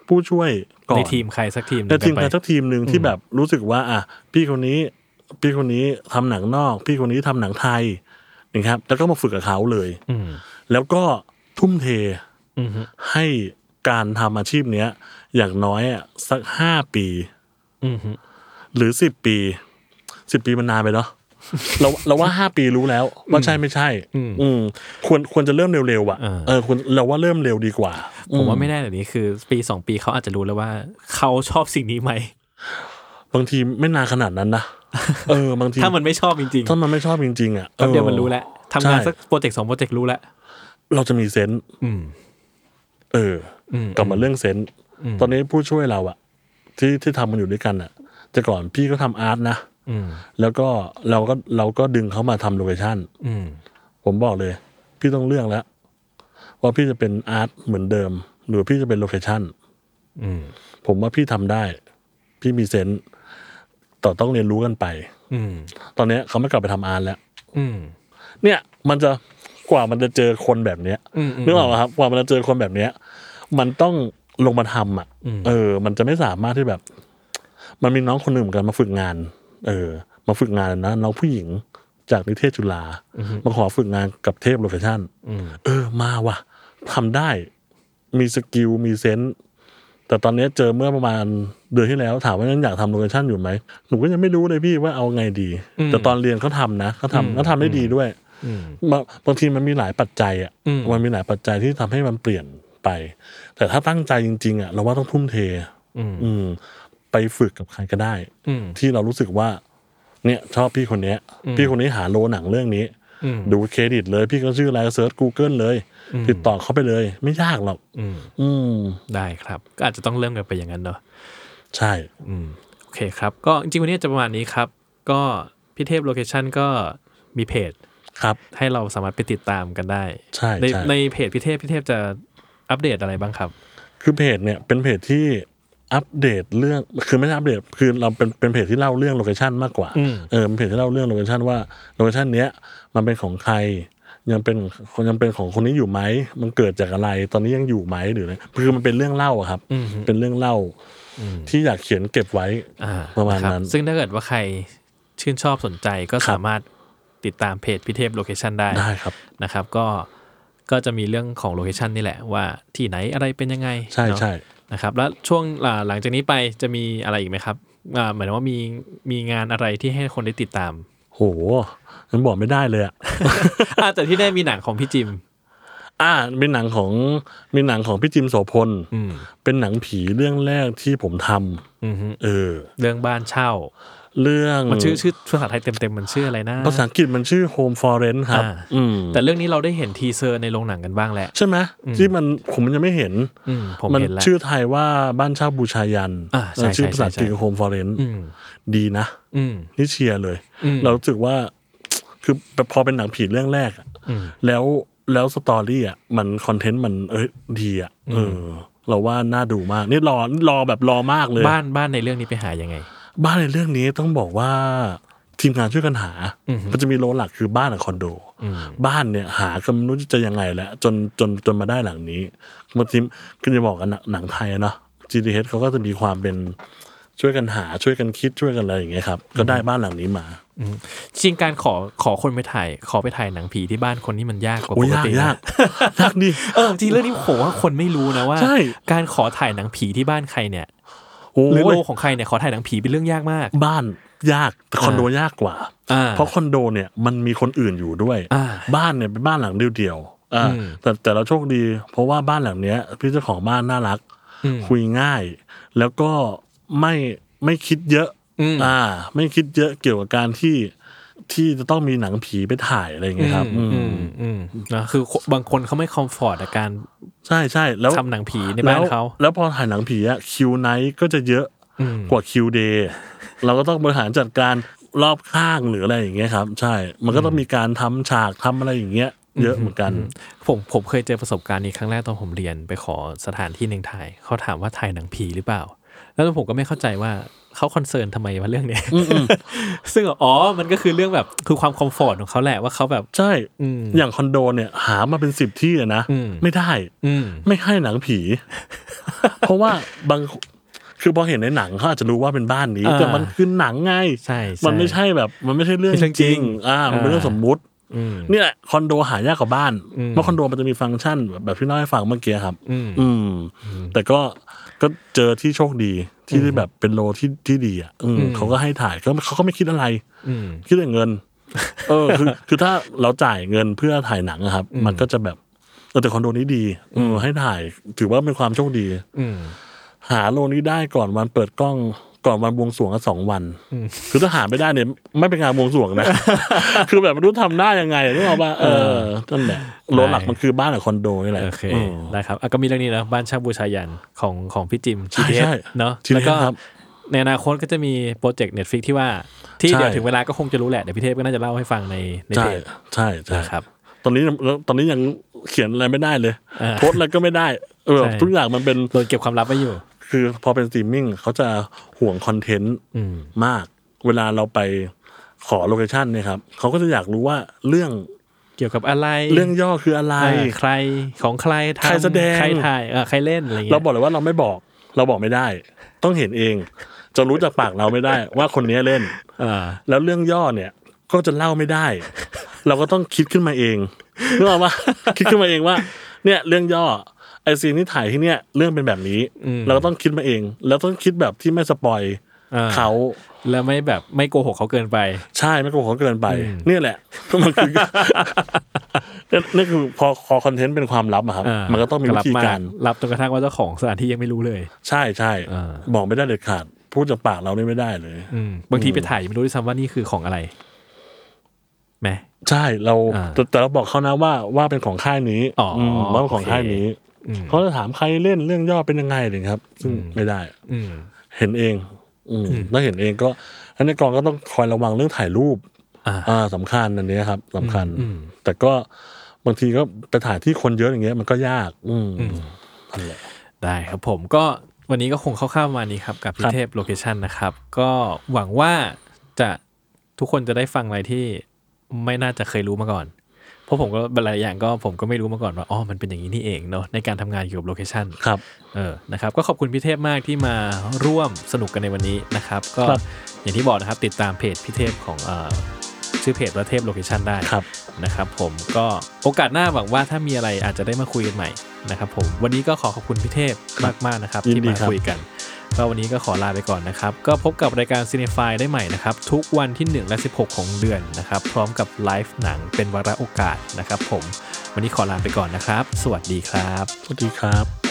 ผู้ช่วยก่อน
ในทีมใครสักทีมห
ใน
นึ่ง
ทีม
ไป
งานสักทีมหนึ่งที่แบบรู้สึกว่า อ่ะพี่คนนี้ พี่คนนี้ทำหนังนอก พี่คนนี้ทำหนังไทยนะครับ แล้วก็มาฝึกกับเขาเลย
อืม
แล้วก็ทุ่มเท
อืมฮึ
ให้การทำอาชีพเนี้ย อย่างน้อยอ่ะสักห้าปี
อืมฮึ
หรือสิบปี สิบปีมันนานไปเนาะ <laughs> เราเราว่าห้าปีรู้แล้วว่าใช่ไม่ใช่ อืมควรควรจะเริ่มเร็วๆอ่ะ
อ่า
เออควรเราว่าเริ่มเร็วดีกว่า
ผมว่าไม่แน่แบบนี้คือ ปีสองปีเขาอาจจะรู้แล้วว่า เขาชอบสิ่งนี้ไหม
บางทีไม่นานขนาดนั้นนะเออบางที
ถ้ามันไม่ชอบจริงๆ
ถ้ามันไม่ชอบจริงๆอ่ะ
แป๊บเดียวมัน
ออ
รู้แล้วทำงาน
ใช่
สักโปรเจกต์สองโปรเจกต์รู้แล้ว
เราจะมีเซนส์
อืม
เอออ
ม
กลับมาเรื่องเซนส์ตอนนี้ผู้ช่วยเราอ่ะ ที่ที่ทำมันอยู่ด้วยกันอ่ะ แต่ก่อนพี่ก็ทำอาร์ตนะ
อืม
แล้วก็เราก็เราก็ดึงเขามาทำโลเคชั่น
อืม
ผมบอกเลย พี่ต้องเลือกแล้ว ว่าพี่จะเป็นอาร์ตเหมือนเดิม หรือพี่จะเป็นโลเคชั่น
อืม
ผมว่าพี่ทำได้ พี่มีเซนส์แต่ต้องเรียนรู้กันไป
อืม
ตอนเนี้ยเขาไม่กลับไปทำอาร์ตแล้ว
อืม
เนี่ย มันจะกว่ามันจะเจอคนแบบเนี้ย
อืมอืม
นึกออกไหมครับกว่ามันจะเจอคนแบบเนี้ย มันต้องลงมาทำอ่ะ
อืม
เออ มันจะไม่สามารถที่แบบ มันมีน้องคนหนึ่งเหมือนกันมาฝึกงาน เออ มาฝึกงานนะน้องผู้หญิงจากนิเทศจุฬามาขอฝึกงานกับเทพโลเคชั่น
อืม
เออมาว่ะทำได้มีสกิลมีเซนส์แต่ตอนเนี้ยเจอเมื่อประมาณเดือนที่แล้ว ถามว่านั้นอยากทำโลเคชั่นอยู่ไหมหนูก็ยังไม่รู้เลยพี่ว่าเอาไงดี
อืม
แต่ตอนเรียนเขาทำนะเขาทำเขาทำได้ดีด้วย
อืม
บางบางทีมันมีหลายปัจจัยอ่ะ
อืม
มันมีหลายปัจจัยที่ทำให้มันเปลี่ยนไป แต่ถ้าตั้งใจจริง ๆอ่ะเราว่าต้องทุ่มเท
อืม
อืม ไปฝึกกับใครก็ได้
อืม
ที่เรารู้สึกว่า เนี่ยชอบพี่คนเนี้ย พี่คนนี้หาโลหนังเรื่องนี้
อืม
ดูเครดิตเลย พี่ก็ชื่ออะไรเซิร์ช Google เลย ติดต่อเขาไปเลย ไม่ยากหรอก
อืม
อืม
ได้ครับ ก็อาจจะต้องเริ่มกันไปอย่างนั้นเนาะ
ใช่
อืมโอเคครับ ก็จริงๆวันนี้จะประมาณนี้ครับ ก็พี่เทพโลเคชันก็มีเพจ
ครับ
ให้เราสามารถไปติดตามกันได้
ใช่
ใน
ใช่
ในเพจพี่เทพพี่เทพจะอัปเดตอะไรบ้างครับ
คือเพจเนี่ยเป็นเพจที่อัปเดตเรื่องคือไม่ใช่อัปเดต คือเราเป็นเป็นเพจที่เล่าเรื่องโลเคชันมากกว่า
อืม
เออเป็นเพจที่เล่าเรื่องโลเคชันว่าโลเคชันเนี้ยมันเป็นของใคร ยังเป็นยังเป็นของคนนี้อยู่ไหมมันเกิดจากอะไร ตอนนี้ยังอยู่ไหมหรืออะไรคือมันเป็นเรื่องเล่าอะครับ
อืม
เป็นเรื่องเล่าที่อยากเขียนเก็บไว้
อ่า
ประมาณ
คบ
นั้น
ซึ่งถ้าเกิดว่าใครชื่นชอบสนใจก็
ครับ
สามารถติดตามเพจพี่เทพโลเคชันได้
ได้ครับ
นะครับ ก็ก็จะมีเรื่องของโลเคชันนี่แหละว่าที่ไหนอะไรเป็นยังไง
ใช่
เนอะ
ใช่
นะครับแล้วช่วงอ่าหลังจากนี้ไปจะมีอะไรอีกไหมครับอ่าหมายถึงว่ามีมีงานอะไรที่ให้คนได้ติด
<laughs>
ตาม
โหมันบอกไม่ได้เลยอะ
อาแต่ที่ได้มีหนังของพี่จิม
อ่าเป็นหนังของเป็นหนังของพี่จิมโสพล
อืม
เป็นหนังผีเรื่องแรกที่ผมทำ
อือฮึ
เออ
เรื่องบ้านเช่า
เรื่อง
มันชื่อชื่อภาษาไทยเต็มๆมันชื่ออะไรนะ
ภาษาอังกฤษมันชื่อ Home Foreign ครับ
อ่า
อืม
แต่เรื่องนี้เราได้เห็นทีเซอร์ในโรงหนังกันบ้างแล้ว
ใช่ไหมที่มันผมยังไม่เห็น
อืมผม
มัน
เห็นแล้ว
ชื่อไทยว่าบ้านเช่าบูชายัน
อ่าใช่
เออชื่อ
ใช่
ภาษาอังกฤษ
ใช่
คือ Home Foreign
อืม
ดีนะ
อืม
นี่เชียร์เลย
อืม
เรารู้สึกว่า คือพอเป็นหนังผีเรื่องแรกอะ
อืม
แล้วแล้วสตอรี่อ่ะมันคอนเทนต์มันเอ้ยดีอ่ะเอออ เราว่าน่าดูมาก นี่รอรอแบบรอมากเลย
บ้านบ้านในเรื่องนี้ไปหายังไง
บ้านในเรื่องนี้ต้องบอกว่าทีมงานช่วยกันหา มันจะมีโลหลักคือบ้านกับคอนโด บ้านเนี่ยหากันไม่รู้จะยังไงแล้วจนจนจนมาได้หลังนี้บางทีก็จะบอกกันหนังหนังไทยอะเนาะ GDH เขาก็จะมีความเป็นช่วยกันหาช่วยกันคิดช่วยกันอะไรอย่างเงี้ยครับ ก็ได้บ้านหลังนี้มา
จริงการขอขอคนไปถ่าย ขอไปถ่ายหนังผีที่บ้านคนนี่มันยากกว่า
โอ้
ปก
ยยาก
ติ
ยา
นะ
กยาก <laughs> ดิ
เออจริงเรื่องนี้ผมว่าคนไม่รู้นะว่า
ใช่
การขอถ่ายหนังผีที่บ้านใครเนี่ย
โอ้
หรือโล
ย
ของใครเนี่ยขอถ่ายหนังผีเป็นเรื่องยากมาก
บ้านยากแต่คอนโดยากกว่า
อ่า
เพราะคอนโดเนี่ยมันมีคนอื่นอยู่ด้วย
อ่า
บ้านเนี่ยเป็นบ้านหลังเดียวๆอ่า
อืม
แต่แต่เราโชคดี เพราะว่าบ้านหลังเนี้ยพี่เจ้าของบ้านน่ารัก
อืม
คุยง่าย แล้วก็ไม่ไม่คิดเยอะ
อืม
อ่า ไม่คิดเยอะเกี่ยวกับการที่ที่จะต้องมีหนังผีไปถ่ายอะไรอย่างเงี้ยครับ
อื
อื
ม
ม
อืมนะคือบางคนเขาไม่คอมฟอร์ตกับการ
ใช่ใช่แล้ว
ทำหนังผีในบ้านเขา
แล้วแล้วพอถ่ายหนังผีอะคิวไนท์ก็จะเยอะ
อืม
กว่าคิวเดย์เราก็ต้องบริหารจัดการรอบข้างหรืออะไรอย่างเงี้ยครับ ใช่ มันก็ต้องมีการทำฉากทำอะไรอย่างเงี้ย เยอะเหมือนกัน
ผมผมเคยเจอประสบการณ์นี้ครั้งแรกตอนผมเรียนไปขอสถานที่หนึ่งถ่ายเขาถามว่าถ่ายหนังผีหรือเปล่า แล้วผมก็ไม่เข้าใจว่าเขาคอนเซิร์นทำไมว่าเรื่องเนี้ย <laughs> ซึ่งอ๋อมันก็คือเรื่องแบบคือความคอมฟอร์ตของเขาแหละว่าเขาแบบ
ใช่
อืม
อย่างคอนโดเนี่ย หามาเป็นสิบที่อะนะ
อืม
ไม่ได้
อืม
ไม่ให้หนังผี <laughs> เพราะว่าบาง คือพอเห็นในหนังเขาอาจจะรู้ว่าเป็นบ้านนี้
อ่า
แต่มันคือหนังไง
ใช่ใช่
มันไม่ใช่แบบ มันไม่ใช่เรื่อง
เป็นเรื่อง
จ
จ
ริ
ริ
ง
ง
อ่า มันเป็นเรื่อง
อ่า
สมมุติ
อืม
นี่แหละคอนโดหายากกว่าบ้าน
อืม
เพราะคอนโดมันจะมีฟังก์ชันแบบแบบที่เล่าให้ฟังเมื่อกี้ครับ
อืม
อืม แต่ก็ ก็เจอที่โชคดีที่ได้แบบเป็นโลที่ที่ดีอ่ะอืม
อืม
เขาก็ให้ถ่ายก็เขาก็ไม่คิดอะไร
อืม
คิดแต่เงิน เออ
<laughs>
คือ คือถ้าเราจ่ายเงินเพื่อถ่ายหนังอะครับ
อืม
มันก็จะแบบเออแต่คอนโดนี้ดีเออให้ถ่าย ถือว่าเป็นความโชคดี
อืม
หาโลนี้ได้ก่อนวันเปิดกล้อง ก่อนวันบวงสรวงก็สองวัน
อืม
คือถ้าหาไม่ได้เนี่ยไม่เป็นงานบวงสรวง
<laughs>
นะ คือแบบไม่รู้ทำหน้ายังไงนึกออกป่ะเออนั่นแหละโลหลักมันคือบ้านกับคอนโดนี่แหละ
โอเค
อืม
ได้ครับอ่ะก็มีเรื่องนี้นะบ้านเช่าบูชายันของของพี่จิม
ใช่
GTS
ใช่
เนาะ
GTS
แล้วก็
ครับ
ในอนาคตก็จะมีโปรเจกต์ Netflix ที่ว่าที่
ใช่
เดี๋ยวถึงเวลาก็คงจะรู้แหละ เดี๋ยวพี่เทพก็น่าจะเล่าให้ฟังในใน
ใช่
เพจ
ใช่ใช่
นะครับ
ตอนนี้ตอนนี้ยังเขียนอะไรไม่ได้เลย
เออ
โพสต์อะไรก็ไม่ได้เออ
ใช่
ทุกอย่างมันเป็น
โดนเก็บความลับไว้อยู่
คือพอเป็นสตรีมมิ่งเขาจะห่วงคอนเทนต์
อืม
มาก เวลาเราไปขอโลเคชันเนี่ยครับเขาก็จะอยากรู้ว่าเรื่อง
เกี่ยวกับอะไร
เรื่องย่อคืออะไร
อ่าใครของใครทำ
ใครแสดง
ใครถ่ายเออใครเล่นอะไรอย่าง
เรา
เงี้ย
บอกเลยว่าเราไม่บอก เราบอกไม่ได้ ต้องเห็นเอง จะรู้จากปากเราไม่ได้ ว่าคนนี้เล่น
เออ
แล้วเรื่องย่อเนี่ยก็จะเล่าไม่ได้ เราก็ต้องคิดขึ้นมาเองนึกออกปะ <laughs> คิดขึ้นมาเองว่า เนี่ยเรื่องย่อไอซีนที่ถ่ายที่เนี่ยเรื่องเป็นแบบนี้
อืม
เราก็ต้องคิดมาเอง แล้วต้องคิดแบบที่ไม่สปอย
อ่
เขา
แล้วไม่แบบไม่โกหกเขาเกินไป
ใช่ไม่โกหกเกินไป
อืม
เนี่ยแหละ <laughs> มันคือ เนี่ยนี่คือพอคอคอนเทนต์เป็นความลับอะครับ
า
มันก็ต้องมีวิธีการ
ลับจนกระทั่งว่าเจ้าของสถานที่ยังไม่รู้เลย
ใช่ใช่
อ่า
บอกไม่ได้เด็ดขาด พูดจากปากเรานี่ไม่ได้เลย
อืมบางทีไปถ่ายยังไม่รู้ด้วยซ้ำว่านี่คือของอะไรไหม
ใช่เรา
อ่า
แต่แต่เราบอกเขานะว่าว่าเป็นของค่ายนี้
อ๋ออื
มว่าเป็นของค่ายนี้
อืม
เขาจะถามใครเล่นเรื่องย่อเป็นยังไงเลยครับ ซึ่ง
อืม
ไม่ได้
อืม
เห็นเอง อืมถ้าเห็นเองก็อันนี้กองก็ต้องคอยระวังเรื่องถ่ายรูป
อ่า
อ่าสำคัญอันเนี้ยครับสำคัญ
อืมอืม
แต่ก็บางทีก็ไปถ่ายที่คนเยอะอย่างเงี้ยมันก็ยาก อืมนั่นแหละ
ได้ครับผมก็วันนี้ก็คงคร่าวๆประมาณนี้ครับ กับ
ค
พี่
รับ
เทพโลเคชันนะครับ ก็หวังว่าจะทุกคนจะได้ฟังอะไรที่ไม่น่าจะเคยรู้มาก่อน เพราะผมก็หลายอย่างก็ผมก็ไม่รู้มาก่อนว่าอ๋อมันเป็นอย่างนี้นี่เองเนาะในการทำงานเกี่ยวกับโลเคชัน
ครับ
เออ นะครับ ก็ขอบคุณพี่เทพมากที่มาร่วมสนุกกันในวันนี้นะครับ ก็
ครับ
อย่างที่บอกนะครับ ติดตามเพจพี่เทพของเออชื่อเพจว่าเทพโลเคชันได้
ครับ
นะครับผมก็โอกาสหน้าหวังว่าถ้ามีอะไรอาจจะได้มาคุยกันใหม่นะครับผมวันนี้ก็ขอขอบคุณพี่เทพมากมากๆนะครับ
ยิ
ที่
นดี
มา
ครับ
คุยกัน ก็วันนี้ก็ขอลาไปก่อนนะครับ ก็พบกับรายการ c i n e f y ได้ใหม่นะครับ ทุกวันที่ 1 และ 16 ของเดือนนะครับ พร้อมกับไลฟ์หนังเป็นวาระโอกาสนะครับผมวันนี้ขอลาไปก่อนนะครับ สวัสดีครับ
สวัสดีครับ